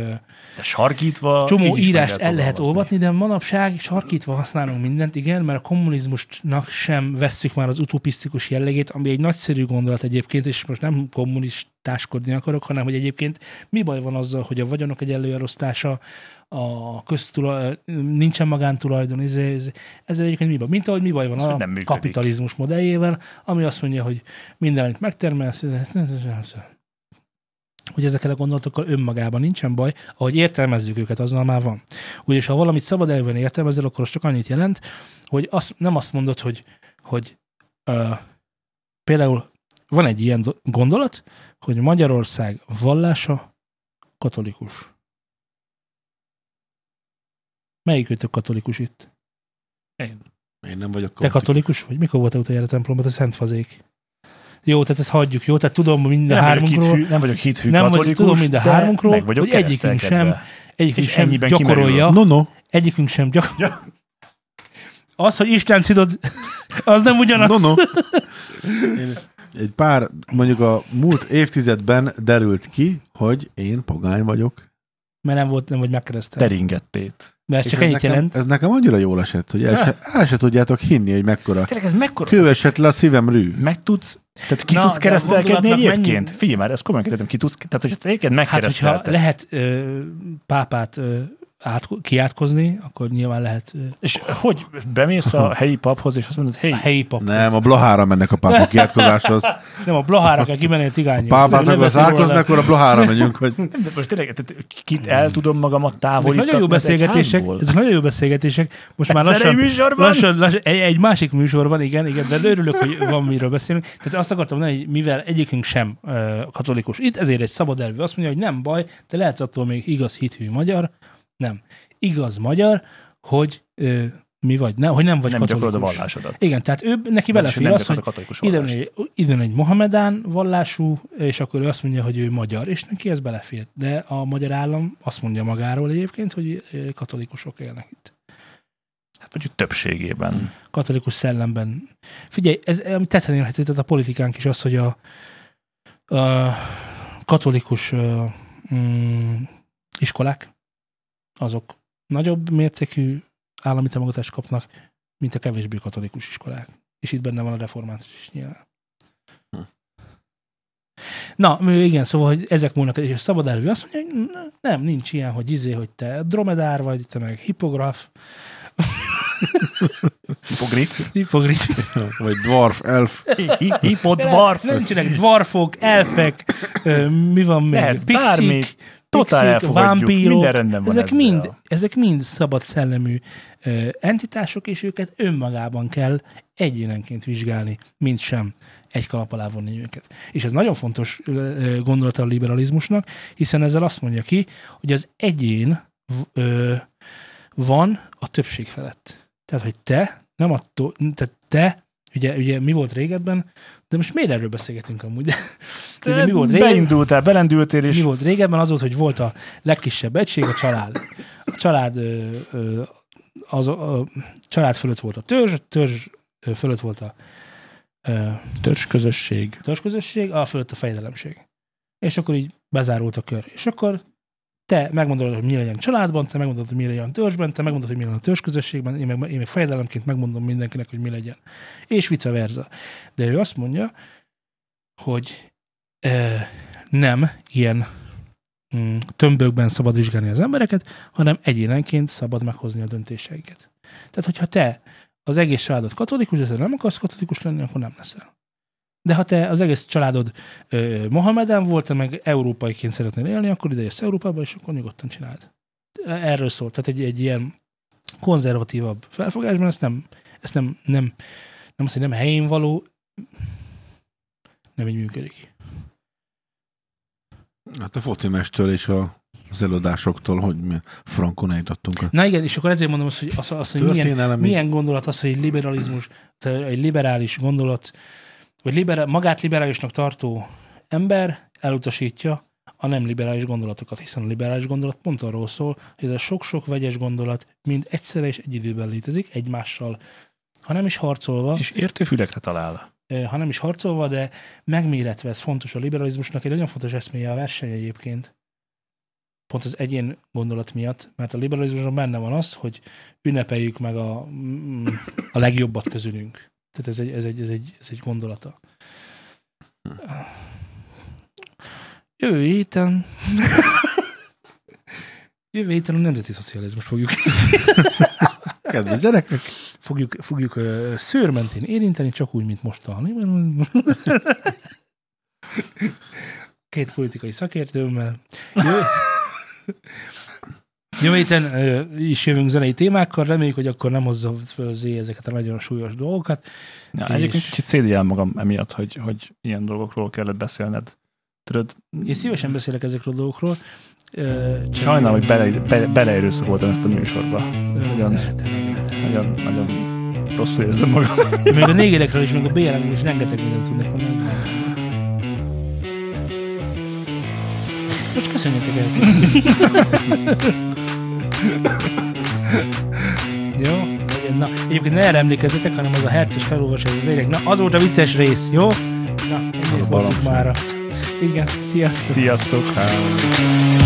De sarkítva...
csomó
Szóval így is meg
írást el lehet
fogalmazni.
olvatni, de manapság sarkítva használunk mindent, igen, mert a kommunizmusnak sem vesszük már az utopisztikus jellegét, ami egy nagyszerű gondolat egyébként, és most nem kommunistáskodni akarok, hanem hogy egyébként mi baj van azzal, hogy a vagyonok egyenlő elosztása, a köztula, nincsen magántulajdon, ez, ez, ez egyébként mi baj? Mint ahogy mi baj van
Ez
a
hogy nem működik.
kapitalizmus modelljével, ami azt mondja, hogy minden, amit megtermelsz, hogy ezekkel a gondolatokkal önmagában nincsen baj, ahogy értelmezzük őket, azonnal már van. Ugyanis ha valamit szabad elven értelmezel, akkor az csak annyit jelent, hogy azt, nem azt mondod, hogy, hogy uh, például van egy ilyen do- gondolat, hogy Magyarország vallása katolikus. Melyik őtök katolikus itt?
Én nem vagyok
Te katolikus vagy? Mikor voltál utoljára templomba? Te szent fazék. Jó, tehát ezt hagyjuk, jó? Tehát tudom mind a
nem, vagyok
hármunkról,
hithű, nem vagyok hithű
Nem vagyok-
katolikus,
tudom mind a
de
hármunkról,
meg vagyok
hogy egyikünk
keresztelkedve.
sem. egyikünk
és
sem
ennyiben
gyakorolja,
kimerül.
No, no.
egyikünk sem gyakorolja.
Ja.
Az, hogy Isten szidod, az nem ugyanaz.
No, no. Én egy pár, mondjuk a múlt évtizedben derült ki, hogy én pogány vagyok.
Mert nem volt, nem vagy megkeresztelve.
Teringettét.
De ez
És
csak
ez
ennyit
nekem,
jelent.
Ez nekem annyira jól esett, hogy el se, el se tudjátok hinni, hogy mekkora.
Tényleg ez mekkora?
Kövesett le a szívem rű.
Meg tudsz, tehát ki
Na,
tudsz
de
keresztelkedni
gondolatnak
egyébként?
mennyi-
Figyelj már, ezt komolyan kérdezem, ki tudsz, tehát hogyha téged
Hát, hogyha
megkereszteltek.
lehet ö, pápát ö, át, kiátkozni, akkor nyilván lehet ö,
és hogy bemész a helyi paphoz, és azt mondod, hey,
a helyi pap.
Nem, a Blahára mennek a pápa kiátkozáshoz.
nem, a blahára kell kimenni a cigányhoz.
Pápát
Leveszi
akarsz átkozni,
róla.
akkor a Blahára megyünk, hogy
nem, de most tényleg, tehát kit el tudom magamat
Ezek
távolítani?
nagyon jó beszélgetések, ezek nagyon jó beszélgetések. Most már lassan,
műsorban?
lassan, lassan egy, egy, másik műsorban, igen, igen, de örülök, hogy van miről beszélünk. Tehát azt akartam mondani, hogy mivel egyikünk sem ö, katolikus itt, ezért egy szabad elvű azt mondja, hogy nem baj, de lehetsz attól még igaz hithű magyar. Nem. Igaz magyar, hogy ö, mi vagy, nem, hogy nem vagy
nem
katolikus.
gyakorolod a vallásodat.
Igen, tehát ő, neki
Nem, és
belefér az,
nem
hogy
gyakorolod a katolikus
ide van,
vallást.
egy, ide van egy Mohamedán vallású, és akkor ő azt mondja, hogy ő magyar, és neki ez belefér. De a magyar állam azt mondja magáról egyébként, hogy ö, katolikusok élnek itt.
Hát mondjuk többségében.
Katolikus szellemben. Figyelj, ez ami tetten érhető, tehát a politikánk is az, hogy a, a katolikus ö, mm, iskolák, azok nagyobb mértékű állami támogatást kapnak, mint a kevésbé katolikus iskolák. És itt benne van a református is nyilván.
Hm.
Na, mű- igen, szóval, hogy ezek múlnak, és a szabad elvű azt mondja, hogy n- nem, nincs ilyen, hogy izé, hogy te dromedár vagy, te meg hipograf,
Hipogrif?
hipogrif,
vagy dwarf, elf.
Hipodvarf?
Nem nincsenek dwarfok, elfek, ö, mi van még?
Lehet
Pixik,
bármi. Totál
pixik,
elfogadjuk.
vámpírok,
Minden rendben van
Ezek
ezzel.
mind, ezek mind szabad szellemű ö, entitások, és őket önmagában kell egyénenként vizsgálni, mint sem egy kalap alá vonni őket. És ez nagyon fontos ö, ö, gondolata a liberalizmusnak, hiszen ezzel azt mondja ki, hogy az egyén v- ö, van a többség felett. Tehát, hogy te, nem attól, tehát te, ugye, ugye mi volt régebben, de most miért erről beszélgetünk amúgy?
Te
Ugye mi volt régen?
Beindultál, belendültél,
Mi
és
volt régebben? Az volt, hogy volt a legkisebb egység, a család. A család, ö, ö, az, a család fölött volt a törzs, a törzs ö, fölött volt a ö,
törzs közösség.
törzsközösség, a fölött a fejedelemség. És akkor így bezárult a kör. És akkor te megmondod, hogy mi legyen családban, te megmondod, hogy mi legyen törzsben, te megmondod, hogy mi legyen a törzsközösségben, én meg, én meg fejedelemként megmondom mindenkinek, hogy mi legyen. És vice versa. De ő azt mondja, hogy ö, nem ilyen mm, tömbökben szabad vizsgálni az embereket, hanem egyénenként szabad meghozni a döntéseiket. Tehát, hogyha te az egész családod katolikus, de te nem akarsz katolikus lenni, akkor nem leszel. De ha te az egész családod ö, Mohamedán volt, te meg európaiként szeretnél élni, akkor ide jössz Európába, és akkor nyugodtan csináld. Erről szól. Tehát egy, egy ilyen konzervatívabb felfogásban ezt nem, ezt nem, nem, nem azt, hogy nem helyén való, nem így működik.
Hát a focimestől és a az előadásoktól, hogy mi frankon eljutottunk a
Na igen, és akkor ezért mondom azt, hogy, azt, azt, hogy milyen,
történelem.
Milyen gondolat az, hogy egy liberalizmus, tehát egy liberális gondolat, vagy libera, magát liberálisnak tartó ember elutasítja a nem liberális gondolatokat, hiszen a liberális gondolat pont arról szól, hogy ez a sok-sok vegyes gondolat mind egyszerre és egy időben létezik, egymással, ha nem is harcolva,
És értő fülekre talál.
eh, ha nem is harcolva, de megméretve ez fontos a liberalizmusnak, egy nagyon fontos eszméje a verseny egyébként. Pont az egyén gondolat miatt, mert a liberalizmusban benne van az, hogy ünnepeljük meg a, mm, a legjobbat közülünk. Tehát ez egy, ez egy, ez egy, ez egy gondolata. Jövő héten Jövő héten a nemzeti szocializmus fogjuk
Kedves gyerekek,
fogjuk, fogjuk ö, szőr mentén érinteni, csak úgy, mint most a két politikai szakértőmmel. Jó. Jövő héten ö, is jövünk zenei témákkal, reméljük, hogy akkor nem hozza föl Zé ezeket a nagyon súlyos dolgokat.
Ja,
És-
egyébként kicsit szédiel magam emiatt, hogy, hogy ilyen dolgokról kellett beszélned. Tudod,
Én szívesen beszélek ezekről a dolgokról. Ö, csak-
sajnálom, hogy bele, bele, beleerőszakoltam ezt a műsorba.
Ö,
Nagyon,
te- te- te-
nagyon, nagyon rosszul érzem magam.
te. Még a négerekről is, meg a BLM-ről is rengeteg mindent tudnék mondani. Most köszönjétek el. jó? legyen. Na, egyébként ne erre emlékezzetek, hanem az a herces felolvasás az érek. Na, az volt a vicces rész, jó? Na,
a
ennyit voltunk
baromság.
mára. Igen, sziasztok!
Sziasztok! Hello.